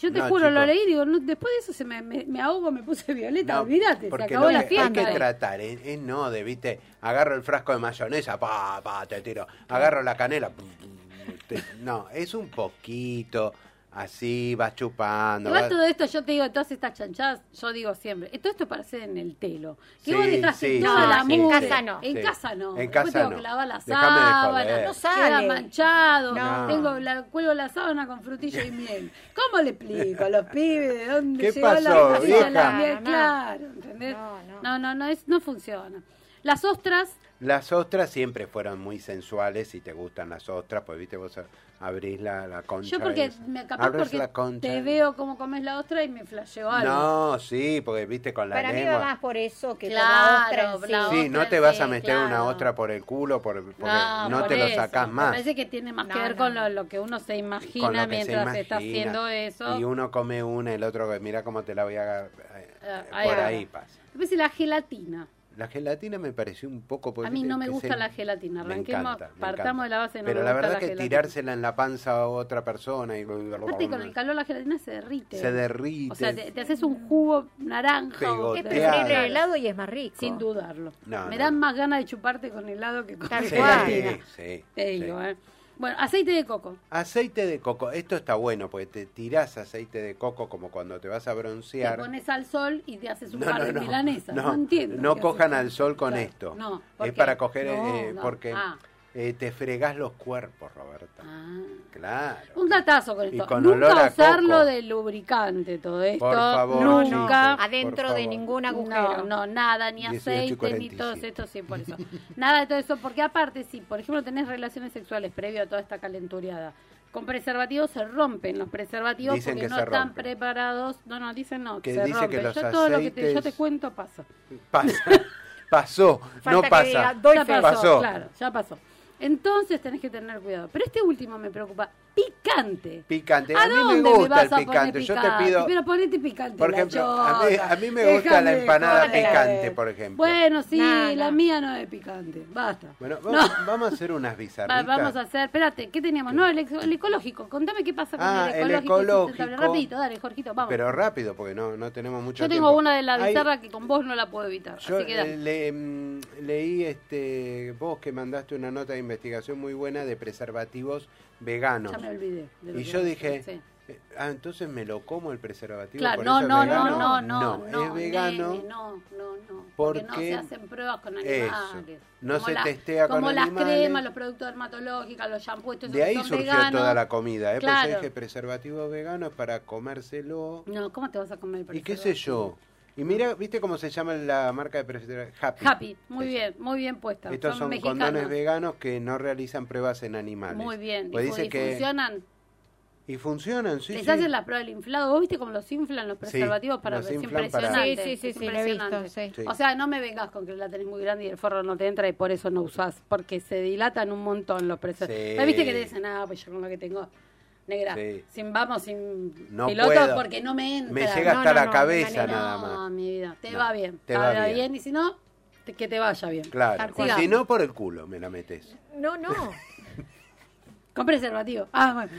[SPEAKER 4] Yo te
[SPEAKER 3] No,
[SPEAKER 4] juro, lo
[SPEAKER 3] chico.
[SPEAKER 4] leí, digo, no, después de eso se me, me, me ahogo, me puse violeta,
[SPEAKER 3] No,
[SPEAKER 4] olvídate, se
[SPEAKER 3] porque
[SPEAKER 4] acabó
[SPEAKER 3] lo
[SPEAKER 4] la
[SPEAKER 3] que hay
[SPEAKER 4] fiesta.
[SPEAKER 3] que tratar, es, es no de, viste, agarro el frasco de mayonesa, pa, pa, te tiro, agarro la canela, pum, pum, te- no, es un poquito, así vas chupando.
[SPEAKER 4] Igual
[SPEAKER 3] vas-
[SPEAKER 4] todo esto, yo te digo, todas estas chanchadas, yo digo siempre, todo esto para hacer en el telo. Que vos
[SPEAKER 3] Sí,
[SPEAKER 4] dejaste
[SPEAKER 3] sí,
[SPEAKER 4] toda
[SPEAKER 5] sí,
[SPEAKER 4] la
[SPEAKER 5] sí,
[SPEAKER 4] mugre.
[SPEAKER 5] en casa no.
[SPEAKER 4] En
[SPEAKER 3] Sí.
[SPEAKER 4] casa no.
[SPEAKER 3] En
[SPEAKER 4] Después
[SPEAKER 3] casa
[SPEAKER 4] tengo
[SPEAKER 3] no.
[SPEAKER 4] que lavar la
[SPEAKER 3] Déjame de
[SPEAKER 4] sábana,
[SPEAKER 3] joder.
[SPEAKER 5] No sale.
[SPEAKER 4] queda manchado,
[SPEAKER 3] No.
[SPEAKER 4] tengo la, cuelgo la sábana con frutilla y miel. ¿Cómo le explico a los pibes de dónde
[SPEAKER 3] ¿Qué
[SPEAKER 4] llegó la
[SPEAKER 3] pasó,
[SPEAKER 4] frutilla y
[SPEAKER 3] vieja?
[SPEAKER 4] la miel?
[SPEAKER 5] No, no.
[SPEAKER 4] Claro, ¿entendés?
[SPEAKER 5] No, no.
[SPEAKER 4] no, no, no, es, no funciona. Las ostras
[SPEAKER 3] Las ostras siempre fueron muy sensuales, si te gustan las ostras, pues viste, vos a- abrís la, la concha.
[SPEAKER 4] Yo porque
[SPEAKER 3] esa.
[SPEAKER 4] me capaz
[SPEAKER 3] Abrís
[SPEAKER 4] porque
[SPEAKER 3] la concha.
[SPEAKER 4] te veo cómo comes la ostra y me flasheó algo.
[SPEAKER 3] No, sí, porque viste con la
[SPEAKER 5] Para mí va
[SPEAKER 3] lengua.
[SPEAKER 5] más por eso que
[SPEAKER 4] Claro,
[SPEAKER 5] por la
[SPEAKER 4] la
[SPEAKER 5] otra en sí.
[SPEAKER 3] sí, no
[SPEAKER 4] ostra,
[SPEAKER 3] te vas a
[SPEAKER 4] sí,
[SPEAKER 3] meter una
[SPEAKER 4] claro.
[SPEAKER 3] ostra por el culo por, porque
[SPEAKER 4] No,
[SPEAKER 3] no,
[SPEAKER 4] por
[SPEAKER 3] te lo
[SPEAKER 4] eso.
[SPEAKER 3] sacás
[SPEAKER 4] Me
[SPEAKER 3] más.
[SPEAKER 4] Parece que tiene más que
[SPEAKER 5] No,
[SPEAKER 4] ver
[SPEAKER 5] no,
[SPEAKER 4] con
[SPEAKER 5] no.
[SPEAKER 4] lo, lo que uno se
[SPEAKER 3] con lo
[SPEAKER 4] imagina
[SPEAKER 3] que se
[SPEAKER 4] mientras está
[SPEAKER 3] imagina.
[SPEAKER 4] haciendo eso.
[SPEAKER 3] Y uno come una, el otro que mira cómo te la voy a agarrar. eh,
[SPEAKER 4] Ah,
[SPEAKER 3] eh,
[SPEAKER 4] ahí
[SPEAKER 3] por
[SPEAKER 4] va.
[SPEAKER 3] ahí pasa.
[SPEAKER 4] Después la gelatina.
[SPEAKER 3] La gelatina me pareció un poco...
[SPEAKER 4] A mí no me
[SPEAKER 3] que
[SPEAKER 4] gusta la gelatina.
[SPEAKER 3] me
[SPEAKER 4] Arranquemos,
[SPEAKER 3] encanta, me
[SPEAKER 4] partamos
[SPEAKER 3] encanta.
[SPEAKER 4] de la base, no
[SPEAKER 3] Pero
[SPEAKER 4] me
[SPEAKER 3] la
[SPEAKER 4] gusta
[SPEAKER 3] verdad
[SPEAKER 4] la
[SPEAKER 3] que
[SPEAKER 4] gelatina.
[SPEAKER 3] tirársela en la panza a otra persona y...
[SPEAKER 4] Aparte con el calor la gelatina se derrite.
[SPEAKER 3] Se derrite.
[SPEAKER 4] O sea, te, te haces un jugo naranja. o
[SPEAKER 3] Pegoteada.
[SPEAKER 5] Es
[SPEAKER 4] te-
[SPEAKER 5] preferible el helado y es más rico.
[SPEAKER 4] Sin dudarlo.
[SPEAKER 3] No,
[SPEAKER 4] me
[SPEAKER 3] no.
[SPEAKER 4] dan más ganas de chuparte con helado que con
[SPEAKER 5] Tal
[SPEAKER 3] Sí,
[SPEAKER 5] gelatina.
[SPEAKER 4] gelatina.
[SPEAKER 3] sí,
[SPEAKER 4] Te
[SPEAKER 3] sí.
[SPEAKER 4] digo, ¿eh? Bueno, aceite de coco.
[SPEAKER 3] Aceite de coco. Esto está bueno porque te tirás aceite de coco como cuando te vas a
[SPEAKER 4] te
[SPEAKER 3] broncear.
[SPEAKER 4] pones al sol y te haces un par de milanesas. No, entiendo.
[SPEAKER 3] no
[SPEAKER 4] qué
[SPEAKER 3] cojan
[SPEAKER 4] haces.
[SPEAKER 3] al sol con
[SPEAKER 4] Claro,
[SPEAKER 3] esto.
[SPEAKER 4] No, ¿por
[SPEAKER 3] es
[SPEAKER 4] qué?
[SPEAKER 3] para coger,
[SPEAKER 4] No,
[SPEAKER 3] eh,
[SPEAKER 4] no.
[SPEAKER 3] porque
[SPEAKER 4] Ah,
[SPEAKER 3] eh, te fregás los cuerpos, Roberta.
[SPEAKER 4] ah.
[SPEAKER 3] Claro.
[SPEAKER 4] Un datazo con
[SPEAKER 3] Y
[SPEAKER 4] esto.
[SPEAKER 3] con olor
[SPEAKER 4] Nunca
[SPEAKER 3] a
[SPEAKER 4] usarlo
[SPEAKER 3] coco.
[SPEAKER 4] de lubricante todo esto.
[SPEAKER 3] Por favor,
[SPEAKER 4] Nunca.
[SPEAKER 3] chicos.
[SPEAKER 5] Adentro
[SPEAKER 3] Por
[SPEAKER 5] de
[SPEAKER 3] favor.
[SPEAKER 5] ningún agujero.
[SPEAKER 4] No, no, nada, ni
[SPEAKER 3] 18 y
[SPEAKER 4] aceite, ni
[SPEAKER 3] 47.
[SPEAKER 4] todo esto, sí, por eso. Nada de todo eso, porque aparte, si por ejemplo tenés relaciones sexuales previo a toda esta calenturiada, con preservativos se rompen los preservativos
[SPEAKER 3] Dicen
[SPEAKER 4] porque
[SPEAKER 3] que
[SPEAKER 4] no
[SPEAKER 3] se
[SPEAKER 4] están
[SPEAKER 3] rompen.
[SPEAKER 4] preparados. No, no, dicen no,
[SPEAKER 3] Que
[SPEAKER 4] se
[SPEAKER 3] dice que
[SPEAKER 4] rompen.
[SPEAKER 3] los
[SPEAKER 4] yo todo lo que te, yo te
[SPEAKER 3] aceites-
[SPEAKER 4] cuento pasa.
[SPEAKER 3] Pasa. pasó, no
[SPEAKER 5] que
[SPEAKER 3] pasa.
[SPEAKER 5] diga, doy
[SPEAKER 4] ya
[SPEAKER 5] fe.
[SPEAKER 4] pasó,
[SPEAKER 3] Pasó.
[SPEAKER 4] claro, ya pasó. Entonces tenés que tener cuidado. Pero este último me preocupa, picante.
[SPEAKER 3] Picante.
[SPEAKER 4] ¿A,
[SPEAKER 3] A, mí
[SPEAKER 4] dónde
[SPEAKER 3] me gusta el
[SPEAKER 4] vas a poner
[SPEAKER 3] picante. Yo te pido,
[SPEAKER 4] Pero ponete picante.
[SPEAKER 3] por
[SPEAKER 4] la
[SPEAKER 3] ejemplo, a mí,
[SPEAKER 4] chota.
[SPEAKER 3] a mí me gusta la
[SPEAKER 4] Déjame
[SPEAKER 3] empanada
[SPEAKER 4] joder.
[SPEAKER 3] picante, por ejemplo.
[SPEAKER 4] Bueno, sí,
[SPEAKER 5] No, no.
[SPEAKER 4] la mía no es picante. Basta.
[SPEAKER 3] Bueno,
[SPEAKER 4] No.
[SPEAKER 3] vamos, vamos a hacer unas
[SPEAKER 4] Va-
[SPEAKER 3] bizarritas.
[SPEAKER 4] vamos a hacer, espérate, ¿qué teníamos? No, el, ex- el ecológico. Contame qué pasa con
[SPEAKER 3] Ah,
[SPEAKER 4] el
[SPEAKER 3] el
[SPEAKER 4] ecológico.
[SPEAKER 3] ecológico.
[SPEAKER 4] sustentable. Rapidito, dale, Jorgito, vamos.
[SPEAKER 3] Pero rápido, porque no, no tenemos mucho
[SPEAKER 4] Yo
[SPEAKER 3] tiempo.
[SPEAKER 4] tengo una de la
[SPEAKER 3] Hay-
[SPEAKER 4] bizarra que con vos no la puedo evitar.
[SPEAKER 3] Yo
[SPEAKER 4] así que dale.
[SPEAKER 3] eh, le- mm, leí este vos que mandaste una nota de investigación muy buena de preservativos veganos.
[SPEAKER 4] ya me olvidé. de lo
[SPEAKER 3] Y
[SPEAKER 4] que
[SPEAKER 3] yo
[SPEAKER 4] vos-
[SPEAKER 3] dije,
[SPEAKER 4] sí.
[SPEAKER 3] eh, ah, entonces me lo como el preservativo.
[SPEAKER 4] Claro,
[SPEAKER 3] por
[SPEAKER 4] no,
[SPEAKER 3] eso es
[SPEAKER 4] no, no,
[SPEAKER 3] vegano.
[SPEAKER 4] no, no, no,
[SPEAKER 3] es vegano.
[SPEAKER 4] nene, no, no, no, porque no se
[SPEAKER 3] porque-
[SPEAKER 4] hacen pruebas con
[SPEAKER 3] Eso.
[SPEAKER 4] animales.
[SPEAKER 3] No se
[SPEAKER 4] las-
[SPEAKER 3] testea con
[SPEAKER 4] como las
[SPEAKER 3] animales.
[SPEAKER 4] cremas, los productos dermatológicos, los shampoos, estos
[SPEAKER 3] De ahí
[SPEAKER 4] son
[SPEAKER 3] surgió
[SPEAKER 4] veganos.
[SPEAKER 3] toda la comida, ¿eh? Por
[SPEAKER 4] Claro.
[SPEAKER 3] eso dije preservativo vegano es para comérselo.
[SPEAKER 4] No, ¿cómo te vas a comer el
[SPEAKER 3] Y qué sé
[SPEAKER 4] preservativo?
[SPEAKER 3] yo. Y mira, ¿viste cómo se llama la marca de preservativo? Happy.
[SPEAKER 4] Happy, muy
[SPEAKER 3] Eso.
[SPEAKER 4] bien, muy bien puesta.
[SPEAKER 3] Estos son,
[SPEAKER 4] mexicanos.
[SPEAKER 3] condones veganos que no realizan pruebas en animales.
[SPEAKER 4] Muy bien,
[SPEAKER 3] Pues
[SPEAKER 4] y,
[SPEAKER 3] dice
[SPEAKER 4] y
[SPEAKER 3] que
[SPEAKER 4] funcionan.
[SPEAKER 3] y funcionan, sí,
[SPEAKER 4] Les
[SPEAKER 3] sí.
[SPEAKER 4] hacen las pruebas del inflado. ¿Vos viste cómo los inflan los preservativos para
[SPEAKER 3] los
[SPEAKER 4] es
[SPEAKER 3] inflan para-
[SPEAKER 4] impresionante.
[SPEAKER 5] Sí, sí, sí,
[SPEAKER 4] es
[SPEAKER 5] sí, lo he visto.
[SPEAKER 4] impresionante.
[SPEAKER 5] sí.
[SPEAKER 3] Sí.
[SPEAKER 4] O sea, no me vengas con que la tenés muy grande y el forro no te entra y por eso no usás, porque se dilatan un montón los
[SPEAKER 3] Sí.
[SPEAKER 4] preservativos. ¿Viste que te dicen, ah, pues yo con lo que tengo, negra,
[SPEAKER 3] Sí.
[SPEAKER 4] sin vamos, sin
[SPEAKER 3] No
[SPEAKER 4] piloto,
[SPEAKER 3] puedo.
[SPEAKER 4] porque no me entra.
[SPEAKER 3] Me llega
[SPEAKER 5] No,
[SPEAKER 3] hasta
[SPEAKER 5] no,
[SPEAKER 3] la
[SPEAKER 5] no,
[SPEAKER 3] cabeza
[SPEAKER 5] no,
[SPEAKER 3] nada
[SPEAKER 4] No,
[SPEAKER 3] más.
[SPEAKER 4] mi vida, te
[SPEAKER 3] No,
[SPEAKER 4] va bien,
[SPEAKER 3] te va
[SPEAKER 4] bien.
[SPEAKER 3] bien.
[SPEAKER 4] y si no, te- que te vaya bien.
[SPEAKER 3] Claro. Pues
[SPEAKER 4] cual.
[SPEAKER 3] Si no por el culo me la metes.
[SPEAKER 5] No, no.
[SPEAKER 4] Con preservativo. Ah, bueno.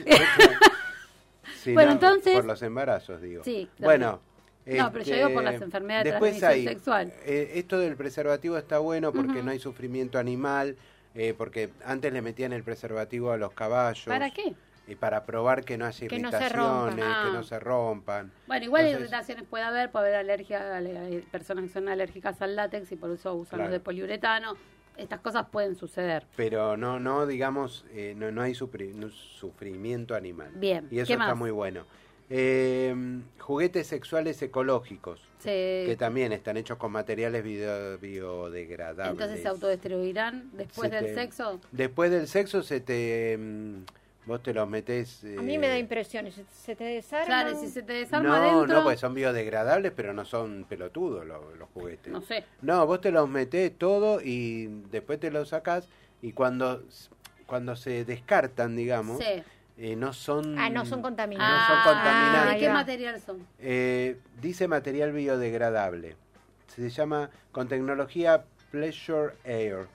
[SPEAKER 3] Si
[SPEAKER 4] Bueno,
[SPEAKER 3] no,
[SPEAKER 4] entonces-
[SPEAKER 3] por los embarazos digo.
[SPEAKER 4] Sí, claro.
[SPEAKER 3] Bueno, este,
[SPEAKER 4] No, pero yo digo por las enfermedades de
[SPEAKER 3] después
[SPEAKER 4] transmisión
[SPEAKER 3] hay,
[SPEAKER 4] sexual.
[SPEAKER 3] eh, esto del preservativo está bueno porque no hay sufrimiento animal, eh, porque antes le metían el preservativo a los caballos.
[SPEAKER 4] ¿Para qué?
[SPEAKER 3] Y para probar que no haya
[SPEAKER 5] Que no se
[SPEAKER 3] irritaciones,
[SPEAKER 5] rompan.
[SPEAKER 3] que
[SPEAKER 4] Ah.
[SPEAKER 3] no se rompan.
[SPEAKER 4] Bueno, igual
[SPEAKER 3] Entonces-
[SPEAKER 4] irritaciones puede haber, puede haber alergia, ale- hay personas que son alérgicas al látex y por eso usan los
[SPEAKER 3] Claro.
[SPEAKER 4] de poliuretano. Estas cosas pueden suceder.
[SPEAKER 3] pero no no digamos eh, no no hay supri- no- sufrimiento animal
[SPEAKER 4] Bien,
[SPEAKER 3] y eso
[SPEAKER 4] ¿qué
[SPEAKER 3] está
[SPEAKER 4] más?
[SPEAKER 3] muy bueno Eh, juguetes sexuales ecológicos, que
[SPEAKER 4] Se,
[SPEAKER 3] también están hechos con materiales video- biodegradables.
[SPEAKER 4] entonces se autodestruirán después
[SPEAKER 3] Se
[SPEAKER 4] del
[SPEAKER 3] te-
[SPEAKER 4] sexo.
[SPEAKER 3] Después del sexo se te... mm, Vos te los metés...
[SPEAKER 5] A mí me da
[SPEAKER 3] eh,
[SPEAKER 5] impresiones. Se, se te desarma.
[SPEAKER 4] Claro, y si se te desarma
[SPEAKER 3] no,
[SPEAKER 4] adentro,
[SPEAKER 3] no, pues son biodegradables, pero no son pelotudos los, los juguetes.
[SPEAKER 4] no sé.
[SPEAKER 3] No, vos te los metés todo y después te los sacás y cuando, cuando se descartan, digamos,
[SPEAKER 4] Sí.
[SPEAKER 3] eh, no son...
[SPEAKER 5] Ah, no son contaminantes.
[SPEAKER 3] No
[SPEAKER 4] Ah,
[SPEAKER 3] son contaminantes.
[SPEAKER 4] ¿De
[SPEAKER 5] Ahí
[SPEAKER 4] qué
[SPEAKER 5] va.
[SPEAKER 4] material son?
[SPEAKER 3] Eh, dice material biodegradable. Se llama con tecnología Pleasure Air.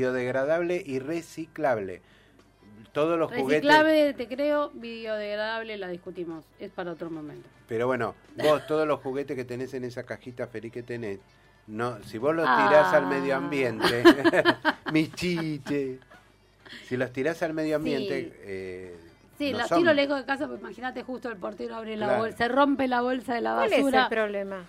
[SPEAKER 3] Biodegradable y reciclable. Todos los juguetes.
[SPEAKER 4] Reciclable, te creo, biodegradable, la discutimos. Es para otro momento.
[SPEAKER 3] Pero bueno, vos, todos los juguetes que tenés en esa cajita feliz que tenés. No, si vos los
[SPEAKER 4] Ah.
[SPEAKER 3] tirás al medio ambiente, mi chiche. Si los tirás al medio ambiente,
[SPEAKER 4] Sí.
[SPEAKER 3] eh,
[SPEAKER 4] Sí,
[SPEAKER 3] no
[SPEAKER 4] los
[SPEAKER 3] son-
[SPEAKER 4] tiro lejos de casa, pues imagínate justo el portero abre la
[SPEAKER 3] Claro.
[SPEAKER 4] bolsa, se rompe la bolsa de la
[SPEAKER 5] ¿Cuál es el
[SPEAKER 4] basura.
[SPEAKER 5] problema?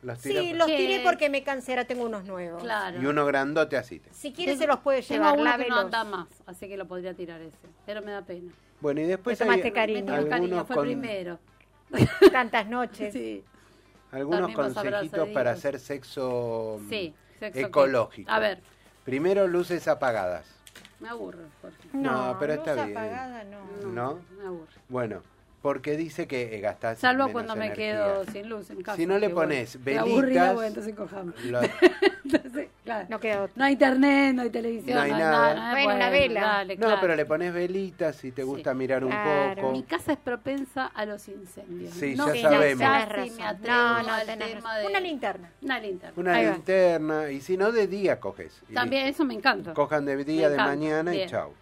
[SPEAKER 3] los tira-
[SPEAKER 5] Sí, los
[SPEAKER 4] Che.
[SPEAKER 5] tiré porque me cansé, ahora tengo unos nuevos.
[SPEAKER 4] Claro.
[SPEAKER 3] Y uno grandote así.
[SPEAKER 5] Si quiere se los puede
[SPEAKER 4] Tengo
[SPEAKER 5] llevar,
[SPEAKER 4] uno que no
[SPEAKER 5] lávelos.
[SPEAKER 4] anda más, así que lo podría tirar ese, pero me da pena.
[SPEAKER 3] Bueno, y después
[SPEAKER 5] Le
[SPEAKER 3] hay
[SPEAKER 5] tomaste cariño.
[SPEAKER 4] Me tiró cariño,
[SPEAKER 3] algunos
[SPEAKER 4] fue
[SPEAKER 3] con-
[SPEAKER 4] el primero.
[SPEAKER 5] Tantas noches.
[SPEAKER 4] Sí,
[SPEAKER 3] Algunos
[SPEAKER 4] También más
[SPEAKER 3] consejitos
[SPEAKER 4] abrazaditos.
[SPEAKER 3] para hacer sexo, mm,
[SPEAKER 4] sí. sexo
[SPEAKER 3] ecológico.
[SPEAKER 4] que- A ver,
[SPEAKER 3] Primero, luces apagadas.
[SPEAKER 4] me aburro, Jorge.
[SPEAKER 3] No, pero está
[SPEAKER 5] luz
[SPEAKER 3] bien.
[SPEAKER 5] apagada, no.
[SPEAKER 3] ¿No?
[SPEAKER 4] Me aburro.
[SPEAKER 3] Bueno, porque dice que eh, gastás.
[SPEAKER 4] Salvo
[SPEAKER 3] menos
[SPEAKER 4] cuando me
[SPEAKER 3] energía.
[SPEAKER 4] quedo sin luz en casa.
[SPEAKER 3] Si no le
[SPEAKER 4] que,
[SPEAKER 3] pones
[SPEAKER 4] bueno,
[SPEAKER 3] velitas-
[SPEAKER 4] me Aburrida, bueno, entonces cojamos.
[SPEAKER 3] Lo-
[SPEAKER 4] Entonces, claro.
[SPEAKER 5] No queda otra.
[SPEAKER 4] No hay internet, no hay televisión,
[SPEAKER 3] No
[SPEAKER 4] no
[SPEAKER 3] hay
[SPEAKER 4] hay
[SPEAKER 3] nada.
[SPEAKER 4] nada. no hay-
[SPEAKER 5] Bueno, una vela.
[SPEAKER 4] dale,
[SPEAKER 3] no,
[SPEAKER 4] claro.
[SPEAKER 3] pero le pones velitas si te gusta mirar un
[SPEAKER 5] Claro.
[SPEAKER 3] poco.
[SPEAKER 4] Mi casa es propensa a los incendios.
[SPEAKER 3] Sí,
[SPEAKER 4] no,
[SPEAKER 3] ya
[SPEAKER 4] sé,
[SPEAKER 3] sabemos.
[SPEAKER 4] ya
[SPEAKER 5] tenés
[SPEAKER 4] sí me
[SPEAKER 5] razón.
[SPEAKER 4] atrevo
[SPEAKER 5] No, no,
[SPEAKER 4] al
[SPEAKER 5] tenés
[SPEAKER 4] tema
[SPEAKER 5] razón.
[SPEAKER 4] de-
[SPEAKER 5] Una linterna.
[SPEAKER 4] Una linterna.
[SPEAKER 3] Una
[SPEAKER 5] Ahí va.
[SPEAKER 3] linterna. Y si no, de día coges. y
[SPEAKER 4] También eso me encanta.
[SPEAKER 3] listo. Cojan de día,
[SPEAKER 4] Me
[SPEAKER 3] de
[SPEAKER 4] encanta.
[SPEAKER 3] mañana y
[SPEAKER 4] Bien.
[SPEAKER 3] chau.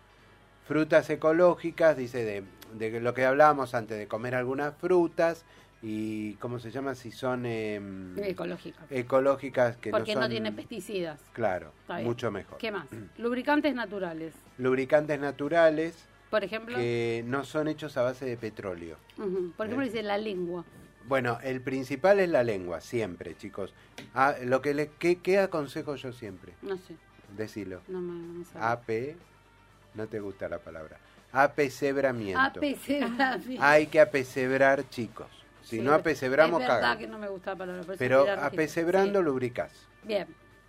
[SPEAKER 3] Frutas ecológicas, dice de, de lo que hablábamos antes, de comer algunas frutas y, ¿cómo se llama? Si son em,
[SPEAKER 4] Ecológico.
[SPEAKER 3] ecológicas que
[SPEAKER 4] Porque
[SPEAKER 3] no
[SPEAKER 4] no,
[SPEAKER 3] son... Mm.
[SPEAKER 4] tiene pesticidas.
[SPEAKER 3] Claro,
[SPEAKER 4] Está bien.
[SPEAKER 3] mucho mejor.
[SPEAKER 4] ¿Qué más? Lubricantes naturales.
[SPEAKER 3] Lubricantes naturales
[SPEAKER 4] Por ejemplo,
[SPEAKER 3] que no son hechos a base de petróleo.
[SPEAKER 4] ujú, por ejemplo
[SPEAKER 3] Eh.
[SPEAKER 4] dice la lengua.
[SPEAKER 3] Bueno, el principal es la lengua, siempre, chicos. Ah, lo que le ¿qué, qué aconsejo yo siempre?
[SPEAKER 4] No sé,
[SPEAKER 3] Decilo.
[SPEAKER 4] no me, no me sale.
[SPEAKER 3] AP, no te gusta la palabra. Apesebramiento.
[SPEAKER 5] Ah.
[SPEAKER 4] Apesebramiento.
[SPEAKER 3] Hay que apesebrar, chicos. Si
[SPEAKER 4] Sí,
[SPEAKER 3] no apesebramos,
[SPEAKER 4] Es verdad
[SPEAKER 3] cagamos.
[SPEAKER 4] que no me gusta la palabra. por eso
[SPEAKER 3] Pero
[SPEAKER 4] era lógico.
[SPEAKER 3] apesebrando
[SPEAKER 4] Sí.
[SPEAKER 3] lubricás.
[SPEAKER 4] Bien,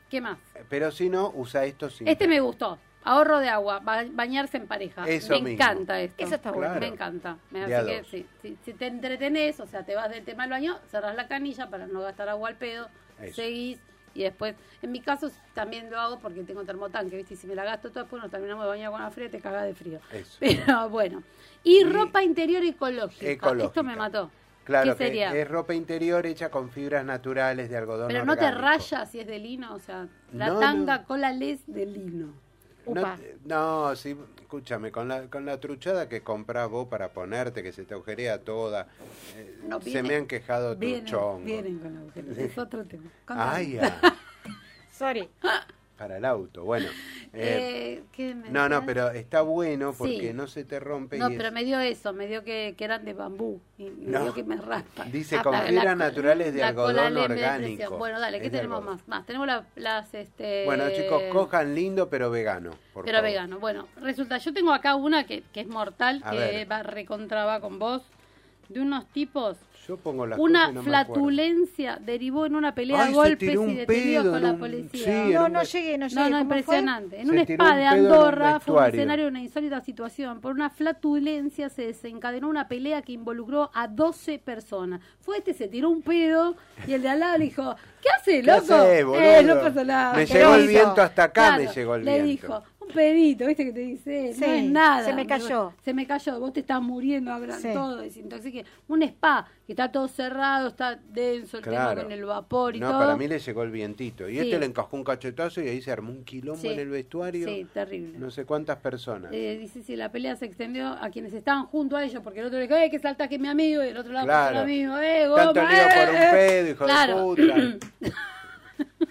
[SPEAKER 4] ¿qué más?
[SPEAKER 3] Pero si no, usa esto sin.
[SPEAKER 4] Este me gustó. Ahorro de agua, ba- bañarse en pareja.
[SPEAKER 3] Eso mismo.
[SPEAKER 4] me encanta esto.
[SPEAKER 5] Eso está
[SPEAKER 3] Claro.
[SPEAKER 5] bueno.
[SPEAKER 4] Me encanta. Me
[SPEAKER 3] De
[SPEAKER 4] hace
[SPEAKER 3] a
[SPEAKER 4] que,
[SPEAKER 3] dos.
[SPEAKER 4] sí, sí, si te entretenés, o sea, te vas del tema del baño, cerrás la canilla para no gastar agua al pedo,
[SPEAKER 3] Eso.
[SPEAKER 4] seguís y después, en mi caso también lo hago porque tengo termotanque, ¿viste? Y si me la gasto toda, después nos terminamos de bañar con la fría y te cagás de frío.
[SPEAKER 3] Eso.
[SPEAKER 4] Pero bueno. Y,
[SPEAKER 3] Y-
[SPEAKER 4] ropa interior ecológica.
[SPEAKER 3] Ecológica.
[SPEAKER 4] Esto me mató.
[SPEAKER 3] Claro,
[SPEAKER 4] ¿Qué
[SPEAKER 3] que
[SPEAKER 4] sería?
[SPEAKER 3] es ropa interior hecha con fibras naturales de algodón.
[SPEAKER 4] Pero no te
[SPEAKER 3] orgánico.
[SPEAKER 4] rayas si es de lino, o sea, la
[SPEAKER 3] No, no.
[SPEAKER 4] tanga cola les de lino.
[SPEAKER 3] No,
[SPEAKER 5] Upa.
[SPEAKER 3] te- no, sí, escúchame, con la, con la truchada que compras vos para ponerte, que se te agujerea toda, eh,
[SPEAKER 4] No,
[SPEAKER 3] se
[SPEAKER 4] viene-
[SPEAKER 3] me han quejado
[SPEAKER 4] Vienen,
[SPEAKER 3] truchón.
[SPEAKER 4] vienen con agujeros. Es otro tema. Contame.
[SPEAKER 3] Ay, ah,
[SPEAKER 5] Sorry.
[SPEAKER 3] para el auto, bueno. eh,
[SPEAKER 4] Eh, ¿qué me
[SPEAKER 3] no, no,
[SPEAKER 4] decías?
[SPEAKER 3] pero está bueno porque
[SPEAKER 4] Sí.
[SPEAKER 3] no se te rompe.
[SPEAKER 4] No,
[SPEAKER 3] y es-
[SPEAKER 4] pero me dio eso, me dio que, que eran de bambú. Y me
[SPEAKER 3] No.
[SPEAKER 4] dio que me raspa.
[SPEAKER 3] Dice,
[SPEAKER 4] Ah,
[SPEAKER 3] con
[SPEAKER 4] la- la-
[SPEAKER 3] fibras naturales de
[SPEAKER 4] la cola
[SPEAKER 3] algodón
[SPEAKER 4] leve de
[SPEAKER 3] orgánico.
[SPEAKER 4] presión. Bueno, dale, ¿qué
[SPEAKER 3] Es de
[SPEAKER 4] tenemos
[SPEAKER 3] algodón.
[SPEAKER 4] más? Más, tenemos la- las. Este,
[SPEAKER 3] Bueno, chicos, cojan lindo pero vegano. por
[SPEAKER 4] Pero
[SPEAKER 3] favor.
[SPEAKER 4] vegano. Bueno, resulta, yo tengo acá una que, que es mortal,
[SPEAKER 3] A
[SPEAKER 4] que
[SPEAKER 3] ver.
[SPEAKER 4] va recontra va con vos, de unos tipos
[SPEAKER 3] Yo pongo las
[SPEAKER 4] una
[SPEAKER 3] cosas y no me acuerdo.
[SPEAKER 4] flatulencia derivó en una pelea
[SPEAKER 3] Ay,
[SPEAKER 4] de
[SPEAKER 3] se
[SPEAKER 4] golpes
[SPEAKER 3] tiró
[SPEAKER 4] y
[SPEAKER 3] un
[SPEAKER 4] de
[SPEAKER 3] pedo
[SPEAKER 4] peleos con
[SPEAKER 3] en
[SPEAKER 4] la
[SPEAKER 3] un-
[SPEAKER 4] policía.
[SPEAKER 3] sí,
[SPEAKER 5] No,
[SPEAKER 3] un
[SPEAKER 5] no
[SPEAKER 3] ve-
[SPEAKER 5] llegué, no llegué.
[SPEAKER 4] No, no,
[SPEAKER 5] ¿Cómo fue?
[SPEAKER 4] impresionante. En
[SPEAKER 3] Se
[SPEAKER 4] un
[SPEAKER 3] tiró
[SPEAKER 4] spa
[SPEAKER 3] un
[SPEAKER 4] de
[SPEAKER 3] pedo en un
[SPEAKER 4] Andorra fue un
[SPEAKER 3] vestuario.
[SPEAKER 4] escenario de una insólita situación. Por una flatulencia se desencadenó una pelea que involucró a 12 personas. Fue este, se tiró un pedo y el de al lado le dijo, ¿qué hace,
[SPEAKER 3] ¿Qué
[SPEAKER 4] loco?
[SPEAKER 3] hacés, boludo?
[SPEAKER 4] eh, no pasó nada.
[SPEAKER 3] Me
[SPEAKER 4] ¿qué
[SPEAKER 3] llegó el
[SPEAKER 4] hizo?
[SPEAKER 3] viento hasta acá, me
[SPEAKER 4] Claro,
[SPEAKER 3] llegó el
[SPEAKER 4] Le
[SPEAKER 3] viento.
[SPEAKER 4] dijo, un pedito, ¿viste que te dice?
[SPEAKER 5] Sí,
[SPEAKER 4] no es nada.
[SPEAKER 5] se me cayó.
[SPEAKER 4] Se me cayó, vos te estás muriendo, abran
[SPEAKER 5] Sí.
[SPEAKER 4] todo, desintoxique. Un spa que está todo cerrado, está denso el
[SPEAKER 3] Claro.
[SPEAKER 4] tema con el vapor y
[SPEAKER 3] no,
[SPEAKER 4] todo.
[SPEAKER 3] para mí le llegó el vientito. Y
[SPEAKER 4] Sí.
[SPEAKER 3] este le encajó un cachetazo y ahí se armó un quilombo
[SPEAKER 4] Sí.
[SPEAKER 3] en el vestuario.
[SPEAKER 4] Sí, terrible.
[SPEAKER 3] No sé cuántas personas.
[SPEAKER 4] Eh, dice si la pelea se extendió a quienes estaban junto a ellos, porque el otro le dijo, ¡eh, que saltás que mi amigo! Y el otro lado
[SPEAKER 3] Claro.
[SPEAKER 4] pasó lo mismo, ¡eh, goma!
[SPEAKER 3] Tanto lío por un
[SPEAKER 4] eh, eh".
[SPEAKER 3] pedo, hijo
[SPEAKER 4] Claro.
[SPEAKER 3] de puta.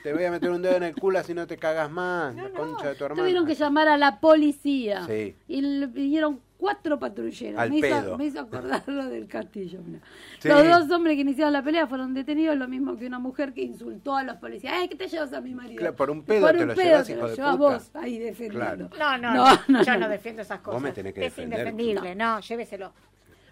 [SPEAKER 3] te voy a meter un dedo en el culo así no te cagas más. la concha de tu hermana.
[SPEAKER 4] Tuvieron que llamar a la policía.
[SPEAKER 3] Sí.
[SPEAKER 4] Y le vinieron cuatro patrulleros.
[SPEAKER 3] Al
[SPEAKER 4] me,
[SPEAKER 3] pedo.
[SPEAKER 4] Hizo, me hizo acordar lo del castillo. mirá.
[SPEAKER 3] Sí.
[SPEAKER 4] Los dos hombres que iniciaron la pelea fueron detenidos, lo mismo que una mujer que insultó a los policías. ¡Ay, que te llevas a mi marido!
[SPEAKER 3] Claro, por un pedo te lo llevas, hijo de
[SPEAKER 4] llevas
[SPEAKER 3] puta.
[SPEAKER 4] vos ahí defendiendo.
[SPEAKER 3] Claro.
[SPEAKER 5] No, no,
[SPEAKER 4] No, no,
[SPEAKER 5] yo
[SPEAKER 4] no.
[SPEAKER 5] no defiendo esas cosas.
[SPEAKER 3] me tenés que
[SPEAKER 5] es
[SPEAKER 3] defender,
[SPEAKER 5] indefendible. No, lléveselo.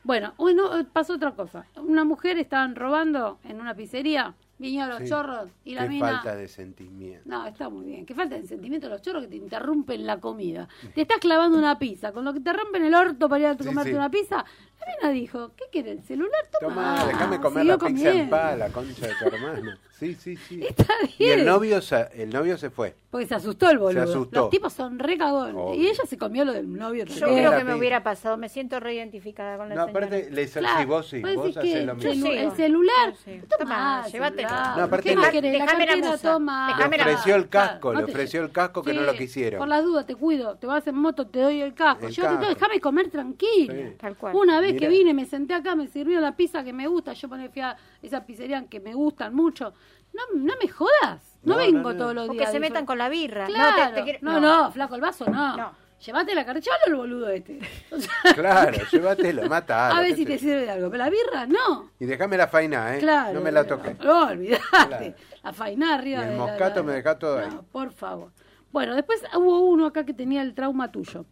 [SPEAKER 4] Bueno, bueno, eh, pasó otra cosa. Una mujer estaban robando en una pizzería, vinieron los
[SPEAKER 3] Sí.
[SPEAKER 4] chorros y la
[SPEAKER 3] Qué
[SPEAKER 4] mina...
[SPEAKER 3] falta de sentimiento.
[SPEAKER 4] No, está muy bien. Que falta de sentimiento los chorros que te interrumpen la comida. Te estás clavando una pizza, con lo que te rompen el orto para ir a
[SPEAKER 3] Sí,
[SPEAKER 4] comerte
[SPEAKER 3] sí.
[SPEAKER 4] una pizza. La mina dijo, ¿qué quiere el celular? Toma, Ah,
[SPEAKER 3] Toma, déjame comer
[SPEAKER 4] siguió
[SPEAKER 3] la pizza en
[SPEAKER 4] comiendo.
[SPEAKER 3] paz, la concha de tu hermana. Sí, sí, sí.
[SPEAKER 4] Está
[SPEAKER 3] Y
[SPEAKER 4] bien.
[SPEAKER 3] el novio, se- el novio se fue.
[SPEAKER 4] Porque se asustó el boludo.
[SPEAKER 3] asustó.
[SPEAKER 4] Los tipos son re cagones.
[SPEAKER 3] Obvio.
[SPEAKER 4] Y ella se comió lo del novio.
[SPEAKER 5] Yo
[SPEAKER 4] también.
[SPEAKER 5] creo
[SPEAKER 3] la
[SPEAKER 5] que me
[SPEAKER 3] pi-
[SPEAKER 5] hubiera pasado. Me siento reidentificada con la
[SPEAKER 3] No,
[SPEAKER 5] señora.
[SPEAKER 3] aparte, le,
[SPEAKER 4] Claro,
[SPEAKER 3] si vos sí,
[SPEAKER 4] vos
[SPEAKER 3] vos
[SPEAKER 4] decís
[SPEAKER 3] haces
[SPEAKER 4] que
[SPEAKER 3] lo
[SPEAKER 4] celu-
[SPEAKER 3] mismo.
[SPEAKER 5] Sí.
[SPEAKER 4] el celular.
[SPEAKER 5] Sí.
[SPEAKER 4] Tomá,
[SPEAKER 5] Tomá, llévatelo.
[SPEAKER 4] celular.
[SPEAKER 3] No, aparte
[SPEAKER 4] ¿Qué
[SPEAKER 3] le-
[SPEAKER 4] más querés? La
[SPEAKER 5] Dejame la
[SPEAKER 4] cartera,
[SPEAKER 5] musa.
[SPEAKER 4] toma.
[SPEAKER 5] Dejame
[SPEAKER 3] Le
[SPEAKER 5] la-
[SPEAKER 3] ofreció el
[SPEAKER 4] Claro,
[SPEAKER 3] casco, le
[SPEAKER 4] no te-
[SPEAKER 3] ofreció el casco que no
[SPEAKER 4] Sí,
[SPEAKER 3] lo quisieron.
[SPEAKER 4] Por las dudas, te cuido. Te vas en moto, te doy el casco.
[SPEAKER 3] El
[SPEAKER 4] yo te
[SPEAKER 3] casco.
[SPEAKER 4] doy, déjame comer tranquilo.
[SPEAKER 3] Sí.
[SPEAKER 5] Tal cual.
[SPEAKER 4] Una vez
[SPEAKER 3] Mirá.
[SPEAKER 4] que vine, me senté acá, me sirvió la pizza que me gusta. Yo poné fui a esas pizzerías que me gustan mucho. No, no me jodas. No,
[SPEAKER 3] No, no,
[SPEAKER 4] vengo
[SPEAKER 3] no.
[SPEAKER 4] todos los
[SPEAKER 5] O
[SPEAKER 4] días.
[SPEAKER 5] que se
[SPEAKER 4] disfr-
[SPEAKER 5] metan con la birra.
[SPEAKER 4] Claro.
[SPEAKER 5] No, te- te quiero-
[SPEAKER 4] no, no, flaco, el vaso no.
[SPEAKER 5] No.
[SPEAKER 4] Llévate la carchola el boludo este. O sea,
[SPEAKER 3] Claro, llévatelo, mata.
[SPEAKER 4] a ver si te sirve de algo. Pero la birra, no.
[SPEAKER 3] Y déjame la faina, ¿eh?
[SPEAKER 4] Claro.
[SPEAKER 3] no me la toques.
[SPEAKER 4] No, olvidate.
[SPEAKER 3] Claro.
[SPEAKER 4] La faina arriba.
[SPEAKER 3] Y el
[SPEAKER 4] de la-
[SPEAKER 3] moscato
[SPEAKER 4] la-
[SPEAKER 3] me dejá todo
[SPEAKER 4] No,
[SPEAKER 3] ahí.
[SPEAKER 4] por favor. Bueno, después hubo uno acá que tenía el trauma tuyo.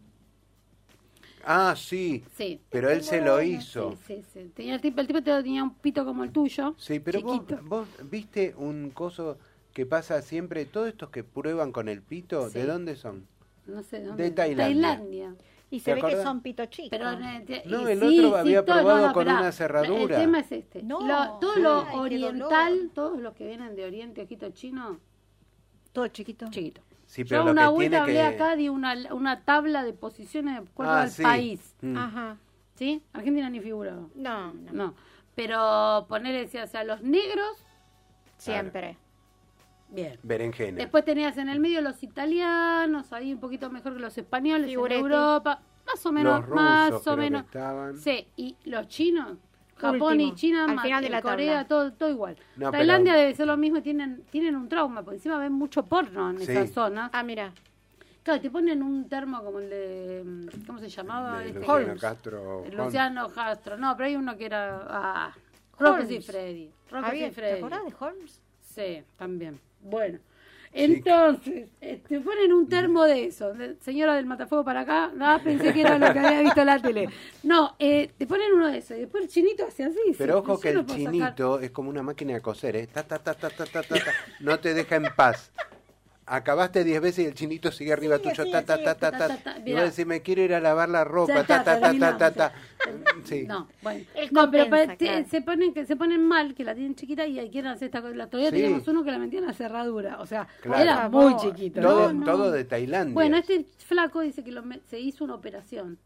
[SPEAKER 3] Ah, sí.
[SPEAKER 4] Sí.
[SPEAKER 3] Pero él se lo hizo.
[SPEAKER 4] Sí, sí, sí. Tenía el, tipo, el tipo tenía un pito como el tuyo.
[SPEAKER 3] Sí, pero vos,
[SPEAKER 4] chiquito.
[SPEAKER 3] vos viste un coso que pasa siempre, todos estos que prueban con el pito,
[SPEAKER 4] Sí.
[SPEAKER 3] ¿de dónde son?
[SPEAKER 4] No sé dónde.
[SPEAKER 3] de Tailandia.
[SPEAKER 4] Tailandia.
[SPEAKER 5] Y
[SPEAKER 3] ¿Te
[SPEAKER 5] se ve que
[SPEAKER 3] acordás?
[SPEAKER 5] son pito chicos. Ah.
[SPEAKER 4] Pero, eh, te-
[SPEAKER 3] No,
[SPEAKER 4] y
[SPEAKER 3] el
[SPEAKER 4] sí,
[SPEAKER 3] otro había
[SPEAKER 4] sí, todo-
[SPEAKER 3] probado
[SPEAKER 4] no, no,
[SPEAKER 3] con
[SPEAKER 4] pará.
[SPEAKER 3] una cerradura.
[SPEAKER 4] El tema es este.
[SPEAKER 5] No.
[SPEAKER 4] Lo- todo
[SPEAKER 5] Sí.
[SPEAKER 4] lo
[SPEAKER 5] Ay, qué
[SPEAKER 4] oriental,
[SPEAKER 5] dolor.
[SPEAKER 4] todos los que vienen de Oriente, ojito chino,
[SPEAKER 5] Todo chiquito.
[SPEAKER 4] chiquito.
[SPEAKER 3] Sí,
[SPEAKER 4] Yo
[SPEAKER 3] pero lo
[SPEAKER 4] una
[SPEAKER 3] que
[SPEAKER 4] vuelta
[SPEAKER 3] tiene
[SPEAKER 4] hablé
[SPEAKER 3] que...
[SPEAKER 4] acá de una, una tabla de posiciones de acuerdo
[SPEAKER 3] Ah,
[SPEAKER 4] al
[SPEAKER 3] sí.
[SPEAKER 4] país. Ah.
[SPEAKER 3] Mm.
[SPEAKER 5] Ajá.
[SPEAKER 4] ¿Sí? Argentina ni figuraba.
[SPEAKER 5] No, no.
[SPEAKER 4] No. Pero poner, decía, o sea, los negros,
[SPEAKER 5] Siempre.
[SPEAKER 4] bien.
[SPEAKER 3] Berenjena.
[SPEAKER 4] Después tenías en el medio los italianos, ahí un poquito mejor que los españoles
[SPEAKER 5] Figuretti.
[SPEAKER 4] en Europa, más o menos,
[SPEAKER 3] Los rusos
[SPEAKER 4] más
[SPEAKER 3] creo
[SPEAKER 4] o
[SPEAKER 3] que
[SPEAKER 4] menos.
[SPEAKER 3] estaban.
[SPEAKER 4] Sí, y los chinos, Japón
[SPEAKER 5] Último,
[SPEAKER 4] y China,
[SPEAKER 5] al
[SPEAKER 4] más-
[SPEAKER 5] final de
[SPEAKER 4] y
[SPEAKER 5] la
[SPEAKER 4] Corea,
[SPEAKER 5] tabla.
[SPEAKER 4] todo, todo igual.
[SPEAKER 3] No,
[SPEAKER 4] Tailandia
[SPEAKER 3] pero-
[SPEAKER 4] debe ser lo mismo, tienen tienen un trauma, porque encima ven mucho porno en
[SPEAKER 3] Sí.
[SPEAKER 4] esa zona.
[SPEAKER 5] Ah, mira.
[SPEAKER 4] Claro, te ponen un termo como el de, ¿cómo se llamaba?
[SPEAKER 3] De
[SPEAKER 4] Este,
[SPEAKER 3] Luciano
[SPEAKER 4] Holmes.
[SPEAKER 3] Castro. Holmes.
[SPEAKER 4] Luciano Castro, no, pero hay uno que era... Ah, Rockets y
[SPEAKER 5] Holmes.
[SPEAKER 4] Freddy. Rockets y
[SPEAKER 5] Javier, ¿Te
[SPEAKER 4] Freddy.
[SPEAKER 5] acordás de Holmes?
[SPEAKER 4] Sí, también. Bueno, entonces, eh, te ponen un termo de eso. De- señora del matafuego para acá, nada, pensé que era lo que había visto en la tele. No, eh, te ponen uno de eso y después el chinito hace así. dice,
[SPEAKER 3] Pero ojo
[SPEAKER 4] yo
[SPEAKER 3] que
[SPEAKER 4] no
[SPEAKER 3] el
[SPEAKER 4] puedo sacar".
[SPEAKER 3] chinito es como una máquina de coser, ¿eh? Ta, ta, ta, ta, ta, ta, ta, ta. No te deja en paz. Acabaste 10 veces y el chinito sigue arriba tuyo. Ta, ta, ta, ta,
[SPEAKER 4] ta,
[SPEAKER 3] ta.
[SPEAKER 4] ta, ta.
[SPEAKER 3] Y vos
[SPEAKER 4] Mirá.
[SPEAKER 3] decís, me quiero ir a lavar la
[SPEAKER 4] Ya
[SPEAKER 3] ropa. Ta, ta,
[SPEAKER 4] está,
[SPEAKER 3] ta, ta,
[SPEAKER 4] terminamos,
[SPEAKER 3] ta, ta.
[SPEAKER 4] ya.
[SPEAKER 3] Sí.
[SPEAKER 4] No, bueno.
[SPEAKER 5] Él
[SPEAKER 4] No, pero
[SPEAKER 5] compensa,
[SPEAKER 4] pa- te-
[SPEAKER 5] claro.
[SPEAKER 4] se, ponen, que se ponen mal, que la tienen chiquita y ahí quieren hacer esta cosa. La todavía
[SPEAKER 3] Sí.
[SPEAKER 4] teníamos uno que la metía en la cerradura. O sea,
[SPEAKER 3] Claro.
[SPEAKER 4] era
[SPEAKER 5] Por
[SPEAKER 4] muy
[SPEAKER 5] favor.
[SPEAKER 4] chiquito.
[SPEAKER 3] Todo,
[SPEAKER 4] No, no.
[SPEAKER 3] todo de Tailandia.
[SPEAKER 4] Bueno, este flaco dice que lo me- se hizo una operación.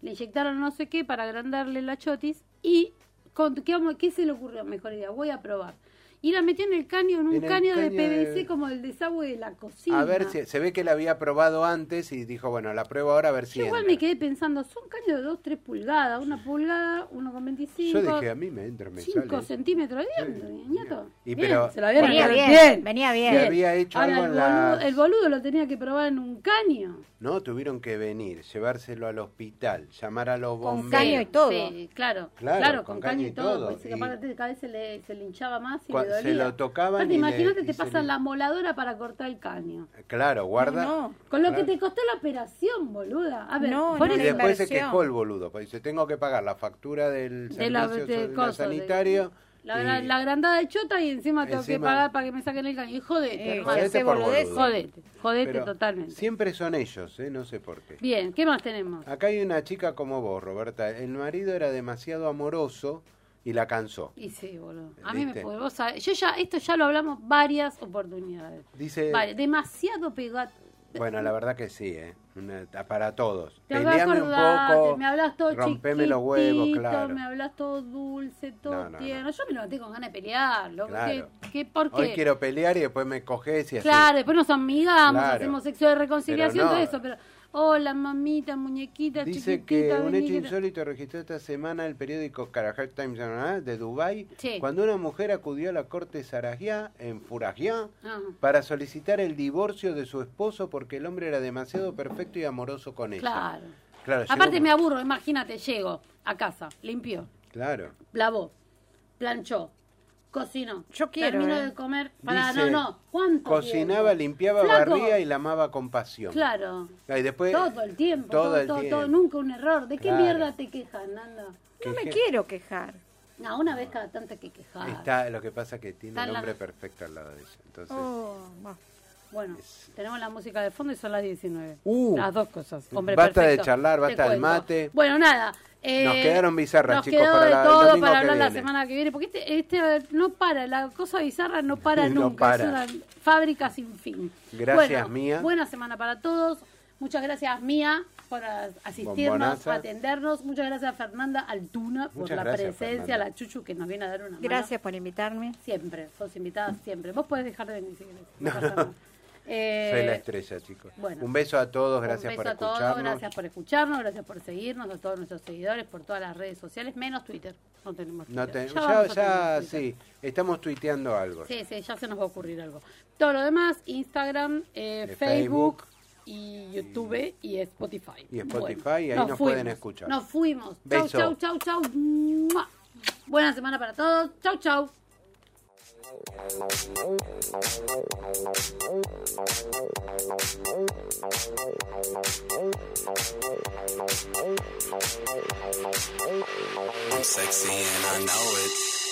[SPEAKER 4] Le inyectaron no sé qué para agrandarle la chotis y con, ¿qué, vamos- qué se le ocurrió? Mejor idea, voy a probar. Y la metió en el caño, en un
[SPEAKER 3] En el
[SPEAKER 4] caño, de
[SPEAKER 3] caño
[SPEAKER 4] PVC
[SPEAKER 3] de-
[SPEAKER 4] como el desagüe de la cocina.
[SPEAKER 3] A ver si se ve que la había probado antes y dijo, bueno, la pruebo ahora a ver si.
[SPEAKER 4] Yo igual
[SPEAKER 3] entra.
[SPEAKER 4] me quedé pensando, son caños de 2, 3 pulgadas, una pulgada, 1,25.
[SPEAKER 3] Yo dije, a mí me entra, me
[SPEAKER 4] 5
[SPEAKER 3] sale.
[SPEAKER 4] centímetros de diámetro, nieto.
[SPEAKER 3] Y
[SPEAKER 4] Bien,
[SPEAKER 3] pero-
[SPEAKER 4] se lo habían
[SPEAKER 5] Venía
[SPEAKER 4] arreglado.
[SPEAKER 5] bien.
[SPEAKER 4] bien.
[SPEAKER 5] Venía
[SPEAKER 3] Se
[SPEAKER 5] bien.
[SPEAKER 3] había hecho
[SPEAKER 4] Ahora,
[SPEAKER 3] algo
[SPEAKER 4] el,
[SPEAKER 3] en
[SPEAKER 4] boludo,
[SPEAKER 3] las-
[SPEAKER 4] el boludo lo tenía que probar en un caño.
[SPEAKER 3] No, tuvieron que venir, llevárselo al hospital, llamar a los
[SPEAKER 5] Con
[SPEAKER 3] bomberos.
[SPEAKER 5] caño y todo.
[SPEAKER 4] Sí, claro,
[SPEAKER 3] Claro,
[SPEAKER 4] claro,
[SPEAKER 3] con
[SPEAKER 4] con,
[SPEAKER 3] caña
[SPEAKER 4] caño,
[SPEAKER 3] y
[SPEAKER 4] y todo.
[SPEAKER 3] todo,
[SPEAKER 4] porque se-
[SPEAKER 3] y-
[SPEAKER 4] aparte cada vez se le, se le hinchaba más y
[SPEAKER 3] Cua-
[SPEAKER 4] le
[SPEAKER 3] se
[SPEAKER 4] dolía.
[SPEAKER 3] lo tocaban
[SPEAKER 4] Aparte,
[SPEAKER 3] y le-
[SPEAKER 4] imagínate,
[SPEAKER 3] y
[SPEAKER 4] te
[SPEAKER 3] se
[SPEAKER 4] pasan
[SPEAKER 3] le-
[SPEAKER 4] la moladora para cortar el caño.
[SPEAKER 3] Claro, guarda.
[SPEAKER 5] No,
[SPEAKER 4] Con lo
[SPEAKER 3] Claro.
[SPEAKER 4] que te costó la operación, boluda. A ver,
[SPEAKER 5] No,
[SPEAKER 4] por
[SPEAKER 5] no,
[SPEAKER 3] Y
[SPEAKER 5] Una
[SPEAKER 4] eso-
[SPEAKER 3] después se
[SPEAKER 5] inversión.
[SPEAKER 3] quejó el boludo, pues dice, tengo que pagar la factura del
[SPEAKER 4] de la,
[SPEAKER 3] servicio
[SPEAKER 4] de
[SPEAKER 3] so-
[SPEAKER 4] cosas, de-
[SPEAKER 3] sanitario.
[SPEAKER 4] la,
[SPEAKER 3] y-
[SPEAKER 4] la- la agrandada de chota y encima tengo que
[SPEAKER 3] Encima-
[SPEAKER 4] pagar para que me saquen el caño. Y jodete,
[SPEAKER 5] Eh,
[SPEAKER 4] hermano.
[SPEAKER 3] jodete
[SPEAKER 5] Hace
[SPEAKER 3] por
[SPEAKER 5] boludeces.
[SPEAKER 3] boludo.
[SPEAKER 4] Jodete, jodete
[SPEAKER 3] Pero
[SPEAKER 4] totalmente.
[SPEAKER 3] Siempre son ellos, ¿eh? no sé por qué.
[SPEAKER 4] Bien, ¿qué más tenemos?
[SPEAKER 3] Acá hay una chica como vos, Roberta. El marido era demasiado amoroso y la cansó.
[SPEAKER 4] Y sí, boludo. A mí
[SPEAKER 3] ¿Viste?
[SPEAKER 4] me puede, vos sabés, Yo ya, esto ya lo hablamos varias oportunidades.
[SPEAKER 3] Dice,
[SPEAKER 4] Vale, demasiado pegado.
[SPEAKER 3] bueno, la verdad que sí, ¿eh? Una- para todos.
[SPEAKER 4] Te acordás,
[SPEAKER 3] Peleame un poco,
[SPEAKER 4] me hablas todo
[SPEAKER 3] rompeme los huevos,
[SPEAKER 4] chiquitito,
[SPEAKER 3] claro.
[SPEAKER 4] me hablas todo dulce,
[SPEAKER 3] No,
[SPEAKER 4] todo
[SPEAKER 3] no, no.
[SPEAKER 4] tierno. Yo me levanté con ganas de pelear, loco.
[SPEAKER 3] Claro.
[SPEAKER 4] ¿Qué, qué, por qué?
[SPEAKER 3] Hoy quiero pelear y después me coges y así.
[SPEAKER 4] Claro, después nos amigamos,
[SPEAKER 3] Claro.
[SPEAKER 4] hacemos sexo de
[SPEAKER 3] Pero
[SPEAKER 4] reconciliación,
[SPEAKER 3] no.
[SPEAKER 4] todo eso, pero hola mamita, muñequita,
[SPEAKER 3] Dice que
[SPEAKER 4] chiquitita,
[SPEAKER 3] un
[SPEAKER 4] vení
[SPEAKER 3] hecho
[SPEAKER 4] que te-
[SPEAKER 3] insólito registró esta semana el periódico Karajal Times ¿no? de Dubái
[SPEAKER 4] Sí.
[SPEAKER 3] cuando una mujer acudió a la corte sarajeá en Furajiá
[SPEAKER 4] Ah.
[SPEAKER 3] para solicitar el divorcio de su esposo porque el hombre era demasiado perfecto y amoroso con ella.
[SPEAKER 4] Claro.
[SPEAKER 3] Claro, llegó-
[SPEAKER 4] Aparte me aburro, imagínate, llego a casa, limpió,
[SPEAKER 3] Claro.
[SPEAKER 4] lavó, planchó, Cocinó.
[SPEAKER 5] Yo quiero,
[SPEAKER 4] Termino
[SPEAKER 5] eh.
[SPEAKER 4] de comer. Pará,
[SPEAKER 3] Dice,
[SPEAKER 4] no, no. ¿Cuánto?
[SPEAKER 3] Cocinaba,
[SPEAKER 4] tiempo?
[SPEAKER 3] limpiaba,
[SPEAKER 4] Flaco.
[SPEAKER 3] barría y la amaba con pasión. Ah,
[SPEAKER 4] Claro.
[SPEAKER 3] Y después,
[SPEAKER 4] todo el tiempo.
[SPEAKER 3] todo
[SPEAKER 4] Todo,
[SPEAKER 3] el
[SPEAKER 4] todo,
[SPEAKER 3] tiempo.
[SPEAKER 4] todo, nunca un error. ¿De qué
[SPEAKER 3] Claro.
[SPEAKER 4] mierda te quejas, Nando?
[SPEAKER 3] que
[SPEAKER 5] No me
[SPEAKER 3] je-
[SPEAKER 5] quiero quejar.
[SPEAKER 4] No, una vez cada tanto hay que quejar.
[SPEAKER 3] Está, lo que pasa es que tiene
[SPEAKER 4] Está
[SPEAKER 3] el
[SPEAKER 4] la-
[SPEAKER 3] hombre perfecto al lado de ella. Entonces,
[SPEAKER 5] Oh, va.
[SPEAKER 4] Bueno, tenemos la música de fondo y son las 19.
[SPEAKER 3] Uh.
[SPEAKER 4] las dos cosas. Hombre,
[SPEAKER 3] Basta de
[SPEAKER 4] perfecto.
[SPEAKER 3] charlar,
[SPEAKER 4] Te
[SPEAKER 3] basta del
[SPEAKER 4] cuento.
[SPEAKER 3] mate.
[SPEAKER 4] Bueno, nada. eh,
[SPEAKER 3] Nos quedaron bizarras,
[SPEAKER 4] nos
[SPEAKER 3] chicos,
[SPEAKER 4] quedó
[SPEAKER 3] para
[SPEAKER 4] de
[SPEAKER 3] la- el
[SPEAKER 4] todo
[SPEAKER 3] domingo
[SPEAKER 4] para
[SPEAKER 3] que
[SPEAKER 4] hablar la
[SPEAKER 3] viene.
[SPEAKER 4] semana que viene. Porque este, este no para, la cosa bizarra no para
[SPEAKER 3] No
[SPEAKER 4] nunca. Es
[SPEAKER 3] para.
[SPEAKER 4] una fábrica sin fin.
[SPEAKER 3] Gracias,
[SPEAKER 4] Bueno,
[SPEAKER 3] Mía.
[SPEAKER 4] Buena semana para todos. Muchas gracias, Mía, por a- asistirnos,
[SPEAKER 3] Bombonaza.
[SPEAKER 4] atendernos. Muchas gracias, Fernanda Altuna, por
[SPEAKER 3] Muchas
[SPEAKER 4] la
[SPEAKER 3] gracias,
[SPEAKER 4] presencia,
[SPEAKER 3] Fernanda.
[SPEAKER 4] la Chuchu que nos viene a dar una mano.
[SPEAKER 5] Gracias por invitarme.
[SPEAKER 4] Siempre, sos invitada siempre. Vos podés dejar de venir si querés.
[SPEAKER 3] No,
[SPEAKER 4] No pasa
[SPEAKER 3] no.
[SPEAKER 4] nada. Eh,
[SPEAKER 3] soy la estrella, chicos.
[SPEAKER 4] bueno.
[SPEAKER 3] un beso a todos, gracias
[SPEAKER 4] un beso
[SPEAKER 3] por
[SPEAKER 4] a todos,
[SPEAKER 3] escucharnos.
[SPEAKER 4] gracias por escucharnos, gracias por seguirnos, a todos nuestros seguidores, por todas las redes sociales, menos Twitter. No tenemos Twitter.
[SPEAKER 3] No te-
[SPEAKER 4] vamos
[SPEAKER 3] ya,
[SPEAKER 4] a tener
[SPEAKER 3] ya,
[SPEAKER 4] Twitter.
[SPEAKER 3] sí, estamos tuiteando algo.
[SPEAKER 4] Sí, sí, ya se nos va a ocurrir algo. Todo lo demás, Instagram, eh,
[SPEAKER 3] Eh, Facebook.
[SPEAKER 4] Facebook, y YouTube y Spotify.
[SPEAKER 3] Y Spotify, ahí nos pueden escuchar.
[SPEAKER 4] Nos fuimos. Chau,
[SPEAKER 3] Beso.
[SPEAKER 4] chau, chau, chau. Mua. Buena semana para todos. Chau, chau.
[SPEAKER 8] I'm sexy and I know it.